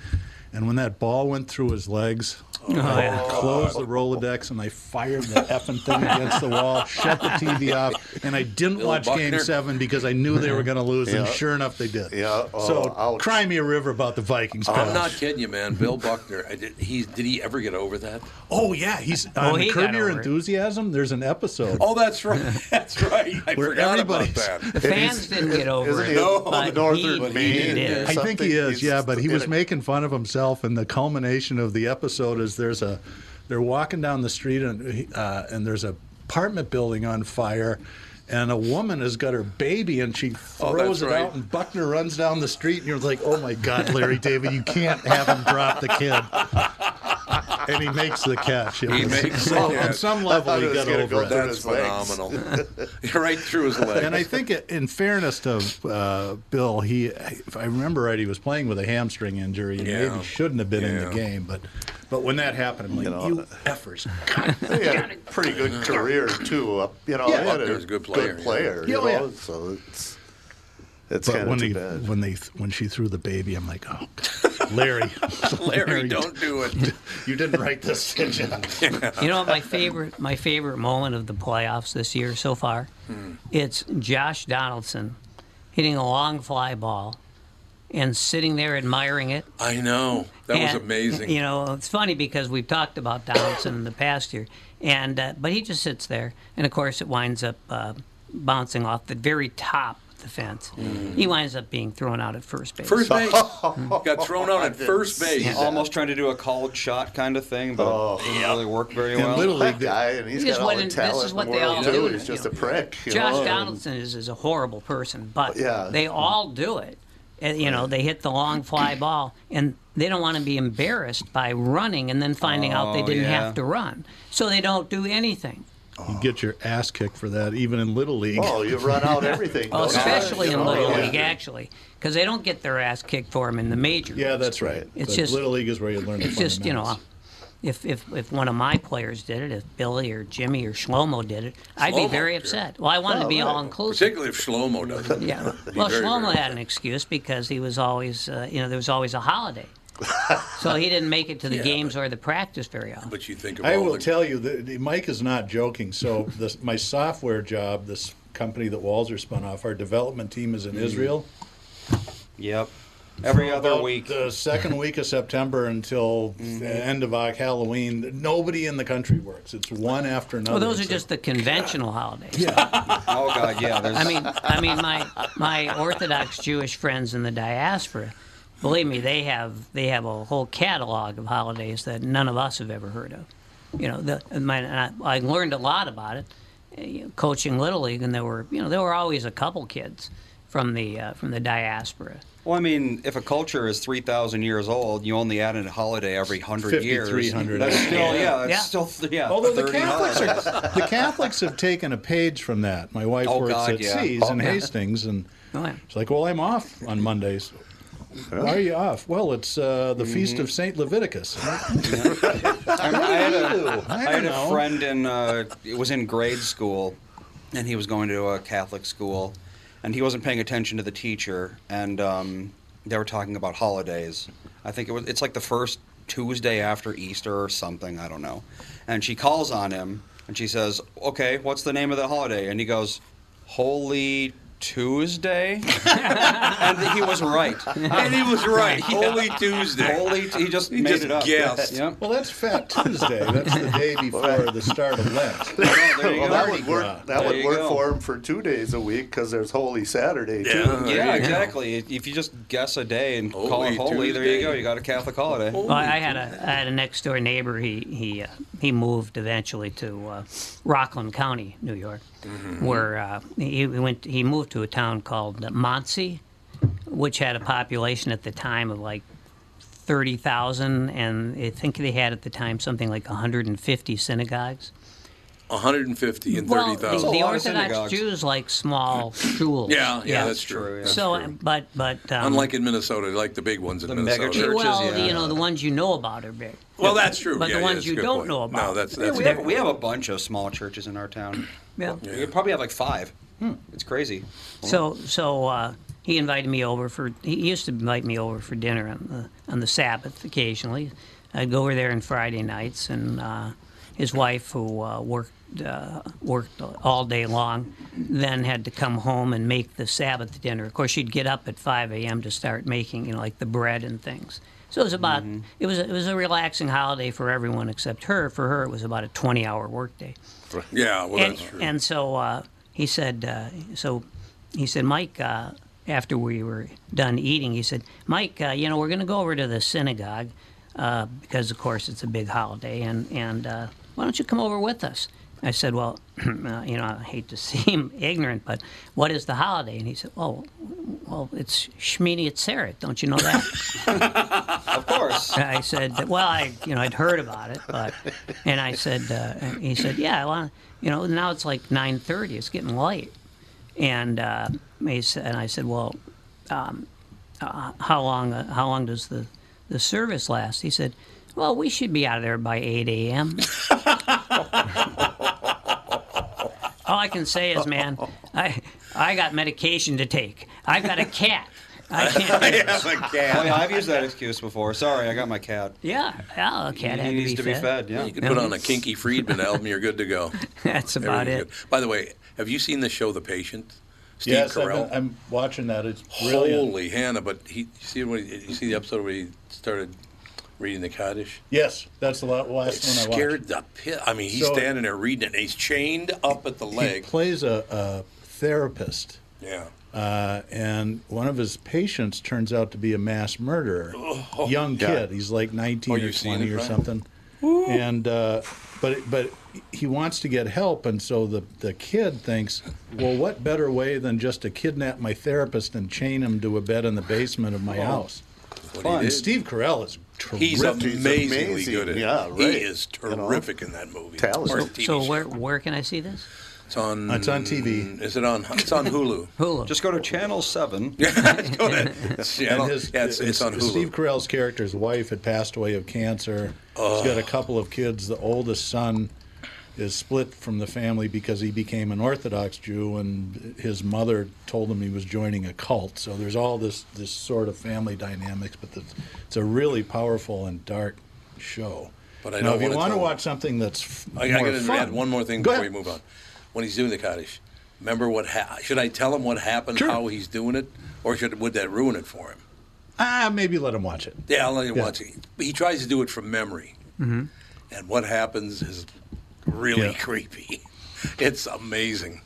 [SPEAKER 2] and when that ball went through his legs.
[SPEAKER 5] Oh,
[SPEAKER 2] I
[SPEAKER 5] yeah.
[SPEAKER 2] closed the Rolodex and I fired the effing thing against the wall, shut the TV off, and I didn't
[SPEAKER 3] Bill
[SPEAKER 2] watch Game
[SPEAKER 3] Buckner.
[SPEAKER 2] Seven because I knew they were going to lose, and
[SPEAKER 3] Yeah.
[SPEAKER 2] sure enough, they did.
[SPEAKER 3] Yeah, oh,
[SPEAKER 2] so uh,
[SPEAKER 3] ouch.
[SPEAKER 2] cry me a river about the Vikings.
[SPEAKER 1] I'm
[SPEAKER 2] pal.
[SPEAKER 1] not kidding you, man. Bill Buckner, I did, he, did he ever get over that?
[SPEAKER 2] Oh yeah, he's
[SPEAKER 1] Well,
[SPEAKER 2] on
[SPEAKER 1] he
[SPEAKER 2] Curb
[SPEAKER 1] got
[SPEAKER 2] Your
[SPEAKER 1] over it.
[SPEAKER 2] Enthusiasm. There's an episode.
[SPEAKER 1] Oh, that's right. That's right. I
[SPEAKER 2] Where
[SPEAKER 1] forgot
[SPEAKER 2] everybody's-
[SPEAKER 1] about that.
[SPEAKER 2] The fans didn't get over
[SPEAKER 1] Isn't
[SPEAKER 2] it,
[SPEAKER 1] he a-
[SPEAKER 2] but
[SPEAKER 3] Northern
[SPEAKER 1] but
[SPEAKER 3] Maine
[SPEAKER 1] did.
[SPEAKER 3] or
[SPEAKER 2] I think he
[SPEAKER 3] something?
[SPEAKER 2] is, yeah. But he was
[SPEAKER 3] in it.
[SPEAKER 2] making fun of himself, and the culmination of the episode is there's a they're walking down the street, and uh, and there's a apartment building on fire. And a woman has got her baby, and she
[SPEAKER 3] Oh,
[SPEAKER 2] throws
[SPEAKER 3] that's
[SPEAKER 2] it
[SPEAKER 3] right.
[SPEAKER 2] out, and Buckner runs down the street, and you're like, "Oh my God, Larry David, you can't have him drop the kid." And he makes the catch. It
[SPEAKER 1] He
[SPEAKER 2] was-
[SPEAKER 1] makes the
[SPEAKER 2] on
[SPEAKER 1] catch.
[SPEAKER 2] some
[SPEAKER 1] I
[SPEAKER 2] level,
[SPEAKER 1] thought
[SPEAKER 2] he
[SPEAKER 1] it was
[SPEAKER 2] got
[SPEAKER 1] gonna
[SPEAKER 2] over
[SPEAKER 1] go
[SPEAKER 2] it.
[SPEAKER 1] through That's his legs. phenomenal. right through his legs.
[SPEAKER 2] And I think, it, in fairness to uh, Bill, he, if I remember right, he was playing with a hamstring injury and
[SPEAKER 3] Yeah.
[SPEAKER 2] maybe shouldn't have been in the
[SPEAKER 3] Yeah.
[SPEAKER 2] game. But, but when that happened, I'm like, you, effers.
[SPEAKER 3] He had a pretty good career too. Up, you know,
[SPEAKER 2] Yeah.
[SPEAKER 3] he had a
[SPEAKER 2] Buckner's a
[SPEAKER 3] good
[SPEAKER 2] good
[SPEAKER 3] player.
[SPEAKER 2] player,
[SPEAKER 3] Good player
[SPEAKER 2] yeah. Yeah,
[SPEAKER 3] you
[SPEAKER 2] oh, yeah.
[SPEAKER 3] know, So it's it's
[SPEAKER 2] but
[SPEAKER 3] kind
[SPEAKER 2] when
[SPEAKER 3] of
[SPEAKER 2] they,
[SPEAKER 3] too bad.
[SPEAKER 2] when they when she threw the baby, I'm like, oh, God. Larry,
[SPEAKER 1] Larry, don't do it.
[SPEAKER 2] You didn't write this, did you?
[SPEAKER 5] You know what my favorite my favorite moment of the playoffs this year so far?
[SPEAKER 1] Hmm.
[SPEAKER 5] It's Josh Donaldson hitting a long fly ball and sitting there admiring it.
[SPEAKER 1] I know. That was
[SPEAKER 5] And,
[SPEAKER 1] amazing.
[SPEAKER 5] You know, it's funny because we've talked about Donaldson in the past year, and uh, but he just sits there, and of course it winds up uh, bouncing off the very top of the fence. He winds up being thrown out at first base.
[SPEAKER 1] Mm. First base. Got thrown out at first base.
[SPEAKER 4] Almost trying to do a called shot kind of thing, but
[SPEAKER 5] Oh.
[SPEAKER 4] it didn't really work very well.
[SPEAKER 3] that guy, and he's
[SPEAKER 5] He just
[SPEAKER 3] got all
[SPEAKER 5] went
[SPEAKER 3] the
[SPEAKER 5] in- this
[SPEAKER 3] talent
[SPEAKER 5] is what
[SPEAKER 3] in the
[SPEAKER 5] they
[SPEAKER 3] world
[SPEAKER 5] all
[SPEAKER 3] too.
[SPEAKER 5] do,
[SPEAKER 3] He's
[SPEAKER 5] you
[SPEAKER 3] just
[SPEAKER 5] know.
[SPEAKER 3] a prick. you
[SPEAKER 5] Josh
[SPEAKER 3] know, and-
[SPEAKER 5] Donaldson is, is a horrible person, but
[SPEAKER 3] Yeah.
[SPEAKER 5] they all do it. And, you know, they hit the long fly ball, and they don't want to be embarrassed by running and then finding out they
[SPEAKER 2] Oh,
[SPEAKER 5] didn't
[SPEAKER 2] yeah.
[SPEAKER 5] have to run, so they don't do anything.
[SPEAKER 2] You get your ass kicked for that, even in Little League.
[SPEAKER 3] Oh, you run out everything,
[SPEAKER 5] Well,
[SPEAKER 3] don't you?
[SPEAKER 5] especially in
[SPEAKER 3] Oh,
[SPEAKER 5] Little
[SPEAKER 3] yeah.
[SPEAKER 5] League, actually, because they don't get their ass kicked for them in the major.
[SPEAKER 2] Yeah, that's right.
[SPEAKER 5] It's
[SPEAKER 2] But
[SPEAKER 5] just
[SPEAKER 2] Little League is where you learn the
[SPEAKER 5] It's just you know,
[SPEAKER 2] fundamentals.
[SPEAKER 5] if if if one of my players did it, if Billy or Jimmy or Shlomo did it, I'd be
[SPEAKER 1] Shlomo,
[SPEAKER 5] very
[SPEAKER 1] yeah.
[SPEAKER 5] upset. Well, I wanted to be all inclusive.
[SPEAKER 1] Oh, Particularly if Shlomo does it.
[SPEAKER 5] Yeah.
[SPEAKER 1] Be
[SPEAKER 5] Well,
[SPEAKER 1] very,
[SPEAKER 5] Shlomo
[SPEAKER 1] very-
[SPEAKER 5] had an excuse because he was always, uh, you know, there was always a holiday. so he didn't make it to the games or the practice very often.
[SPEAKER 1] But you think of
[SPEAKER 2] I
[SPEAKER 1] all
[SPEAKER 2] will
[SPEAKER 1] the
[SPEAKER 2] tell you that the- Mike is not joking. So this, my software job, this company that Walzer spun off, our development team is in Israel.
[SPEAKER 4] Mm. Yep. Every
[SPEAKER 2] From
[SPEAKER 4] other
[SPEAKER 2] about
[SPEAKER 4] week. Mm-hmm.
[SPEAKER 2] the second week of September until the end of uh, Halloween, nobody in the country works. It's one after another.
[SPEAKER 5] Well, those are
[SPEAKER 2] It's
[SPEAKER 5] just the conventional holidays.
[SPEAKER 4] Oh God, yeah. There's,
[SPEAKER 5] I mean, I mean, my my Orthodox Jewish friends in the diaspora, believe me, they have they have a whole catalog of holidays that none of us have ever heard of. You know, the, and my, and I, I learned a lot about it, eh, you know, coaching little league, and there were you know there were always a couple kids from the uh, from the diaspora.
[SPEAKER 4] Well, I mean, if a culture is three thousand years old, you only add a holiday every hundred years.
[SPEAKER 2] 5,300.
[SPEAKER 4] That's still yeah.
[SPEAKER 2] Yeah.
[SPEAKER 4] that's
[SPEAKER 2] Yeah.
[SPEAKER 4] still yeah.
[SPEAKER 2] Although the
[SPEAKER 4] 30
[SPEAKER 2] Catholics,
[SPEAKER 4] holidays.
[SPEAKER 2] are, the Catholics have taken a page from that. My wife
[SPEAKER 4] Oh,
[SPEAKER 2] works
[SPEAKER 4] God,
[SPEAKER 2] at
[SPEAKER 4] yeah.
[SPEAKER 2] Seas
[SPEAKER 4] Oh,
[SPEAKER 2] in
[SPEAKER 4] yeah.
[SPEAKER 2] Hastings, and
[SPEAKER 5] Oh, yeah.
[SPEAKER 2] she's like, "Well, I'm off on Mondays." Why are you off? Well, it's uh, the
[SPEAKER 4] Mm-hmm.
[SPEAKER 2] feast of Saint Leviticus.
[SPEAKER 4] I, I had a,
[SPEAKER 2] I
[SPEAKER 4] I had
[SPEAKER 2] don't
[SPEAKER 4] a
[SPEAKER 2] know.
[SPEAKER 4] friend in uh, it was in grade school, and he was going to a Catholic school, and he wasn't paying attention to the teacher, and um, they were talking about holidays. I think it was it's like the first Tuesday after Easter or something. I don't know, and she calls on him and she says, "Okay, what's the name of the holiday?" And he goes, "Holy." Tuesday, and he was right.
[SPEAKER 2] And he was right. Holy
[SPEAKER 4] Tuesday. Holy, he just
[SPEAKER 2] He
[SPEAKER 4] made
[SPEAKER 2] just
[SPEAKER 4] it up.
[SPEAKER 2] guessed.
[SPEAKER 4] Yep.
[SPEAKER 2] Well, that's Fat Tuesday. That's the day before the start of Lent.
[SPEAKER 4] you
[SPEAKER 3] well,
[SPEAKER 4] go.
[SPEAKER 3] that would work. That
[SPEAKER 4] There
[SPEAKER 3] would
[SPEAKER 4] you
[SPEAKER 3] work
[SPEAKER 4] go.
[SPEAKER 3] for him for two days a week because there's Holy Saturday
[SPEAKER 4] Yeah,
[SPEAKER 3] too.
[SPEAKER 4] exactly. If you just guess a day and call
[SPEAKER 3] Holy
[SPEAKER 4] it holy, there
[SPEAKER 3] Tuesday.
[SPEAKER 4] you go. You got a Catholic holiday.
[SPEAKER 5] Well, I had a I had a next door neighbor. He he uh, he moved eventually to uh, Rockland County, New York,
[SPEAKER 6] Mhm.
[SPEAKER 1] Mm-hmm.
[SPEAKER 5] where uh, he went. He moved to a town called Monsey, which had a population at the time of like thirty thousand, and I think they had at the time something like hundred and fifty synagogues.
[SPEAKER 1] 150 and
[SPEAKER 5] Well,
[SPEAKER 1] 30,000.
[SPEAKER 5] The, the
[SPEAKER 4] Oh,
[SPEAKER 5] Orthodox Jews like small shuls.
[SPEAKER 1] Yeah, yeah, that's true, yeah.
[SPEAKER 5] so,
[SPEAKER 1] That's true.
[SPEAKER 5] but but um,
[SPEAKER 1] Unlike in Minnesota, they like the big ones in
[SPEAKER 4] The
[SPEAKER 1] Minnesota.
[SPEAKER 4] mega churches,
[SPEAKER 5] well, you know, the ones you know about are big.
[SPEAKER 1] Well, that's true.
[SPEAKER 5] But
[SPEAKER 1] Yeah,
[SPEAKER 5] the
[SPEAKER 1] yeah,
[SPEAKER 5] ones
[SPEAKER 1] that's a
[SPEAKER 5] you
[SPEAKER 1] good
[SPEAKER 5] don't
[SPEAKER 1] point.
[SPEAKER 5] know about.
[SPEAKER 1] No, that's that's
[SPEAKER 4] we, have, we have a bunch of small churches in our town.
[SPEAKER 5] Yeah.
[SPEAKER 4] We probably have like five. It's crazy.
[SPEAKER 5] So so uh, he invited me over for he used to invite me over for dinner on the on the Sabbath occasionally. I'd go over there on Friday nights, and uh, his wife, who uh, worked uh, worked all day long, then had to come home and make the Sabbath dinner. Of course, she'd get up at 5 a.m. to start making you know like the bread and things. So it was about it was it was a relaxing holiday for everyone except her. For her, it was about a 20-hour workday
[SPEAKER 1] Yeah, well,
[SPEAKER 5] and,
[SPEAKER 1] that's true.
[SPEAKER 5] and so uh, he said, uh, so he said, Mike, uh, after we were done eating, he said, Mike, uh, you know, we're going to go over to the synagogue uh, because, of course, it's a big holiday, and and uh, why don't you come over with us? I said, well, uh, you know, I hate to seem ignorant, but what is the holiday? And he said, oh, well, it's Shmini Atzeret. Don't you know that?
[SPEAKER 4] Of course.
[SPEAKER 5] I said, that- well, I, you know, I'd heard about it, but, and I said, uh, and he said, yeah, well, you know, now it's like 9:30. It's getting late, and uh, he said, and I said, well, um, uh, how long, uh, how long does the, the service last? He said, well, we should be out of there by 8 a.m. All I can say is, man, I, I got medication to take. I've got a cat. I can't. do this.
[SPEAKER 4] Oh, yeah, I've used that excuse before. Sorry, I got my cat.
[SPEAKER 5] Yeah, yeah, a cat had
[SPEAKER 4] he needs to be, fed. Yeah,
[SPEAKER 1] You could put on a Kinky Friedman album, you're good to go.
[SPEAKER 5] That's
[SPEAKER 1] about it. By the way, have you seen the show The Patient? Steve
[SPEAKER 2] yes, I've
[SPEAKER 1] Carell.
[SPEAKER 2] been- I'm watching that. It's brilliant.
[SPEAKER 1] Holy Hannah! But he, you see when he, you see the episode where he started reading the Kaddish.
[SPEAKER 2] Yes, that's the la- last
[SPEAKER 1] It
[SPEAKER 2] one I watched.
[SPEAKER 1] scared the pit. I mean, he's
[SPEAKER 2] So-
[SPEAKER 1] standing there reading it, and he's chained up at the
[SPEAKER 2] He
[SPEAKER 1] leg.
[SPEAKER 2] plays a, a therapist,
[SPEAKER 1] Yeah.
[SPEAKER 2] uh, and one of his patients turns out to be a mass murderer.
[SPEAKER 1] Oh.
[SPEAKER 2] Young
[SPEAKER 1] Yeah.
[SPEAKER 2] kid. He's like 19
[SPEAKER 1] Oh,
[SPEAKER 2] or
[SPEAKER 1] you've seen
[SPEAKER 2] 20
[SPEAKER 1] it,
[SPEAKER 2] or
[SPEAKER 1] Brian?
[SPEAKER 2] something. And uh, but but he wants to get help, and so the the kid thinks, well, what better way than just to kidnap my therapist and chain him to a bed in the basement of my
[SPEAKER 1] Oh.
[SPEAKER 2] house?
[SPEAKER 1] What he
[SPEAKER 2] And
[SPEAKER 1] did.
[SPEAKER 2] Steve Carell is terrific.
[SPEAKER 1] He's amazingly good at it.
[SPEAKER 3] Yeah,
[SPEAKER 1] He
[SPEAKER 3] right.
[SPEAKER 1] is
[SPEAKER 3] You know?
[SPEAKER 1] terrific in that movie.
[SPEAKER 3] Talented.
[SPEAKER 1] Or
[SPEAKER 3] So-
[SPEAKER 1] TV
[SPEAKER 5] So
[SPEAKER 1] show.
[SPEAKER 5] where where can I see this?
[SPEAKER 1] It's on.
[SPEAKER 2] It's on TV.
[SPEAKER 1] Mm, Is it on? It's on Hulu.
[SPEAKER 5] Hulu.
[SPEAKER 4] Just go to Channel Seven.
[SPEAKER 1] Go ahead. Channel- yeah, it's, it's on Hulu.
[SPEAKER 2] Steve Carell's character's wife had passed away of cancer. He's got a couple of kids. The oldest son is split from the family because he became an Orthodox Jew, and his mother told him he was joining a cult. So there's all this this sort of family dynamics, but the, it's a really powerful and dark show.
[SPEAKER 1] But I
[SPEAKER 2] now,
[SPEAKER 1] don't
[SPEAKER 2] if you
[SPEAKER 1] wanna
[SPEAKER 2] want to
[SPEAKER 1] tell-
[SPEAKER 2] watch something that's f-
[SPEAKER 1] I, I
[SPEAKER 2] more
[SPEAKER 1] gotta
[SPEAKER 2] fun,
[SPEAKER 1] add one more thing
[SPEAKER 2] Go
[SPEAKER 1] before we
[SPEAKER 2] ahead.
[SPEAKER 1] move on. When he's doing the Kaddish, remember what? Ha- should I tell him what happened, how he's doing it, or should would that ruin it for him?
[SPEAKER 2] Ah, maybe let him watch it.
[SPEAKER 1] Yeah, I'll let you
[SPEAKER 2] Yeah.
[SPEAKER 1] watch it. He tries to do it from memory,
[SPEAKER 2] Mhm.
[SPEAKER 1] and what happens is really
[SPEAKER 2] Yeah.
[SPEAKER 1] creepy. It's amazing.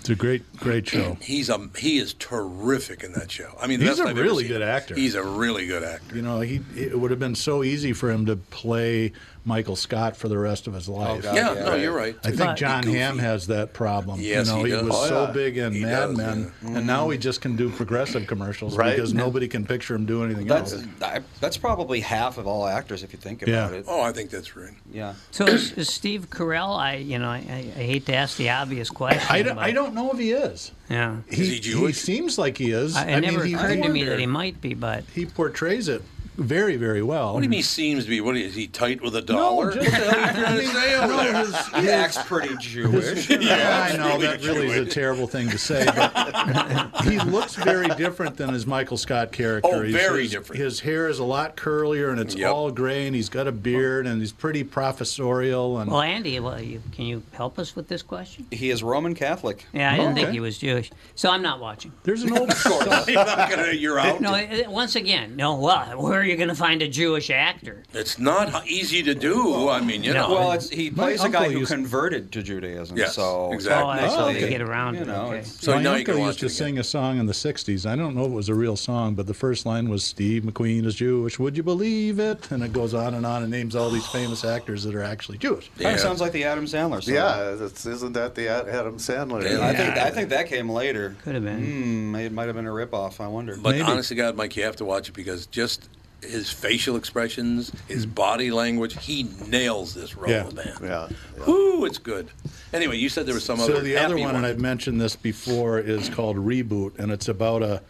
[SPEAKER 2] It's a great, great show.
[SPEAKER 1] He's um he is terrific in that show. I mean, the
[SPEAKER 2] He's
[SPEAKER 1] best
[SPEAKER 2] a
[SPEAKER 1] I've ever
[SPEAKER 2] really
[SPEAKER 1] seen
[SPEAKER 2] good
[SPEAKER 1] him.
[SPEAKER 2] actor.
[SPEAKER 1] He's a really good actor.
[SPEAKER 2] You know, he it would have been so easy for him to play Michael Scott for the rest of his
[SPEAKER 1] Oh,
[SPEAKER 2] life.
[SPEAKER 1] God, Yeah, yeah, no, right. you're right.
[SPEAKER 2] I think
[SPEAKER 1] But-
[SPEAKER 2] John
[SPEAKER 1] Goofy.
[SPEAKER 2] Hamm has that problem.
[SPEAKER 1] Yes,
[SPEAKER 2] you know,
[SPEAKER 1] he
[SPEAKER 2] he,
[SPEAKER 1] does.
[SPEAKER 2] was
[SPEAKER 1] Oh,
[SPEAKER 2] so
[SPEAKER 1] yeah.
[SPEAKER 2] big in
[SPEAKER 1] He
[SPEAKER 2] Mad
[SPEAKER 1] does,
[SPEAKER 2] Men,
[SPEAKER 4] yeah.
[SPEAKER 2] and now he just can do progressive commercials
[SPEAKER 4] Right.
[SPEAKER 2] because
[SPEAKER 4] Yeah.
[SPEAKER 2] nobody can picture him doing anything
[SPEAKER 4] That's
[SPEAKER 2] else.
[SPEAKER 4] I, that's probably half of all actors if you think about
[SPEAKER 2] Yeah.
[SPEAKER 4] it.
[SPEAKER 1] Oh, I think that's right.
[SPEAKER 4] Yeah.
[SPEAKER 5] So is, is Steve Carell? I you know I, I I hate to ask the obvious question.
[SPEAKER 2] I don't,
[SPEAKER 5] but
[SPEAKER 2] I don't know if he is.
[SPEAKER 5] Yeah.
[SPEAKER 2] He, He seems like he is.
[SPEAKER 5] I, it
[SPEAKER 2] mean,
[SPEAKER 5] never
[SPEAKER 2] he-
[SPEAKER 5] occurred to me that he
[SPEAKER 2] wonder.
[SPEAKER 5] might be, but
[SPEAKER 2] he portrays it very, very well.
[SPEAKER 1] What do you mean seems to be? What is he tight with a dollar?
[SPEAKER 2] Hmm. just-
[SPEAKER 1] what the hell are you trying
[SPEAKER 2] I
[SPEAKER 1] to
[SPEAKER 2] mean,
[SPEAKER 1] say over
[SPEAKER 2] no,
[SPEAKER 1] there?
[SPEAKER 2] his- He his- acts
[SPEAKER 4] pretty
[SPEAKER 2] yeah, I know that really is a terrible thing to say. But he looks very different than his Michael Scott character.
[SPEAKER 1] Oh,
[SPEAKER 2] He's-
[SPEAKER 1] very
[SPEAKER 2] his,
[SPEAKER 1] different.
[SPEAKER 2] His hair is a lot curlier and it's
[SPEAKER 1] Yep.
[SPEAKER 2] all gray, and he's got a beard, and he's pretty professorial. And
[SPEAKER 5] well, Andy, well, you, can you help us with this question?
[SPEAKER 4] He is Roman Catholic.
[SPEAKER 5] Yeah, I
[SPEAKER 3] Oh,
[SPEAKER 5] didn't think
[SPEAKER 4] Okay.
[SPEAKER 5] he was Jewish, so I'm not watching.
[SPEAKER 2] There's an old
[SPEAKER 1] You're not gonna- You're out.
[SPEAKER 5] No, it- once again, no. Well, where are you going to find a Jewish actor?
[SPEAKER 1] It's not easy to do. I mean, you know.
[SPEAKER 4] Well, it's, he
[SPEAKER 2] My
[SPEAKER 4] plays a guy
[SPEAKER 2] uncle
[SPEAKER 4] who
[SPEAKER 2] used-
[SPEAKER 4] converted to Judaism.
[SPEAKER 1] Yes,
[SPEAKER 4] so
[SPEAKER 1] exactly. Oh, I
[SPEAKER 4] so
[SPEAKER 1] see.
[SPEAKER 4] they-
[SPEAKER 1] Okay.
[SPEAKER 5] Get around
[SPEAKER 4] You
[SPEAKER 5] it,
[SPEAKER 4] know,
[SPEAKER 5] okay.
[SPEAKER 4] it's,
[SPEAKER 1] Oh, So
[SPEAKER 2] my
[SPEAKER 1] now you
[SPEAKER 2] uncle
[SPEAKER 1] can
[SPEAKER 2] used
[SPEAKER 1] watch
[SPEAKER 2] to
[SPEAKER 1] it again.
[SPEAKER 2] sing a song in the '60s. I don't know if it was a real song, but the first line was "Steve McQueen is Jewish. Would you believe it?" And it goes on and on and names all these famous actors that are actually Jewish.
[SPEAKER 4] kind of sounds like the Adam Sandler. Song.
[SPEAKER 3] Yeah, that's, isn't that the Ad- Adam Sandler?
[SPEAKER 4] I think I think that came later.
[SPEAKER 5] Could have been.
[SPEAKER 4] Hmm, it might have been a ripoff. I wonder.
[SPEAKER 1] But honestly, God, Mike, you have to watch it because just his facial expressions,
[SPEAKER 4] Mm.
[SPEAKER 1] his body language, he nails this role,
[SPEAKER 2] Yeah.
[SPEAKER 1] man.
[SPEAKER 3] Yeah.
[SPEAKER 1] Ooh, it's good. Anyway, you said there was some
[SPEAKER 2] so
[SPEAKER 1] other.
[SPEAKER 2] the other
[SPEAKER 1] happy
[SPEAKER 2] one, and I've mentioned this before, is called Reboot, and it's about a.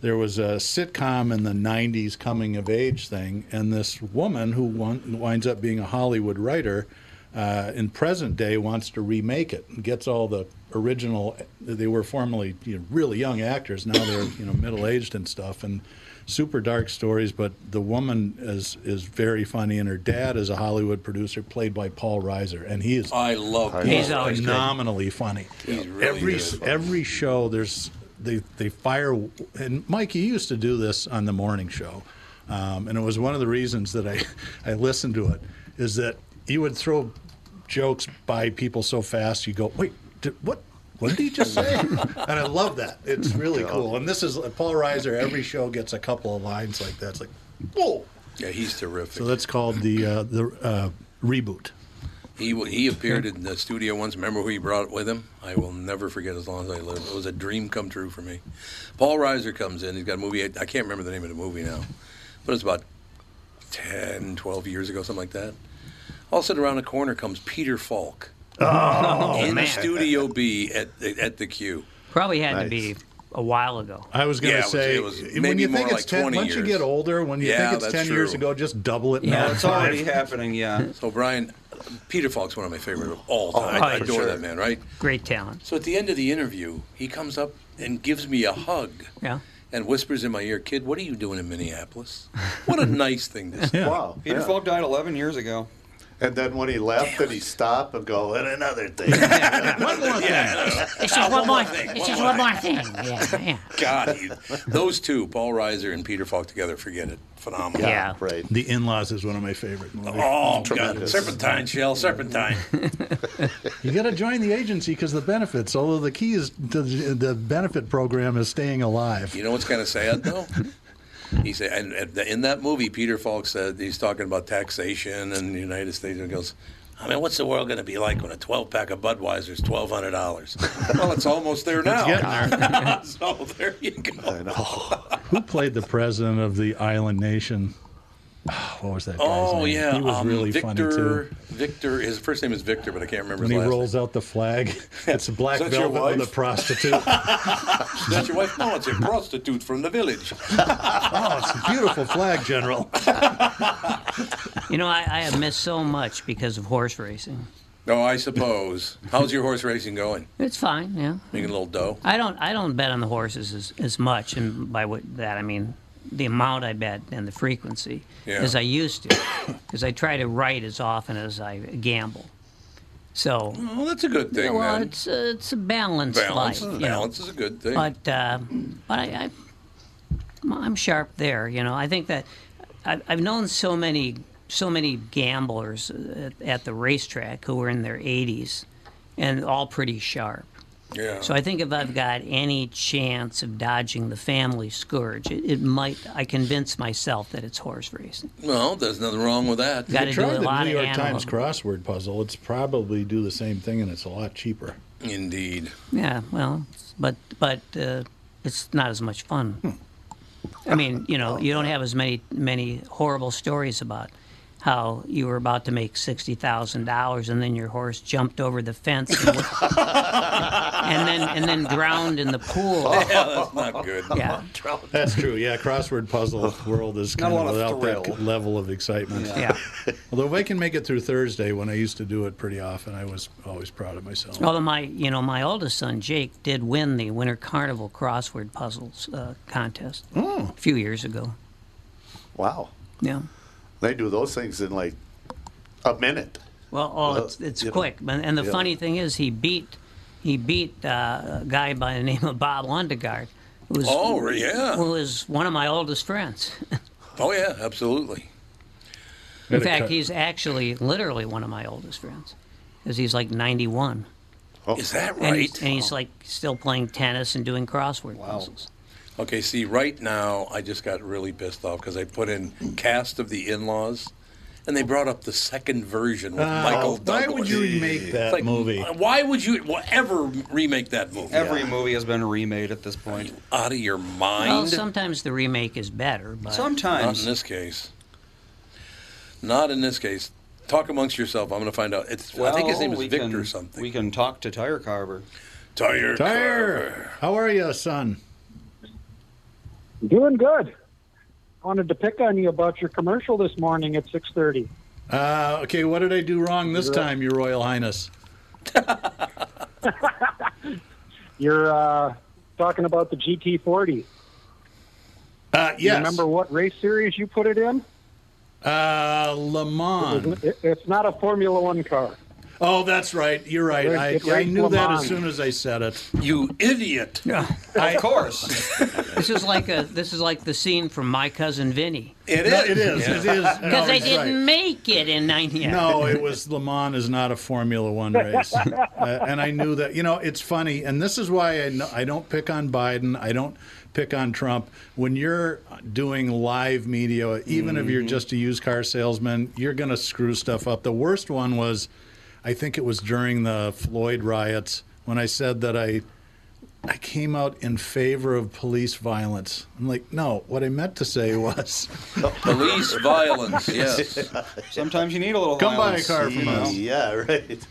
[SPEAKER 2] There was a sitcom in the '90s coming of age thing, and this woman who won, winds up being a Hollywood writer uh, in present day wants to remake it and gets all the original. They were formerly you know, really young actors, now they're you know middle aged and stuff, and super dark stories. But the woman is is very funny, and her dad is a Hollywood producer played by Paul Reiser, and he is
[SPEAKER 1] I love.
[SPEAKER 5] He's
[SPEAKER 1] Paul.
[SPEAKER 5] always good.
[SPEAKER 2] phenomenally funny.
[SPEAKER 1] He's really
[SPEAKER 2] every
[SPEAKER 1] good.
[SPEAKER 2] every show there's they they fire and Mikey used to do this on the morning show, um, and it was one of the reasons that I I listened to it is that you would throw jokes by people so fast you go wait did, what. What did he just say? and I love that. It's really cool. And this is uh, Paul Reiser. Every show gets a couple of lines like that. It's like, whoa!
[SPEAKER 1] Yeah, he's terrific.
[SPEAKER 2] So that's called the uh, the uh, reboot.
[SPEAKER 1] He w- he appeared in the studio once. Remember who he brought with him? I will never forget as long as I live. It was a dream come true for me. Paul Reiser comes in. He's got a movie. I can't remember the name of the movie now, but it's about 10, 12 years ago, something like that. All of a sudden, around the corner comes Peter Falk in
[SPEAKER 5] Oh, man.
[SPEAKER 1] Studio B at at the Q.
[SPEAKER 5] Probably had to
[SPEAKER 3] Nice.
[SPEAKER 5] be a while ago.
[SPEAKER 2] I was going
[SPEAKER 1] Yeah,
[SPEAKER 2] to
[SPEAKER 1] it was-
[SPEAKER 2] say,
[SPEAKER 1] it was
[SPEAKER 2] when
[SPEAKER 1] maybe
[SPEAKER 2] you
[SPEAKER 1] more
[SPEAKER 2] think
[SPEAKER 1] like
[SPEAKER 2] it's 10,
[SPEAKER 1] 20
[SPEAKER 2] once you
[SPEAKER 1] years.
[SPEAKER 2] get older, when you
[SPEAKER 1] Yeah,
[SPEAKER 2] think it's
[SPEAKER 1] that's
[SPEAKER 2] 10 years
[SPEAKER 1] true.
[SPEAKER 2] ago, just double it
[SPEAKER 5] Yeah,
[SPEAKER 2] now.
[SPEAKER 4] it's already happening. Yeah.
[SPEAKER 1] So Brian, Peter Falk's one of my favorite of all time. Oh, I
[SPEAKER 5] for
[SPEAKER 1] adore
[SPEAKER 5] Oh, sure.
[SPEAKER 1] that man. Right.
[SPEAKER 5] Great talent.
[SPEAKER 1] So at the end of the interview, he comes up and gives me a hug.
[SPEAKER 5] Yeah.
[SPEAKER 1] and whispers in my ear, "Kid, what are you doing in Minneapolis?" What a nice thing to say.
[SPEAKER 3] Wow.
[SPEAKER 4] Peter
[SPEAKER 3] yeah.
[SPEAKER 4] Falk died 11 years ago.
[SPEAKER 3] And then when he left, did he stop and go, and another thing?
[SPEAKER 2] One more thing.
[SPEAKER 5] It's just one more.
[SPEAKER 1] thing,
[SPEAKER 5] It's
[SPEAKER 1] one
[SPEAKER 5] just
[SPEAKER 1] more
[SPEAKER 5] one more thing. Yeah, yeah.
[SPEAKER 1] God, he- those two, Paul Reiser and Peter Falk together, forget it. Phenomenal.
[SPEAKER 5] Yeah.
[SPEAKER 3] right.
[SPEAKER 2] The In Laws is one of my favorite movies.
[SPEAKER 1] Oh God,
[SPEAKER 3] Tremendous.
[SPEAKER 1] serpentine shell, serpentine.
[SPEAKER 2] You got to join the agency because the benefits, although the key is the, the benefit program is staying alive.
[SPEAKER 1] You know what's kind of sad though? He said, and, and in that movie, Peter Falk said he's talking about taxation and the United States, and he goes. I mean, what's the world going to be like when a 12 pack of Budweiser's $1,200? Well, it's almost there now.
[SPEAKER 2] getting
[SPEAKER 1] so there you go.
[SPEAKER 3] I know.
[SPEAKER 2] Who played the president of the island nation? Ah, What was that guy's
[SPEAKER 1] Oh,
[SPEAKER 2] name?
[SPEAKER 1] yeah.
[SPEAKER 2] He was
[SPEAKER 1] um,
[SPEAKER 2] really
[SPEAKER 1] Victor,
[SPEAKER 2] funny, too.
[SPEAKER 1] Victor, his first name is Victor, but I can't remember
[SPEAKER 2] When he
[SPEAKER 1] his last
[SPEAKER 2] rolls out the flag, it's a black
[SPEAKER 1] Is that your
[SPEAKER 2] velvet with a
[SPEAKER 1] wife?
[SPEAKER 2] prostitute.
[SPEAKER 1] name. That's your wife? No, it's a prostitute from the village.
[SPEAKER 2] oh, it's a beautiful flag, General.
[SPEAKER 5] You know, I, I have missed so much because of horse racing.
[SPEAKER 1] No, I suppose. How's your horse racing going?
[SPEAKER 5] It's fine. Yeah.
[SPEAKER 1] Making a little dough?
[SPEAKER 5] I don't. I don't bet on the horses as, as much, and by what that I mean the amount I bet and the frequency
[SPEAKER 1] Yeah.
[SPEAKER 5] as I used to, because I try to write as often as I gamble. So,
[SPEAKER 1] Well, that's a good thing,
[SPEAKER 5] well,
[SPEAKER 1] man.
[SPEAKER 5] it's a, it's a balanced
[SPEAKER 1] balance.
[SPEAKER 5] life. you know.
[SPEAKER 1] balance is a good thing.
[SPEAKER 5] But uh, but I, I I'm- I'm sharp there. You know, I think that I've, I've known so many so many uh, gamblers at, at the racetrack who were in their 80s, and all pretty sharp.
[SPEAKER 1] Yeah.
[SPEAKER 5] So I think if I've got any chance of dodging the family scourge, it, it might. I convince myself that it's horse racing.
[SPEAKER 1] Well, there's nothing wrong with that.
[SPEAKER 5] Gotta
[SPEAKER 2] If
[SPEAKER 5] do
[SPEAKER 2] you
[SPEAKER 5] a
[SPEAKER 2] try the
[SPEAKER 5] lot
[SPEAKER 2] New
[SPEAKER 5] of
[SPEAKER 2] York
[SPEAKER 5] animal-
[SPEAKER 2] Times crossword puzzle. It's probably do the same thing, and it's a lot cheaper.
[SPEAKER 1] Indeed.
[SPEAKER 5] Yeah, well, but but uh, it's not as much fun. I mean, you know, you don't have as many many horrible stories about how you were about to make sixty thousand dollars and then your horse jumped over the fence and, and then and then drowned in the pool.
[SPEAKER 1] Yeah, that's not good.
[SPEAKER 5] Yeah.
[SPEAKER 2] That's true. Yeah, crossword puzzle world is
[SPEAKER 4] Not
[SPEAKER 2] kind
[SPEAKER 4] a
[SPEAKER 2] of
[SPEAKER 4] lot
[SPEAKER 2] without
[SPEAKER 4] of
[SPEAKER 2] that
[SPEAKER 4] thrill.
[SPEAKER 2] level of excitement.
[SPEAKER 5] Yeah.
[SPEAKER 2] Although if I can make it through Thursday, when I used to do it pretty often, I was always proud of myself.
[SPEAKER 5] Although my, you know, my oldest son Jake did win the Winter Carnival crossword puzzles uh, contest a few years ago.
[SPEAKER 3] Wow.
[SPEAKER 5] Yeah.
[SPEAKER 3] They do those things in like a minute.
[SPEAKER 5] Well, oh, it's it's
[SPEAKER 3] you know,
[SPEAKER 5] quick. And, and the
[SPEAKER 3] yeah.
[SPEAKER 5] funny thing is, he beat he beat uh, a guy by the name of Bob Lundegaard, who was
[SPEAKER 1] Oh, yeah.
[SPEAKER 5] who was one of my oldest friends.
[SPEAKER 1] Oh, yeah, absolutely.
[SPEAKER 5] In
[SPEAKER 2] a
[SPEAKER 5] fact,
[SPEAKER 2] cut-
[SPEAKER 5] he's actually literally one of my oldest friends because he's like 91,
[SPEAKER 1] Is that
[SPEAKER 5] and
[SPEAKER 1] right?
[SPEAKER 5] he's, and he's like still playing tennis and doing crossword puzzles.
[SPEAKER 1] Okay, see, right now I just got really pissed off because I put in Cast of the In Laws and they brought up the second version with Michael
[SPEAKER 2] Ah, why
[SPEAKER 1] Douglas.
[SPEAKER 2] would you remake
[SPEAKER 1] It's
[SPEAKER 2] that
[SPEAKER 1] like, uh,
[SPEAKER 2] movie?
[SPEAKER 1] Why would you wha- ever remake that movie?
[SPEAKER 4] Every movie has been remade at this point.
[SPEAKER 1] Out of your
[SPEAKER 5] Well,
[SPEAKER 1] mind?
[SPEAKER 5] sometimes the remake is better, but
[SPEAKER 1] Not in
[SPEAKER 4] Sometimes.
[SPEAKER 1] this case. Not in this case. Talk amongst yourself. I'm going to find out. It's, I think his
[SPEAKER 4] Well,
[SPEAKER 1] name is
[SPEAKER 4] we
[SPEAKER 1] Victor
[SPEAKER 4] can-
[SPEAKER 1] something.
[SPEAKER 4] We can talk to Tire Carver.
[SPEAKER 1] Tire.
[SPEAKER 2] Tyre, how are you, son?
[SPEAKER 9] Doing good. Wanted to pick on you about your commercial this morning at 6:30.
[SPEAKER 2] Uh, okay, what did I do wrong this time, Your Royal Highness?
[SPEAKER 9] You're uh, talking about the GT40.
[SPEAKER 2] Uh,
[SPEAKER 9] You
[SPEAKER 2] yes.
[SPEAKER 9] remember what race series you put it in?
[SPEAKER 2] uh, Le Mans.
[SPEAKER 9] It- It's not a Formula One car.
[SPEAKER 2] Oh, that's right. You're right.
[SPEAKER 9] It-
[SPEAKER 2] I,
[SPEAKER 9] it
[SPEAKER 2] I
[SPEAKER 9] raised
[SPEAKER 2] knew
[SPEAKER 9] Le
[SPEAKER 2] that
[SPEAKER 9] Mans.
[SPEAKER 2] as soon as I said it.
[SPEAKER 1] You idiot.
[SPEAKER 4] Of course.
[SPEAKER 5] this is like a this is like the scene from My Cousin Vinny
[SPEAKER 1] It
[SPEAKER 2] No,
[SPEAKER 1] is.
[SPEAKER 2] it is. It is.
[SPEAKER 5] because
[SPEAKER 2] No,
[SPEAKER 5] they
[SPEAKER 2] it's
[SPEAKER 5] didn't
[SPEAKER 2] right.
[SPEAKER 5] make it in 90.
[SPEAKER 2] No, it was Le Mans is not a Formula One race, Uh, and I knew that. You know, it's funny, and this is why I kn- I don't pick on Biden. I don't pick on Trump. When you're doing live media, even if you're just a used car salesman, you're going to screw stuff up. The worst one was, I think it was during the Floyd riots when I said that I. I came out in favor of police violence. I'm like, no, what I meant to say was
[SPEAKER 1] Police violence. Yes.
[SPEAKER 4] Sometimes you need a little.
[SPEAKER 2] Come buy a
[SPEAKER 4] violence,
[SPEAKER 2] car from
[SPEAKER 4] you know.
[SPEAKER 2] us.
[SPEAKER 3] Yeah, right.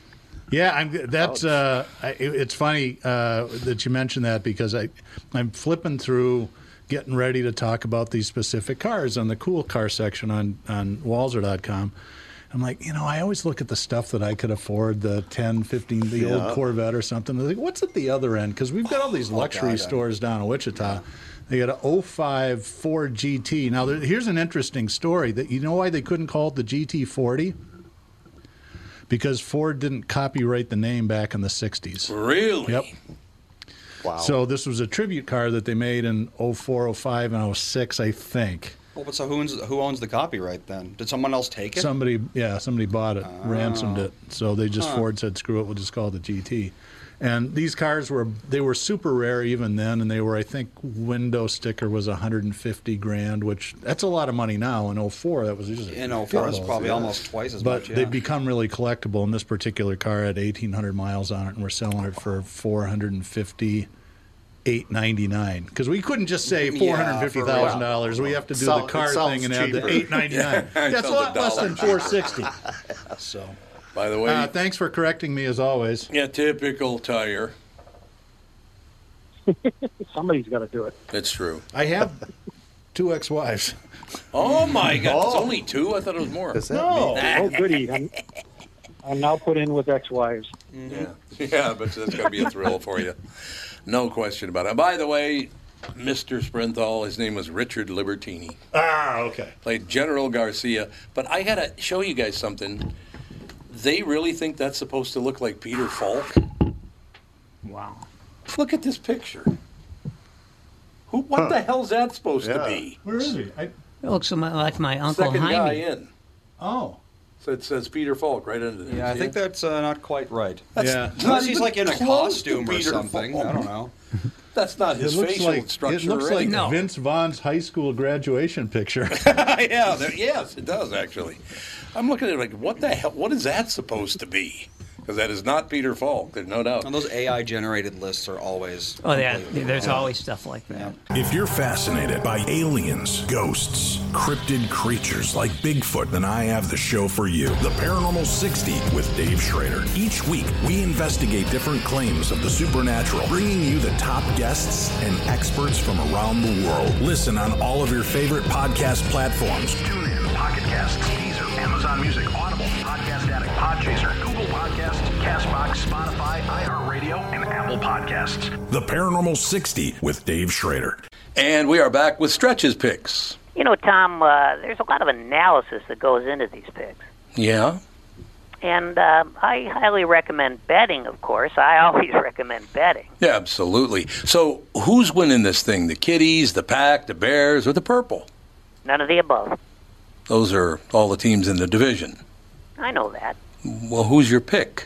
[SPEAKER 2] Yeah, I'm. That's. Uh, I, it- it's funny uh, that you mentioned that because I, I'm flipping through, getting ready to talk about these specific cars on the cool car section on on Walzer.com. I'm like, you know, I always look at the stuff that I could afford, the 10, 15, the old Corvette or something. They're like, what's at the other end? Because we've got all these luxury stores down in Wichita. They got a 05 Ford GT. Now, there, here's an interesting story that you know why they couldn't call it the GT40? because Ford didn't copyright the name back in the 60s.
[SPEAKER 1] Really?
[SPEAKER 2] Yep.
[SPEAKER 3] Wow.
[SPEAKER 2] So this was a tribute car that they made in 04, 05, and 06, I think.
[SPEAKER 4] Well, but so who owns, who owns the copyright then? Did someone else take it? Ah.
[SPEAKER 2] Somebody, yeah, somebody bought it, ransomed it. So they just Ford said, "Screw it, we'll just call it the GT." And these cars were they were super rare even then, and they were I think window sticker was 150 grand, which that's a lot of money now. In 04, that was just
[SPEAKER 4] In 04 is
[SPEAKER 2] Yeah.
[SPEAKER 4] probably almost twice as
[SPEAKER 2] but
[SPEAKER 4] much. Yeah.
[SPEAKER 2] they've become really collectible. And this particular car had 1,800 miles on it, and we're selling it for 450. Eight ninety nine because we couldn't just say
[SPEAKER 4] Yeah,
[SPEAKER 2] four hundred fifty thousand dollars. We have to do the
[SPEAKER 3] Sound- it
[SPEAKER 2] car
[SPEAKER 3] sounds
[SPEAKER 2] thing and add the
[SPEAKER 3] cheaper.
[SPEAKER 2] eight ninety nine.
[SPEAKER 1] Yeah, it
[SPEAKER 2] That's a
[SPEAKER 1] sounds
[SPEAKER 2] lot
[SPEAKER 1] a
[SPEAKER 2] less
[SPEAKER 1] dollar
[SPEAKER 2] than four sixty. So,
[SPEAKER 1] By the way,
[SPEAKER 2] uh, thanks for correcting me as always.
[SPEAKER 1] yeah, typical tire.
[SPEAKER 9] Somebody's got to do it.
[SPEAKER 1] It's true.
[SPEAKER 2] I have two ex wives.
[SPEAKER 1] Oh my God! It's only two. I thought it was more.
[SPEAKER 3] Does that mean-
[SPEAKER 9] Oh, goody! I'm, I'm now put in with ex-wives.
[SPEAKER 1] Yeah, yeah, but that's gonna be a thrill for you, no question about it. And by the way, Mr. Sprinthal, his name was Richard Libertini,
[SPEAKER 2] Ah, okay.
[SPEAKER 1] played General Garcia. But I gotta show you guys something. They really think that's supposed to look like Peter Falk.
[SPEAKER 5] Wow.
[SPEAKER 1] Look at this picture. Who? What the hell's that supposed to
[SPEAKER 3] Yeah.
[SPEAKER 1] be?
[SPEAKER 2] Where is he? I,
[SPEAKER 5] It looks like my uncle
[SPEAKER 1] Second guy
[SPEAKER 5] Jaime.
[SPEAKER 1] in.
[SPEAKER 2] oh,
[SPEAKER 1] So it says Peter Falk right under there.
[SPEAKER 4] Yeah, I
[SPEAKER 1] See
[SPEAKER 4] think
[SPEAKER 1] it?
[SPEAKER 4] that's uh, not quite right.
[SPEAKER 1] That's Yeah. not
[SPEAKER 4] Unless he's
[SPEAKER 1] even
[SPEAKER 4] like in a
[SPEAKER 1] close to
[SPEAKER 4] costume or
[SPEAKER 1] Peter
[SPEAKER 4] something. I don't know.
[SPEAKER 1] that's not his
[SPEAKER 2] it looks
[SPEAKER 1] facial
[SPEAKER 2] like
[SPEAKER 1] structure.
[SPEAKER 2] it looks
[SPEAKER 1] or
[SPEAKER 2] like
[SPEAKER 1] anything.
[SPEAKER 2] Vince Vaughn's high school graduation picture.
[SPEAKER 1] yeah, there, yes, it does actually. I'm looking at it like, what the hell? What is that supposed to be? Because that is not Peter Falk. There's no doubt.
[SPEAKER 4] And those AI generated lists are always.
[SPEAKER 5] Oh yeah,
[SPEAKER 4] completely
[SPEAKER 5] there's
[SPEAKER 4] wrong.
[SPEAKER 5] always stuff like that.
[SPEAKER 7] If you're fascinated by aliens, ghosts, cryptid creatures like Bigfoot, then I have the show for you The Paranormal 60 with Dave Schrader. Each week, we investigate different claims of the supernatural, bringing you the top guests and experts from around the world. Listen on all of your favorite podcast platforms. TuneIn, Pocket Casts, Deezer, Amazon Music, Audible, Podcast Addict, Podchaser, Google Podcasts, Castbox, Spotify, iHeartRadio, and Apple Podcasts. The Paranormal 60 with Dave Schrader.
[SPEAKER 1] And we are back with stretches picks.
[SPEAKER 10] You know, Tom, uh, there's a lot of analysis that goes into these picks.
[SPEAKER 1] Yeah.
[SPEAKER 10] And uh, I highly recommend betting, of course. I always recommend betting.
[SPEAKER 1] Yeah, absolutely. So who's winning this thing? The Kitties, the Pack, the Bears, or the Purple?
[SPEAKER 10] None of the above.
[SPEAKER 1] Those are all the teams in the division.
[SPEAKER 10] I know that.
[SPEAKER 1] Well, who's your pick?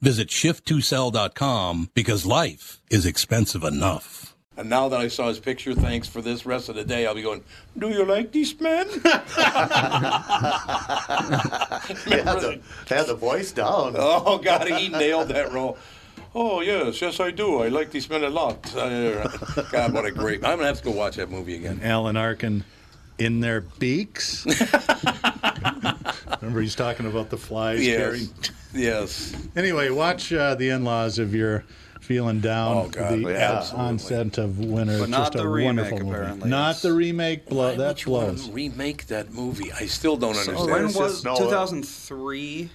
[SPEAKER 1] Visit shift2sell.com because life is expensive enough. And now that I saw his picture, thanks for this rest of the day. I'll be going, Do you like these men?
[SPEAKER 3] had, the, had the voice down.
[SPEAKER 1] Oh, God, he nailed that role. Oh, yes, yes, I do. I like these men a lot. Uh, God, what a great. I'm going to have to go watch that movie again.
[SPEAKER 2] Alan Arkin in their beaks. Remember, he's talking about the flies
[SPEAKER 1] Yes.
[SPEAKER 2] carrying.
[SPEAKER 1] Yes.
[SPEAKER 2] Anyway, watch uh, the In-Laws if you're feeling down.
[SPEAKER 1] Oh, God,
[SPEAKER 2] the
[SPEAKER 1] yeah,
[SPEAKER 2] uh,
[SPEAKER 1] absolutely.
[SPEAKER 2] onset of winter.
[SPEAKER 1] But
[SPEAKER 2] It's
[SPEAKER 1] not
[SPEAKER 2] just
[SPEAKER 1] the
[SPEAKER 2] a
[SPEAKER 1] remake,
[SPEAKER 2] wonderful movie.
[SPEAKER 1] apparently.
[SPEAKER 2] Not the remake. Blow, that
[SPEAKER 1] Which one
[SPEAKER 2] blows.
[SPEAKER 1] remake that movie? I still don't
[SPEAKER 4] So
[SPEAKER 1] understand.
[SPEAKER 4] when was 2003?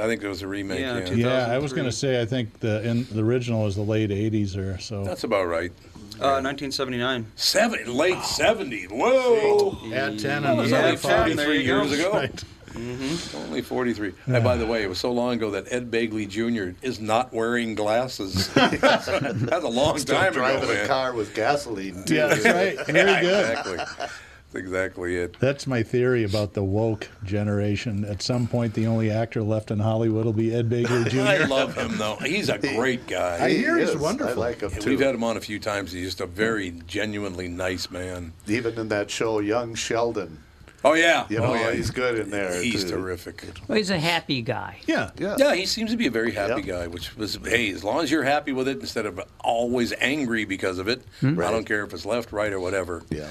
[SPEAKER 1] I think it was a remake.
[SPEAKER 4] Yeah,
[SPEAKER 1] Yeah,
[SPEAKER 2] Yeah, I was going to say I think the in, the original is the late '80s or so.
[SPEAKER 1] That's about right.
[SPEAKER 4] Uh, 1979.
[SPEAKER 1] Seventy, late 70. Whoa.
[SPEAKER 2] At 10,
[SPEAKER 1] That
[SPEAKER 2] I'm
[SPEAKER 1] was
[SPEAKER 2] at
[SPEAKER 1] only
[SPEAKER 2] 45.
[SPEAKER 1] 43
[SPEAKER 2] There you
[SPEAKER 1] years
[SPEAKER 2] go.
[SPEAKER 1] ago. Mm-hmm.
[SPEAKER 2] Right.
[SPEAKER 1] Only 43. And by the way, it was so long ago that Ed Bagley Jr. is not wearing glasses. That's a long
[SPEAKER 3] Still
[SPEAKER 1] time ago.
[SPEAKER 3] driving a
[SPEAKER 1] man.
[SPEAKER 3] car with gasoline.
[SPEAKER 2] Yeah, that's right. Very
[SPEAKER 1] Yeah,
[SPEAKER 2] good.
[SPEAKER 1] Exactly. That's exactly it.
[SPEAKER 2] That's my theory about the woke generation. At some point, the only actor left in Hollywood will be Ed Bagley Jr.
[SPEAKER 1] I love him though. He's a great guy.
[SPEAKER 2] I hear He he's is. wonderful. I like him,
[SPEAKER 1] Yeah,
[SPEAKER 2] too.
[SPEAKER 1] We've had him on a few times. He's just a very genuinely nice man.
[SPEAKER 3] Even in that show, Young Sheldon.
[SPEAKER 1] Oh yeah,
[SPEAKER 3] You
[SPEAKER 1] Oh,
[SPEAKER 3] know,
[SPEAKER 1] yeah.
[SPEAKER 3] he's good in there.
[SPEAKER 1] He's
[SPEAKER 3] too.
[SPEAKER 1] terrific.
[SPEAKER 5] Well, he's a happy guy.
[SPEAKER 2] Yeah,
[SPEAKER 3] yeah.
[SPEAKER 1] Yeah, he seems to be a very happy guy, which was hey, as long as you're happy with it instead of always angry because of it.
[SPEAKER 3] Hmm.
[SPEAKER 1] I
[SPEAKER 3] Right.
[SPEAKER 1] don't care if it's left, right, or whatever.
[SPEAKER 3] Yeah.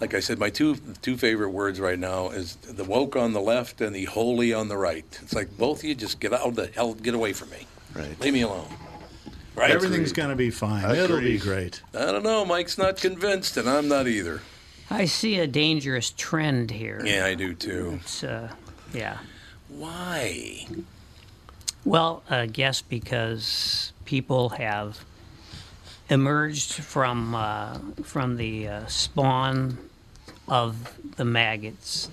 [SPEAKER 1] Like I said, my two two favorite words right now is the woke on the left and the holy on the right. It's like both of you just get out of the hell, get away from me.
[SPEAKER 3] Right.
[SPEAKER 1] Leave me alone. Right.
[SPEAKER 2] Everything's going to be fine. It'll be
[SPEAKER 1] Agreed.
[SPEAKER 2] great.
[SPEAKER 1] I don't know. Mike's not convinced, and I'm not either.
[SPEAKER 5] I see a dangerous trend here.
[SPEAKER 1] Yeah, I do too.
[SPEAKER 5] It's, uh, yeah.
[SPEAKER 1] Why?
[SPEAKER 5] Well, I guess because people have emerged from uh, from the uh, spawn of the maggots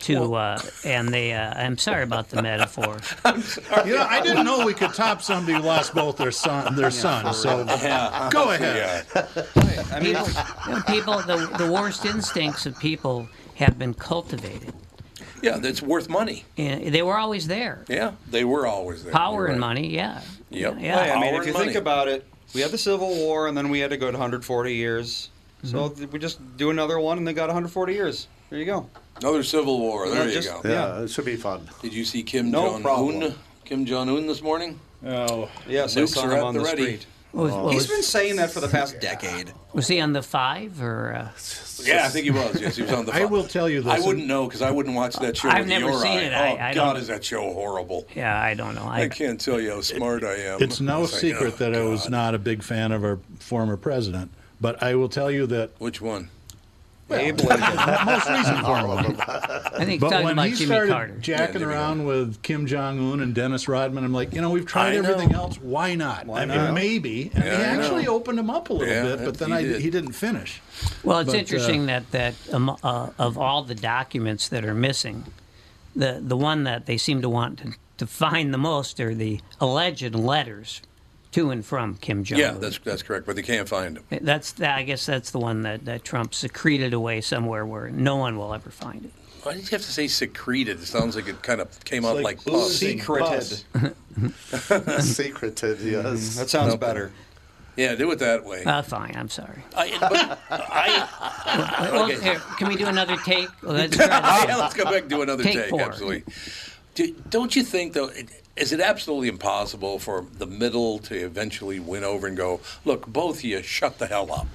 [SPEAKER 5] to uh, and they. Uh, I'm sorry about the metaphor.
[SPEAKER 2] You know, I didn't know we could top somebody who lost both their son, their son. So
[SPEAKER 5] Yeah.
[SPEAKER 2] go ahead.
[SPEAKER 5] I mean, people, you know, people the, the worst instincts of people have been cultivated.
[SPEAKER 1] Yeah, that's worth money.
[SPEAKER 5] And they were always there.
[SPEAKER 1] Yeah, they were always there.
[SPEAKER 5] Power
[SPEAKER 1] You're
[SPEAKER 5] and
[SPEAKER 1] right.
[SPEAKER 5] money, yeah.
[SPEAKER 1] Yep.
[SPEAKER 5] Yeah.
[SPEAKER 4] Hey, I mean,
[SPEAKER 5] Power
[SPEAKER 4] if
[SPEAKER 5] and
[SPEAKER 4] you
[SPEAKER 5] money.
[SPEAKER 4] think about it, we had the Civil
[SPEAKER 2] Mm-hmm.
[SPEAKER 4] War, and then we had to go to 140 years. So th- we just do another one, and they got 140 years. There you go.
[SPEAKER 1] Another civil war. There
[SPEAKER 4] Yeah,
[SPEAKER 1] you
[SPEAKER 4] just-
[SPEAKER 1] go.
[SPEAKER 4] yeah,
[SPEAKER 3] Uh, it should be fun.
[SPEAKER 1] Did you see Kim
[SPEAKER 4] No
[SPEAKER 1] Jong Un?
[SPEAKER 4] problem.
[SPEAKER 1] Kim Jong Un this morning?
[SPEAKER 4] Oh, yes, I
[SPEAKER 1] Nukes
[SPEAKER 4] saw
[SPEAKER 1] are
[SPEAKER 4] him
[SPEAKER 1] at
[SPEAKER 4] on
[SPEAKER 1] the
[SPEAKER 4] the,
[SPEAKER 1] ready.
[SPEAKER 4] street. Oh.
[SPEAKER 5] What was- what
[SPEAKER 4] He's
[SPEAKER 5] was-
[SPEAKER 4] been saying that for the past decade.
[SPEAKER 5] Was he on the five or? Uh,
[SPEAKER 1] Yeah, I think he was. Yes, he was on the.
[SPEAKER 5] I
[SPEAKER 1] fu-
[SPEAKER 5] will tell you this,
[SPEAKER 1] I
[SPEAKER 5] and-
[SPEAKER 1] wouldn't know because I wouldn't watch that show.
[SPEAKER 5] I've
[SPEAKER 1] with
[SPEAKER 5] never
[SPEAKER 1] your
[SPEAKER 5] seen
[SPEAKER 1] eye.
[SPEAKER 5] it.
[SPEAKER 1] Oh
[SPEAKER 5] I- I
[SPEAKER 1] God,
[SPEAKER 5] don't-
[SPEAKER 1] is that show horrible?
[SPEAKER 5] yeah, I don't know.
[SPEAKER 1] I,
[SPEAKER 5] I,
[SPEAKER 1] can't tell you how smart I am.
[SPEAKER 2] It's no
[SPEAKER 1] It's like,
[SPEAKER 2] secret
[SPEAKER 1] oh,
[SPEAKER 2] that I was not a big fan of our former president, but I will tell you that
[SPEAKER 1] Which one?
[SPEAKER 2] Abe Lincoln. most recent former.
[SPEAKER 5] I think he's
[SPEAKER 2] but
[SPEAKER 5] talking
[SPEAKER 2] when
[SPEAKER 5] about
[SPEAKER 2] he
[SPEAKER 5] Jimmy
[SPEAKER 2] started
[SPEAKER 5] Carter.
[SPEAKER 2] jacking around with Kim Jong Un and Dennis Rodman, I'm like, you know, we've
[SPEAKER 8] I
[SPEAKER 2] tried
[SPEAKER 8] know.
[SPEAKER 2] everything else. Why not?
[SPEAKER 8] Why
[SPEAKER 2] I mean,
[SPEAKER 8] not?
[SPEAKER 2] maybe. And
[SPEAKER 8] Yeah,
[SPEAKER 2] he
[SPEAKER 8] I know.
[SPEAKER 2] actually opened him up a little
[SPEAKER 8] Yeah,
[SPEAKER 2] bit, but then
[SPEAKER 8] he
[SPEAKER 2] I,
[SPEAKER 8] did.
[SPEAKER 2] he didn't finish.
[SPEAKER 5] Well, it's
[SPEAKER 2] But, uh,
[SPEAKER 5] interesting that that um, uh, of all the documents that are missing, the the one that they seem to want to, to find the most are the alleged letters to and from Kim Jong.
[SPEAKER 1] Yeah, that's that's correct. But they can't find him.
[SPEAKER 5] That's the, I guess that's the one that, that Trump secreted away somewhere where no one will ever find it.
[SPEAKER 1] Why did you have to say secreted? It sounds like it kind of came
[SPEAKER 4] It's
[SPEAKER 1] out
[SPEAKER 4] like
[SPEAKER 1] like, pus.
[SPEAKER 4] oozing Secreted.
[SPEAKER 3] Secreted, yes.
[SPEAKER 4] That sounds better.
[SPEAKER 1] Yeah, do it that way.
[SPEAKER 5] Uh, fine, I'm sorry.
[SPEAKER 1] I, but I,
[SPEAKER 5] Well,
[SPEAKER 1] okay.
[SPEAKER 5] here, can we do another take? Let's try that.
[SPEAKER 1] yeah, let's go back and do another
[SPEAKER 5] Take
[SPEAKER 1] take.
[SPEAKER 5] four.
[SPEAKER 1] Absolutely. Do, don't you think though? it- Is it absolutely impossible for the middle to eventually win over and go, look, both of you, shut the hell up?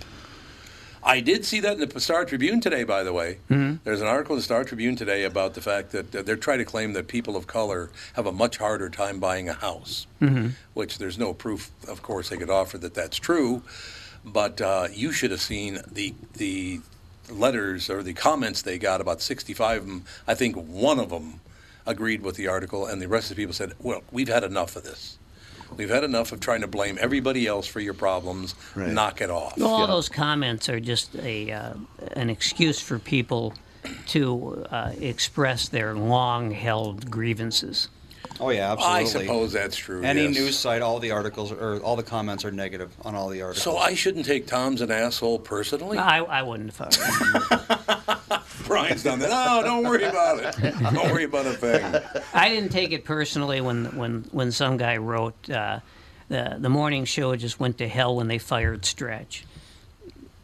[SPEAKER 1] I did see that in the Star Tribune today, by the way.
[SPEAKER 2] Mm-hmm.
[SPEAKER 11] Mhm.
[SPEAKER 1] There's an article in the Star Tribune today about the fact that they're trying to claim that people of color have a much harder time buying a house
[SPEAKER 2] Mm-hmm.
[SPEAKER 11] Mhm.
[SPEAKER 1] which there's no proof, of course, they could offer that that's true. But uh, you should have seen the the letters or the comments they got. About 65 of them, I think one of them agreed with the article, and the rest of the people said, "Well, we've had enough of this. We've had enough of trying to blame everybody else for your problems. Knock it off."
[SPEAKER 5] Well, all those comments are just a uh, an excuse for people to uh, express their long-held grievances.
[SPEAKER 4] Oh yeah, absolutely.
[SPEAKER 1] I suppose that's true,
[SPEAKER 4] Any
[SPEAKER 1] yes.
[SPEAKER 4] news site, all the articles or all the comments are negative on all the articles.
[SPEAKER 1] So I shouldn't take Tom's an asshole personally.
[SPEAKER 5] I, I wouldn't have thought.
[SPEAKER 1] Brian's done that. No, don't worry about it. Don't worry about a thing.
[SPEAKER 5] I didn't take it personally when when when some guy wrote uh, the the morning show just went to hell when they fired Stretch.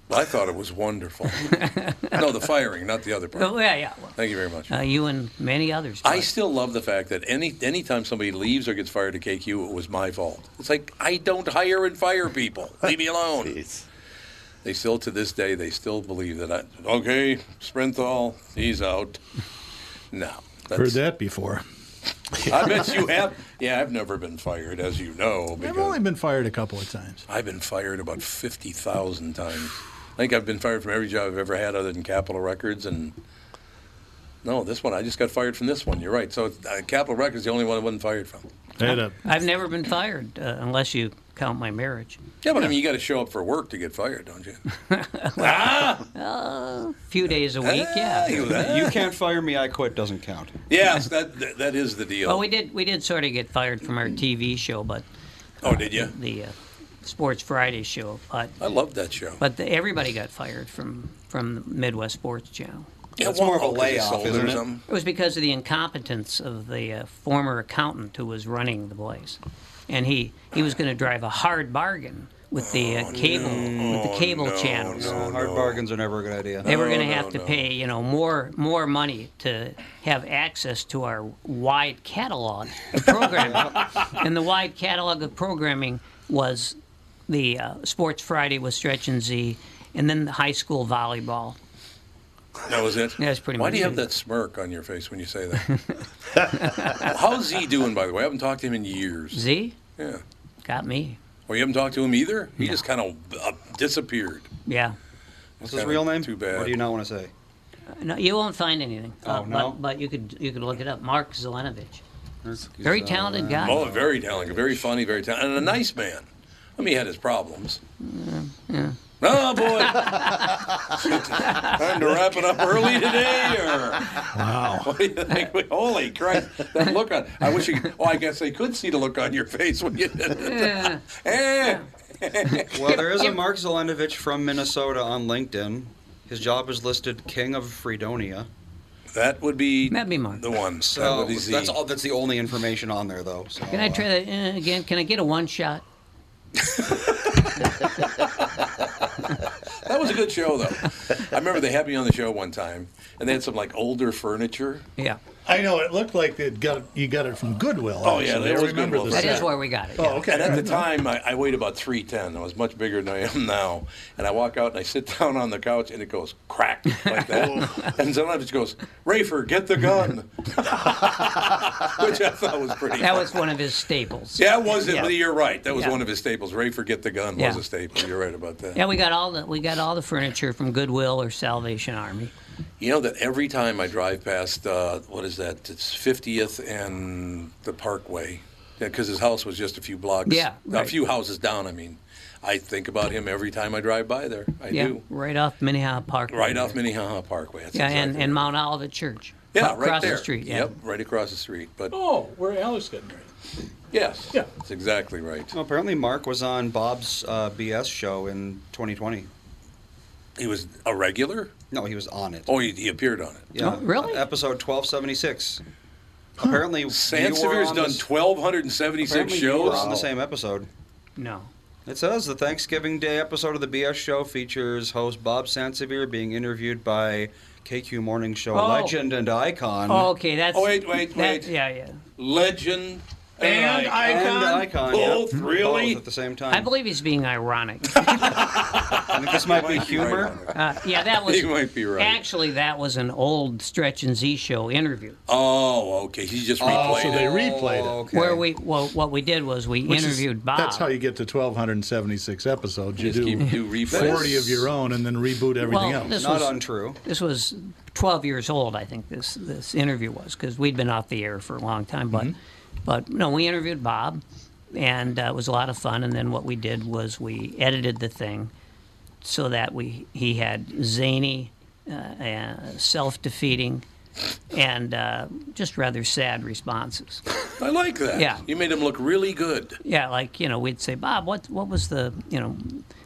[SPEAKER 1] I thought it was wonderful. no, the firing, not the other part.
[SPEAKER 5] Oh, yeah, yeah.
[SPEAKER 1] Thank you very much.
[SPEAKER 5] Uh, you and many others.
[SPEAKER 1] I still love the fact that any anytime somebody leaves or gets fired at KQ, it was my fault. It's like I don't hire and fire people. Leave me alone. they still, to this day, they still believe that I okay, Sprinthal, he's out. No,
[SPEAKER 2] Heard
[SPEAKER 1] that's,
[SPEAKER 2] that before.
[SPEAKER 1] I bet you have. Yeah, I've never been fired, as you know,
[SPEAKER 2] I've
[SPEAKER 1] because
[SPEAKER 2] only been fired a couple of times.
[SPEAKER 1] I've been fired about fifty thousand times. I think I've been fired from every job I've ever had, other than Capitol Records and. No, this one. I just got fired from this one. You're right. So uh, Capitol Records is the only one I wasn't fired from.
[SPEAKER 5] I've never been fired uh, unless you count my marriage.
[SPEAKER 1] Yeah, but I mean, you got to show up for work to get fired, don't you? Oh.
[SPEAKER 5] A Ah! few days a week,
[SPEAKER 1] Ah,
[SPEAKER 5] yeah.
[SPEAKER 4] you can't fire me. I quit doesn't count.
[SPEAKER 1] Yes, that that, that is the deal.
[SPEAKER 5] Well, we did we did sort of get fired from our TV show, but
[SPEAKER 1] oh, did you?
[SPEAKER 5] The uh, Sports Friday show, but
[SPEAKER 1] I loved that show.
[SPEAKER 5] but the, everybody got fired from from the Midwest Sports Channel.
[SPEAKER 1] Yeah, That's well, more of a oh, 'cause they layoff, sold it isn't or it? something?
[SPEAKER 5] It was because of the incompetence of the uh, former accountant who was running the place, and he he was going to drive a hard bargain with the
[SPEAKER 4] Oh,
[SPEAKER 5] uh, cable with
[SPEAKER 1] Oh,
[SPEAKER 5] the cable channels.
[SPEAKER 4] Hard bargains are never a good idea.
[SPEAKER 5] They were going to have to pay, you know, more more money to have access to our wide catalog of programming, and the wide catalog of programming was the uh, Sports Friday with Stretch and Z, and then the high school volleyball.
[SPEAKER 1] That was it.
[SPEAKER 5] Yeah, that's pretty
[SPEAKER 1] Why
[SPEAKER 5] much
[SPEAKER 1] do you have
[SPEAKER 5] it.
[SPEAKER 1] that smirk on your face when you say that? How's Z doing, by the way? I haven't talked to him in years.
[SPEAKER 5] Z? E.
[SPEAKER 1] Yeah.
[SPEAKER 5] Got me.
[SPEAKER 1] Or you haven't talked to him either? He just kind of uh, disappeared.
[SPEAKER 5] Yeah.
[SPEAKER 4] What's
[SPEAKER 1] It's
[SPEAKER 4] his
[SPEAKER 1] kinda
[SPEAKER 4] real name?
[SPEAKER 1] Too bad.
[SPEAKER 4] What do you not want to say?
[SPEAKER 5] No, you won't find anything.
[SPEAKER 4] Oh, no?
[SPEAKER 5] But, but you could you could look it up. Mark Zelenovich. Very talented guy.
[SPEAKER 1] Oh, very talented, very funny, very talented, and a nice man. I mean, he had his problems.
[SPEAKER 5] Yeah.
[SPEAKER 1] Oh boy! Time to wrap it up early today, or wow! What do you think? Holy Christ! That look on. I wish you. Oh, I guess they could see the look on your face when you did it. Eh.
[SPEAKER 4] Well, there is a Mark Zelenovich from Minnesota on LinkedIn. His job is listed King of Fredonia.
[SPEAKER 1] That would be
[SPEAKER 5] That'd be Mark.
[SPEAKER 1] the one.
[SPEAKER 4] So
[SPEAKER 1] That would be Z.
[SPEAKER 4] that's all. That's the only information on there, though. So,
[SPEAKER 5] Can I
[SPEAKER 4] uh,
[SPEAKER 5] try that uh, again? Can I get a one shot?
[SPEAKER 1] That was a good show, though. I remember they had me on the show one time, and they had some like older furniture.
[SPEAKER 5] Yeah.
[SPEAKER 2] I know it looked like it got you got it from Goodwill.
[SPEAKER 1] Oh yeah,
[SPEAKER 2] actually.
[SPEAKER 1] there
[SPEAKER 2] I
[SPEAKER 1] was
[SPEAKER 2] remember
[SPEAKER 1] Goodwill.
[SPEAKER 2] this. set. Oh okay.
[SPEAKER 1] And at the time, I, I weighed about three ten. I was much bigger than I am now. And I walk out and I sit down on the couch, and it goes crack like
[SPEAKER 2] Oh.
[SPEAKER 1] that. and sometimes it goes, Rafer, get the gun, which I thought was pretty.
[SPEAKER 6] That was one of his staples.
[SPEAKER 1] Yeah, it was.
[SPEAKER 6] Yeah.
[SPEAKER 1] Yeah. You're right. That was
[SPEAKER 6] Yeah.
[SPEAKER 1] one of his staples. Rafer, get the gun was
[SPEAKER 6] Yeah.
[SPEAKER 1] a staple. You're right about that.
[SPEAKER 6] Yeah, we got all the we got all the furniture from Goodwill or Salvation Army.
[SPEAKER 1] You know that every time I drive past, uh, what is that? It's 50th and the Parkway. Because his house was just a few blocks.
[SPEAKER 6] Yeah,
[SPEAKER 1] A
[SPEAKER 6] right.
[SPEAKER 1] few houses down, I mean. I think about him every time I drive by there. I
[SPEAKER 6] yeah,
[SPEAKER 1] do.
[SPEAKER 6] right off Minnehaha Park.
[SPEAKER 1] Right off Minnehaha Parkway. That's
[SPEAKER 6] yeah,
[SPEAKER 1] exactly
[SPEAKER 6] and, and Mount Olivet Church.
[SPEAKER 1] Yeah,
[SPEAKER 6] Across
[SPEAKER 1] right there.
[SPEAKER 6] the street. Yeah.
[SPEAKER 1] Yep, right across the street. But
[SPEAKER 2] Oh, where Alice got married.
[SPEAKER 1] yes, yeah. that's exactly right.
[SPEAKER 4] Well, apparently, Mark was on Bob's uh, BS show in 2020.
[SPEAKER 1] He was a regular?
[SPEAKER 4] No, he was on it.
[SPEAKER 1] Oh, he, he appeared on it.
[SPEAKER 4] Yeah.
[SPEAKER 1] Oh,
[SPEAKER 4] really? Episode 1276. Apparently, you were
[SPEAKER 1] Sansevier's
[SPEAKER 4] on
[SPEAKER 1] done
[SPEAKER 4] this-
[SPEAKER 1] 1,276
[SPEAKER 4] apparently you were
[SPEAKER 1] shows.
[SPEAKER 4] on the same episode.
[SPEAKER 5] No.
[SPEAKER 4] It says the Thanksgiving Day episode of the BS show features host Bob Sansevier being interviewed by KQ Morning Show
[SPEAKER 6] Oh.
[SPEAKER 4] legend and icon.
[SPEAKER 6] Oh, okay, that's.
[SPEAKER 1] Oh, wait, wait,
[SPEAKER 6] that-
[SPEAKER 1] wait.
[SPEAKER 5] yeah, yeah.
[SPEAKER 1] Legend
[SPEAKER 4] And icon? And icon, yeah.
[SPEAKER 1] Both, really?
[SPEAKER 4] Both at the same time.
[SPEAKER 5] I believe he's being ironic.
[SPEAKER 4] I think this might be humor.
[SPEAKER 5] Uh, yeah, that was.
[SPEAKER 1] You might be right.
[SPEAKER 5] Actually, that was an old Stretch and Z show interview.
[SPEAKER 1] Oh, okay. He just replayed
[SPEAKER 2] so
[SPEAKER 1] it.
[SPEAKER 2] they replayed it.
[SPEAKER 5] Where we, well, what we did was we
[SPEAKER 2] Oh, Which is-
[SPEAKER 5] interviewed Bob.
[SPEAKER 2] That's how you get to 1,276 episodes. You
[SPEAKER 1] Just
[SPEAKER 2] do,
[SPEAKER 1] keep- do replays.
[SPEAKER 2] 40 of your own and then reboot everything
[SPEAKER 5] well,
[SPEAKER 2] else.
[SPEAKER 5] this was, This was 12 years old, I think this this interview was because we'd been off the air for a long time. But
[SPEAKER 2] Mm-hmm.
[SPEAKER 5] but no, we interviewed Bob, and uh, it was a lot of fun. And then what we did was we edited the thing so that we he had zany, uh, uh, self defeating, and uh, just rather sad responses.
[SPEAKER 1] I like that.
[SPEAKER 5] Yeah.
[SPEAKER 1] You made him look really good.
[SPEAKER 5] Yeah, like you know, we'd say, Bob, what what was the you know,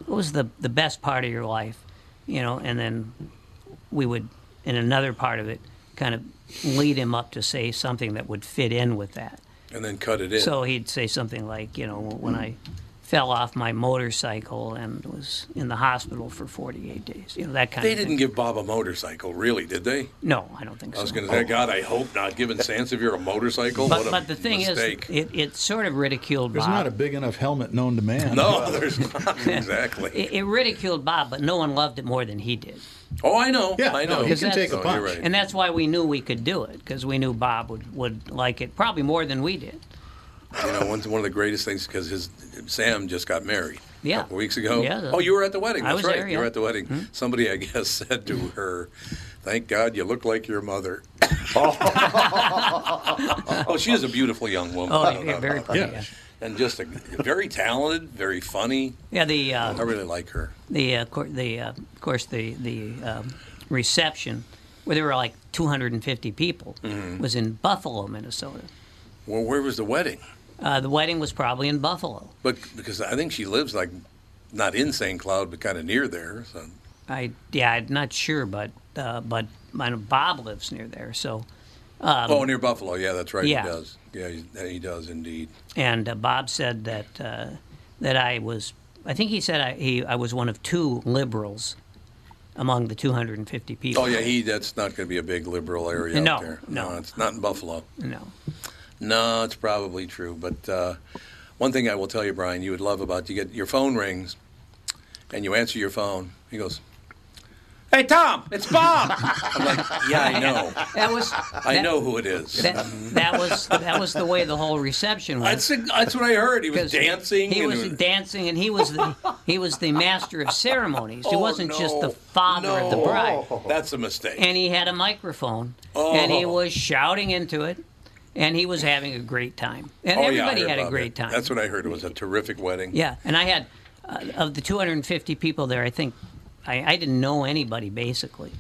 [SPEAKER 5] what was the the best part of your life, you know, and then we would in another part of it kind of lead him up to say something that would fit in with that.
[SPEAKER 1] And then cut it in.
[SPEAKER 5] So he'd say something like, you know, when I fell off my motorcycle and was in the hospital for 48 days, you know, that kind
[SPEAKER 1] they
[SPEAKER 5] of thing.
[SPEAKER 1] didn't give Bob a motorcycle, really, did they?
[SPEAKER 5] No, I don't think so.
[SPEAKER 1] I was going to say, God, I hope not. Giving Sansevier a motorcycle,
[SPEAKER 5] But,
[SPEAKER 1] what a
[SPEAKER 5] but the thing
[SPEAKER 1] mistake.
[SPEAKER 5] is, it, it sort of ridiculed
[SPEAKER 2] There's
[SPEAKER 5] Bob.
[SPEAKER 2] not a big enough helmet known to man.
[SPEAKER 1] no, there's not exactly.
[SPEAKER 5] It, it ridiculed Bob, but no one loved it more than he did.
[SPEAKER 1] Oh, I know.
[SPEAKER 2] Yeah,
[SPEAKER 1] I know.
[SPEAKER 2] no, you can take a
[SPEAKER 1] No,
[SPEAKER 2] punch.
[SPEAKER 1] You're right.
[SPEAKER 5] And that's why we knew we could do it, because we knew Bob would, would like it probably more than we did.
[SPEAKER 1] You know, one, one of the greatest things because his Sam just got married.
[SPEAKER 5] Yeah.
[SPEAKER 1] A couple weeks ago.
[SPEAKER 5] Yeah, the-
[SPEAKER 1] oh, you were at the wedding.
[SPEAKER 5] I
[SPEAKER 1] That's
[SPEAKER 5] was
[SPEAKER 1] right.
[SPEAKER 5] there,
[SPEAKER 1] You
[SPEAKER 5] yeah. Mm-hmm.
[SPEAKER 1] were at the wedding. Somebody, I guess, said to her, "Thank God you look like your mother." oh, she is a beautiful young woman.
[SPEAKER 5] Oh,
[SPEAKER 1] I don't
[SPEAKER 5] yeah,
[SPEAKER 1] know
[SPEAKER 5] very
[SPEAKER 1] about
[SPEAKER 5] pretty,
[SPEAKER 1] that.
[SPEAKER 5] yeah.
[SPEAKER 1] And just a, very talented, very funny.
[SPEAKER 5] Yeah, the uh,
[SPEAKER 1] I really like her.
[SPEAKER 5] the uh, cour the uh, of course the the um, reception where there were like 250 people
[SPEAKER 1] Mm-hmm.
[SPEAKER 5] was in Buffalo, Minnesota.
[SPEAKER 1] Well, where was the wedding?
[SPEAKER 5] Uh, the wedding was probably in Buffalo.
[SPEAKER 1] But because I think she lives like not in St. Cloud, but kind of near there. So
[SPEAKER 5] I yeah, I'm not sure, but uh, but I know Bob lives near there, so um,
[SPEAKER 1] oh, near Buffalo. Yeah, that's right.
[SPEAKER 5] yeah.
[SPEAKER 1] He does. Yeah, he, he does indeed.
[SPEAKER 5] and uh, Bob said that uh, that I was. I think he said I he, I was one of two liberals among the 250 people.
[SPEAKER 1] Oh yeah, he. That's not going to be a big liberal area
[SPEAKER 5] No,
[SPEAKER 1] out there.
[SPEAKER 5] no.
[SPEAKER 1] it's not in Buffalo.
[SPEAKER 5] no.
[SPEAKER 1] No, it's probably true. But uh, one thing I will tell you, Brian, you would love about you get your phone rings, and you answer your phone. He goes, "Hey Tom, it's Bob." I'm like, "Yeah, I know.
[SPEAKER 5] That was
[SPEAKER 1] I know who it is."
[SPEAKER 5] That, that was that was the way the whole reception went.
[SPEAKER 1] That's that's what I heard. He was
[SPEAKER 5] 'Cause
[SPEAKER 1] dancing.
[SPEAKER 5] He
[SPEAKER 1] and
[SPEAKER 5] was dancing, and he was the he was the master of ceremonies. he
[SPEAKER 1] Oh,
[SPEAKER 5] wasn't just
[SPEAKER 1] no.
[SPEAKER 5] the father
[SPEAKER 1] no,
[SPEAKER 5] of the bride.
[SPEAKER 1] Oh, That's a mistake.
[SPEAKER 5] And he had a microphone, and he
[SPEAKER 1] Oh.
[SPEAKER 5] was shouting into it, and he was having a great time, and
[SPEAKER 1] Oh, yeah, I
[SPEAKER 5] everybody
[SPEAKER 1] heard
[SPEAKER 5] had a
[SPEAKER 1] about
[SPEAKER 5] great
[SPEAKER 1] that.
[SPEAKER 5] time.
[SPEAKER 1] That's what I heard. It was a terrific wedding.
[SPEAKER 5] Yeah, and I had uh, of the 250 people there, I think I, I didn't know anybody basically.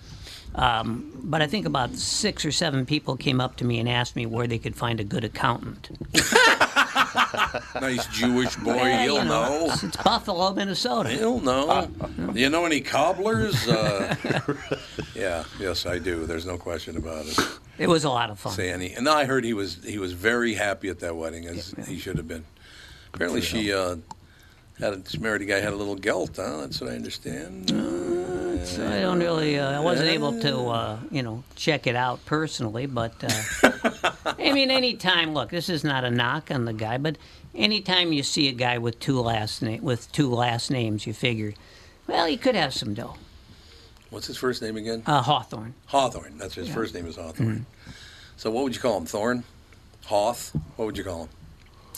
[SPEAKER 5] Um, but I think about six or seven people came up to me and asked me where they could find a good accountant.
[SPEAKER 1] Nice Jewish boy.
[SPEAKER 5] Yeah, you
[SPEAKER 1] He'll
[SPEAKER 5] know,
[SPEAKER 1] know.
[SPEAKER 5] It's, it's Buffalo, Minnesota. Ah.
[SPEAKER 1] Hell no. you know any cobblers? Uh, yeah, yes, I do. There's no question about it.
[SPEAKER 5] It was a lot of fun.
[SPEAKER 1] Say any, and I heard he was he was very happy at that wedding as he should have been. Apparently, she uh, had a, she married a guy who had a little gelt. Huh? That's what I understand. Uh,
[SPEAKER 6] it's I don't really uh, I wasn't able to uh, you know check it out personally, but uh, I mean anytime. Look, this is not a knock on the guy, but anytime you see a guy with two last name with two last names, you figure, well, he could have some dough.
[SPEAKER 1] What's his first name again?
[SPEAKER 6] Uh, Hawthorne.
[SPEAKER 1] Hawthorne. That's his
[SPEAKER 6] Yeah. Mm-hmm.
[SPEAKER 1] first name is Hawthorne. So what would you call him? Thorn? Hoth? What would you call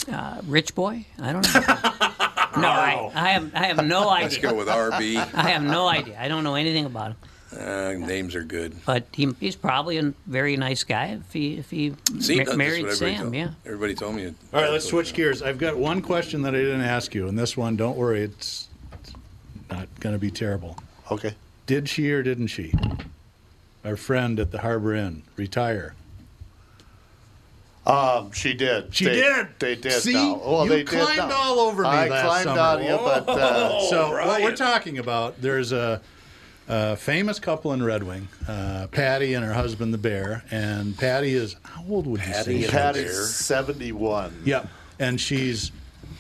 [SPEAKER 1] him?
[SPEAKER 6] Uh, rich boy? I don't know. no, I, I have I have no idea.
[SPEAKER 1] Let's go with RB.
[SPEAKER 6] I have no idea. I don't know anything about him.
[SPEAKER 1] Uh, names are good.
[SPEAKER 6] But he, he's probably a very nice guy if he if he
[SPEAKER 1] See,
[SPEAKER 6] ma-
[SPEAKER 1] that's
[SPEAKER 6] married
[SPEAKER 1] what everybody
[SPEAKER 6] Sam.
[SPEAKER 1] told-
[SPEAKER 6] Yeah.
[SPEAKER 1] Everybody told me. it.
[SPEAKER 2] All right, let's switch gears. I've got one question that I didn't ask you, and this one, don't worry, it's not going to be terrible.
[SPEAKER 3] Okay.
[SPEAKER 2] Did she or didn't she? Our friend at the Harbor Inn retire.
[SPEAKER 3] Um, she did.
[SPEAKER 2] She
[SPEAKER 3] They-
[SPEAKER 2] did.
[SPEAKER 3] They did.
[SPEAKER 2] See,
[SPEAKER 3] now. Well,
[SPEAKER 2] you
[SPEAKER 3] they
[SPEAKER 2] climbed
[SPEAKER 3] did now.
[SPEAKER 2] all over me
[SPEAKER 3] I
[SPEAKER 2] last
[SPEAKER 3] climbed
[SPEAKER 2] summer.
[SPEAKER 3] on you, but uh,
[SPEAKER 2] so what we're talking about? There's a, a famous couple in Red Wing, uh, Patty and her husband, the Bear, and Patty is how old would you say? she
[SPEAKER 3] Patty's
[SPEAKER 2] is?
[SPEAKER 3] seventy-one.
[SPEAKER 2] Yep. And she's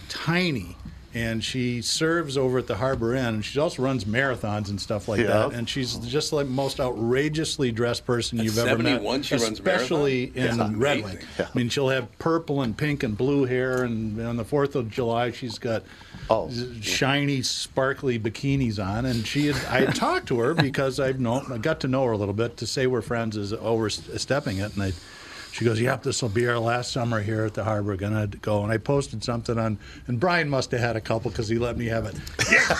[SPEAKER 2] tiny and she serves over at the Harbor Inn. And she also runs marathons and stuff like
[SPEAKER 3] Yeah.
[SPEAKER 2] that. And she's just like the most outrageously dressed person you've ever met.
[SPEAKER 1] 71, she runs
[SPEAKER 2] Especially
[SPEAKER 1] marathons? That's
[SPEAKER 2] in Red Wing. I mean, she'll have purple and pink and blue hair. And on the 4th of July, she's got
[SPEAKER 3] Oh.
[SPEAKER 2] z- shiny, sparkly bikinis on. And she had, I had talked to her because I've known, I got to know her a little bit. To say we're friends is overstepping it. And I, she goes, "Yep, this will be our last summer here at the harbor. Gonna go." And I posted something on, and Brian must have had a couple because he let me have it.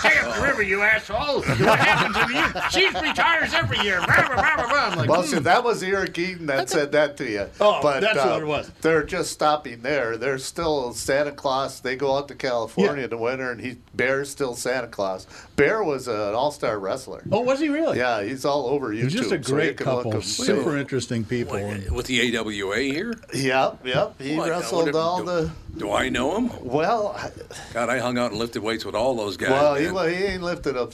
[SPEAKER 11] Damn river, you asshole! What happens to you? She retires every year. Blah, blah, blah, blah, blah. I'm like,
[SPEAKER 3] well,
[SPEAKER 11] hmm.
[SPEAKER 3] see, that was Eric Eaton that said that to you.
[SPEAKER 11] Oh, that's what it
[SPEAKER 3] was. They're just stopping there. They're still Santa Claus. They go out to California in the winter, and he Bear's still Santa Claus. Bear was an all-star wrestler.
[SPEAKER 2] Oh, was he really?
[SPEAKER 3] Yeah, he's all over YouTube.
[SPEAKER 2] They're just a
[SPEAKER 3] so you
[SPEAKER 2] great
[SPEAKER 3] can look
[SPEAKER 2] couple,
[SPEAKER 3] him-
[SPEAKER 2] super interesting people. And
[SPEAKER 1] With the AWA here?
[SPEAKER 3] Yep, yep. He
[SPEAKER 1] What? I
[SPEAKER 3] wrestled
[SPEAKER 1] wonder-
[SPEAKER 3] all
[SPEAKER 1] do,
[SPEAKER 3] the.
[SPEAKER 1] Do I know him?
[SPEAKER 3] Well,
[SPEAKER 1] God, I hung out and lifted weights with all those guys.
[SPEAKER 3] well, he,
[SPEAKER 1] man.
[SPEAKER 3] well, he ain't lifted up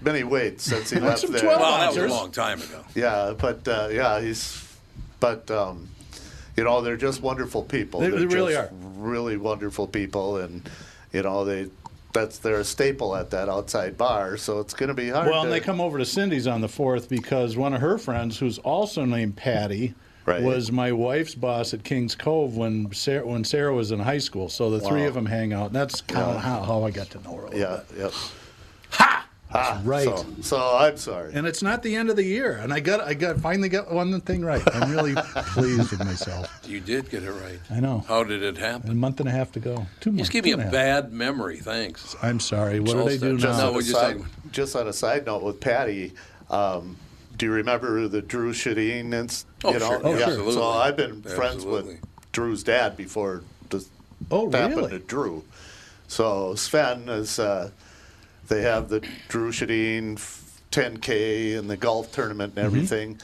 [SPEAKER 3] many weights since he
[SPEAKER 1] That's
[SPEAKER 3] left
[SPEAKER 1] some
[SPEAKER 3] there.
[SPEAKER 1] 12 Well, that was a ounces. long time ago.
[SPEAKER 3] Yeah, but uh, yeah, he's. But um, you know, they're just wonderful people.
[SPEAKER 2] They- they really
[SPEAKER 3] just Really wonderful people, and you know they. That's they're a staple at that outside bar, so it's going to be hard.
[SPEAKER 2] Well,
[SPEAKER 3] to,
[SPEAKER 2] and they come over to Cindy's on the fourth because one of her friends, who's also named Patty, was my wife's boss at Kings Cove when Sarah, when Sarah was in high school. So the three
[SPEAKER 3] Wow.
[SPEAKER 2] of them hang out. And that's kind of how, how I got to know her.
[SPEAKER 3] yeah, yep. Ha!
[SPEAKER 2] right.
[SPEAKER 3] So, so I'm sorry.
[SPEAKER 2] And it's not the end of the year, and I got I got finally got one thing right. I'm really pleased with myself.
[SPEAKER 1] You did get it right.
[SPEAKER 2] I know.
[SPEAKER 1] How did it happen?
[SPEAKER 2] A month and a half to go. Two months.
[SPEAKER 1] Just give
[SPEAKER 2] two
[SPEAKER 1] me a
[SPEAKER 2] and half.
[SPEAKER 1] bad memory. Thanks.
[SPEAKER 2] I'm sorry. What did I do
[SPEAKER 3] just
[SPEAKER 2] now?
[SPEAKER 3] On a side, just on a side note with Patty, um, do you remember the Drew Shadeen? And,
[SPEAKER 2] Oh,
[SPEAKER 3] you know,
[SPEAKER 2] sure. Oh,
[SPEAKER 3] yeah.
[SPEAKER 2] sure.
[SPEAKER 3] So I've been
[SPEAKER 2] Absolutely.
[SPEAKER 3] friends with Drew's dad before this
[SPEAKER 2] oh,
[SPEAKER 3] happened
[SPEAKER 2] really?
[SPEAKER 3] to Drew. So Sven is, uh, they have the Drew Shadeen 10K and the golf tournament
[SPEAKER 2] Mm-hmm.
[SPEAKER 3] and everything.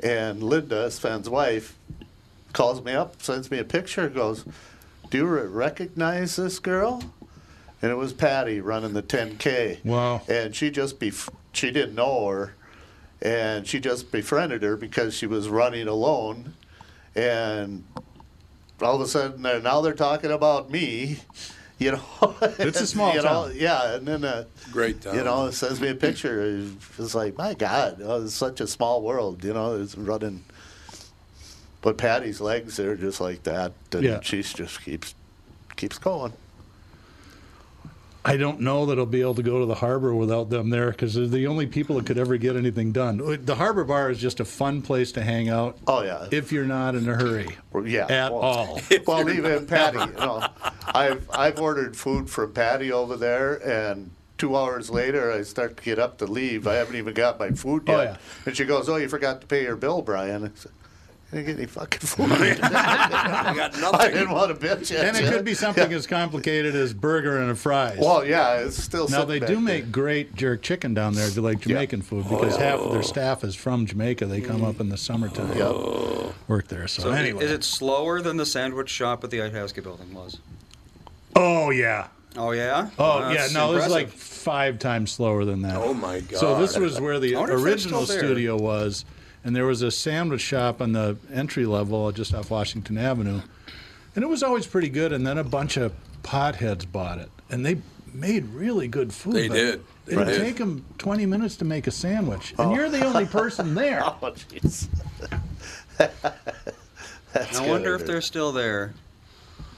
[SPEAKER 3] And Linda, Sven's wife, calls me up, sends me a picture, goes, Do you re- recognize this girl? And it was Patty running the 10K.
[SPEAKER 2] Wow.
[SPEAKER 3] And she just bef- she didn't know her, and she just befriended her because she was running alone, and all of a sudden they're, now they're talking about me. You know,
[SPEAKER 2] It's a small
[SPEAKER 3] you know,
[SPEAKER 2] town.
[SPEAKER 3] yeah, and then uh,
[SPEAKER 1] Great town.
[SPEAKER 3] You know, it sends me a picture. It's like, my God, oh, it's such a small world. You know, it's running. But Patty's legs are just like that, and
[SPEAKER 2] Yeah.
[SPEAKER 3] she just keeps keeps going.
[SPEAKER 2] I don't know that I'll be able to go to the harbor without them there because they're the only people that could ever get anything done. Uh, The harbor bar is just a fun place to hang out.
[SPEAKER 3] Oh yeah,
[SPEAKER 2] if you're not in a hurry.
[SPEAKER 3] yeah,
[SPEAKER 2] at
[SPEAKER 3] well-
[SPEAKER 2] all.
[SPEAKER 3] Well, even Patty, you know, I've I've ordered food from Patty over there, and two hours later, I start to get up to leave. I haven't even got my food yet, and she goes, "Oh, you forgot to pay your bill, Brian." I said, I didn't get any fucking food. I
[SPEAKER 1] got
[SPEAKER 3] nothing. I didn't want to bitch. at
[SPEAKER 2] And
[SPEAKER 3] you.
[SPEAKER 2] it could be something as complicated as burger and a fries.
[SPEAKER 3] Well, yeah, it's still
[SPEAKER 2] Now
[SPEAKER 3] sitting
[SPEAKER 2] they
[SPEAKER 3] back
[SPEAKER 2] do
[SPEAKER 3] there. Oh.
[SPEAKER 2] make great jerk chicken down there, like Jamaican food, because half of their staff is from Jamaica. They come up in the summertime, work there. So,
[SPEAKER 4] So i-
[SPEAKER 2] anyway,
[SPEAKER 4] is it slower than the sandwich shop at the Itasca building was?
[SPEAKER 2] oh yeah,
[SPEAKER 4] Oh yeah.
[SPEAKER 2] Oh
[SPEAKER 4] Wow,
[SPEAKER 2] yeah,
[SPEAKER 4] that's
[SPEAKER 2] no, this is like
[SPEAKER 4] impressive.
[SPEAKER 2] five times slower than that.
[SPEAKER 4] Oh, my
[SPEAKER 2] So this
[SPEAKER 4] God.
[SPEAKER 2] was where the
[SPEAKER 4] I wonder if they're still
[SPEAKER 2] original
[SPEAKER 4] there.
[SPEAKER 2] studio was, and there was a sandwich shop on the entry level just off Washington Avenue, and it was always pretty good. And then a bunch of potheads bought it, and they made really good food.
[SPEAKER 1] They
[SPEAKER 2] but
[SPEAKER 1] did.
[SPEAKER 2] It'd
[SPEAKER 1] Right.
[SPEAKER 2] take them 20 minutes to make a sandwich,
[SPEAKER 4] Oh.
[SPEAKER 2] and you're the only person there.
[SPEAKER 3] oh, jeez.
[SPEAKER 4] I wonder if they're still there.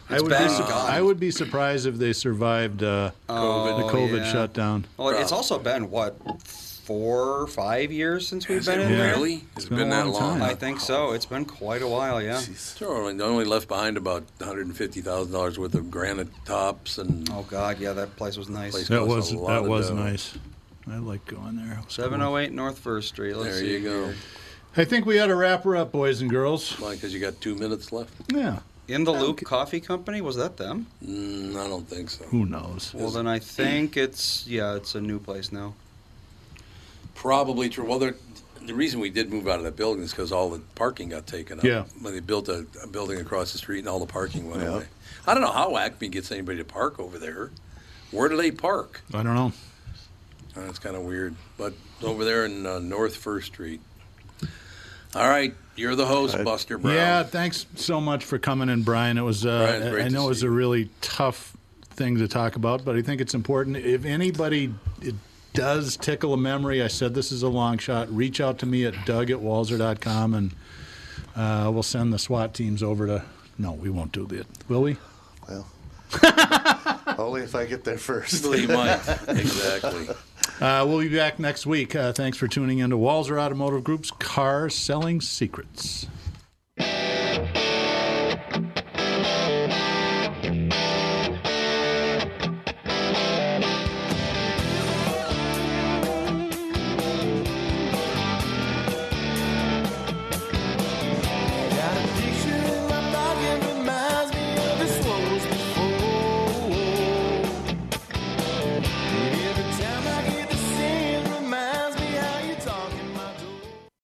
[SPEAKER 2] I
[SPEAKER 4] It's
[SPEAKER 2] would, be,
[SPEAKER 4] bad.
[SPEAKER 2] sur-
[SPEAKER 4] God.
[SPEAKER 2] I would be surprised if they survived uh,
[SPEAKER 4] Oh,
[SPEAKER 2] the COVID
[SPEAKER 4] yeah.
[SPEAKER 2] shutdown.
[SPEAKER 4] Well, it's also been what four, five years since we've
[SPEAKER 2] Has
[SPEAKER 4] been
[SPEAKER 2] it
[SPEAKER 4] in there.
[SPEAKER 2] really? It's It's been been a that long long? time.
[SPEAKER 4] I think so. It's been quite a while. Yeah.
[SPEAKER 1] Sure, only- they only left behind about $150,000 worth of granite tops and.
[SPEAKER 4] Oh God, yeah, that place was nice.
[SPEAKER 1] Place
[SPEAKER 2] That
[SPEAKER 1] cost
[SPEAKER 2] was
[SPEAKER 1] a lot
[SPEAKER 2] that
[SPEAKER 1] of
[SPEAKER 2] was
[SPEAKER 1] dough.
[SPEAKER 2] nice. I like going there. It was cool.
[SPEAKER 4] Seven oh eight North First Street. Let's
[SPEAKER 1] There
[SPEAKER 4] see
[SPEAKER 1] you go.
[SPEAKER 4] here.
[SPEAKER 2] I think we ought to wrap her up, boys and girls.
[SPEAKER 1] Why? Because you got two minutes left.
[SPEAKER 2] Yeah.
[SPEAKER 4] In the Loop Coffee Company was that them?
[SPEAKER 1] Mm, I don't think so.
[SPEAKER 2] Who knows?
[SPEAKER 4] Well, then I think it's yeah, it's a new place now.
[SPEAKER 1] Probably true. Well, there- the reason we did move out of that building is because all the parking got taken up.
[SPEAKER 2] Yeah.
[SPEAKER 1] When they built a, a building across the street and all the parking went away. I don't know how Acme gets anybody to park over there. Where do they park?
[SPEAKER 2] I don't know.
[SPEAKER 1] Uh, it's kind of weird. But over there in uh, North First Street. All right, you're the host, Buster Brown.
[SPEAKER 2] Yeah, thanks so much for coming in, Brian. It was uh,
[SPEAKER 1] Brian, great
[SPEAKER 2] I
[SPEAKER 1] to
[SPEAKER 2] know it was a really tough thing to talk about, but I think it's important. If anybody it does tickle a memory, I said this is a long shot. Reach out to me at Doug at Walzer.com and uh, we'll send the SWAT teams over to. No, we won't do that, will we?
[SPEAKER 3] Well, only if I get there first.
[SPEAKER 1] Well, you might. Exactly.
[SPEAKER 2] Uh, we'll be back next week. Uh, thanks for tuning in to Walzer Automotive Group's Car Selling Secrets.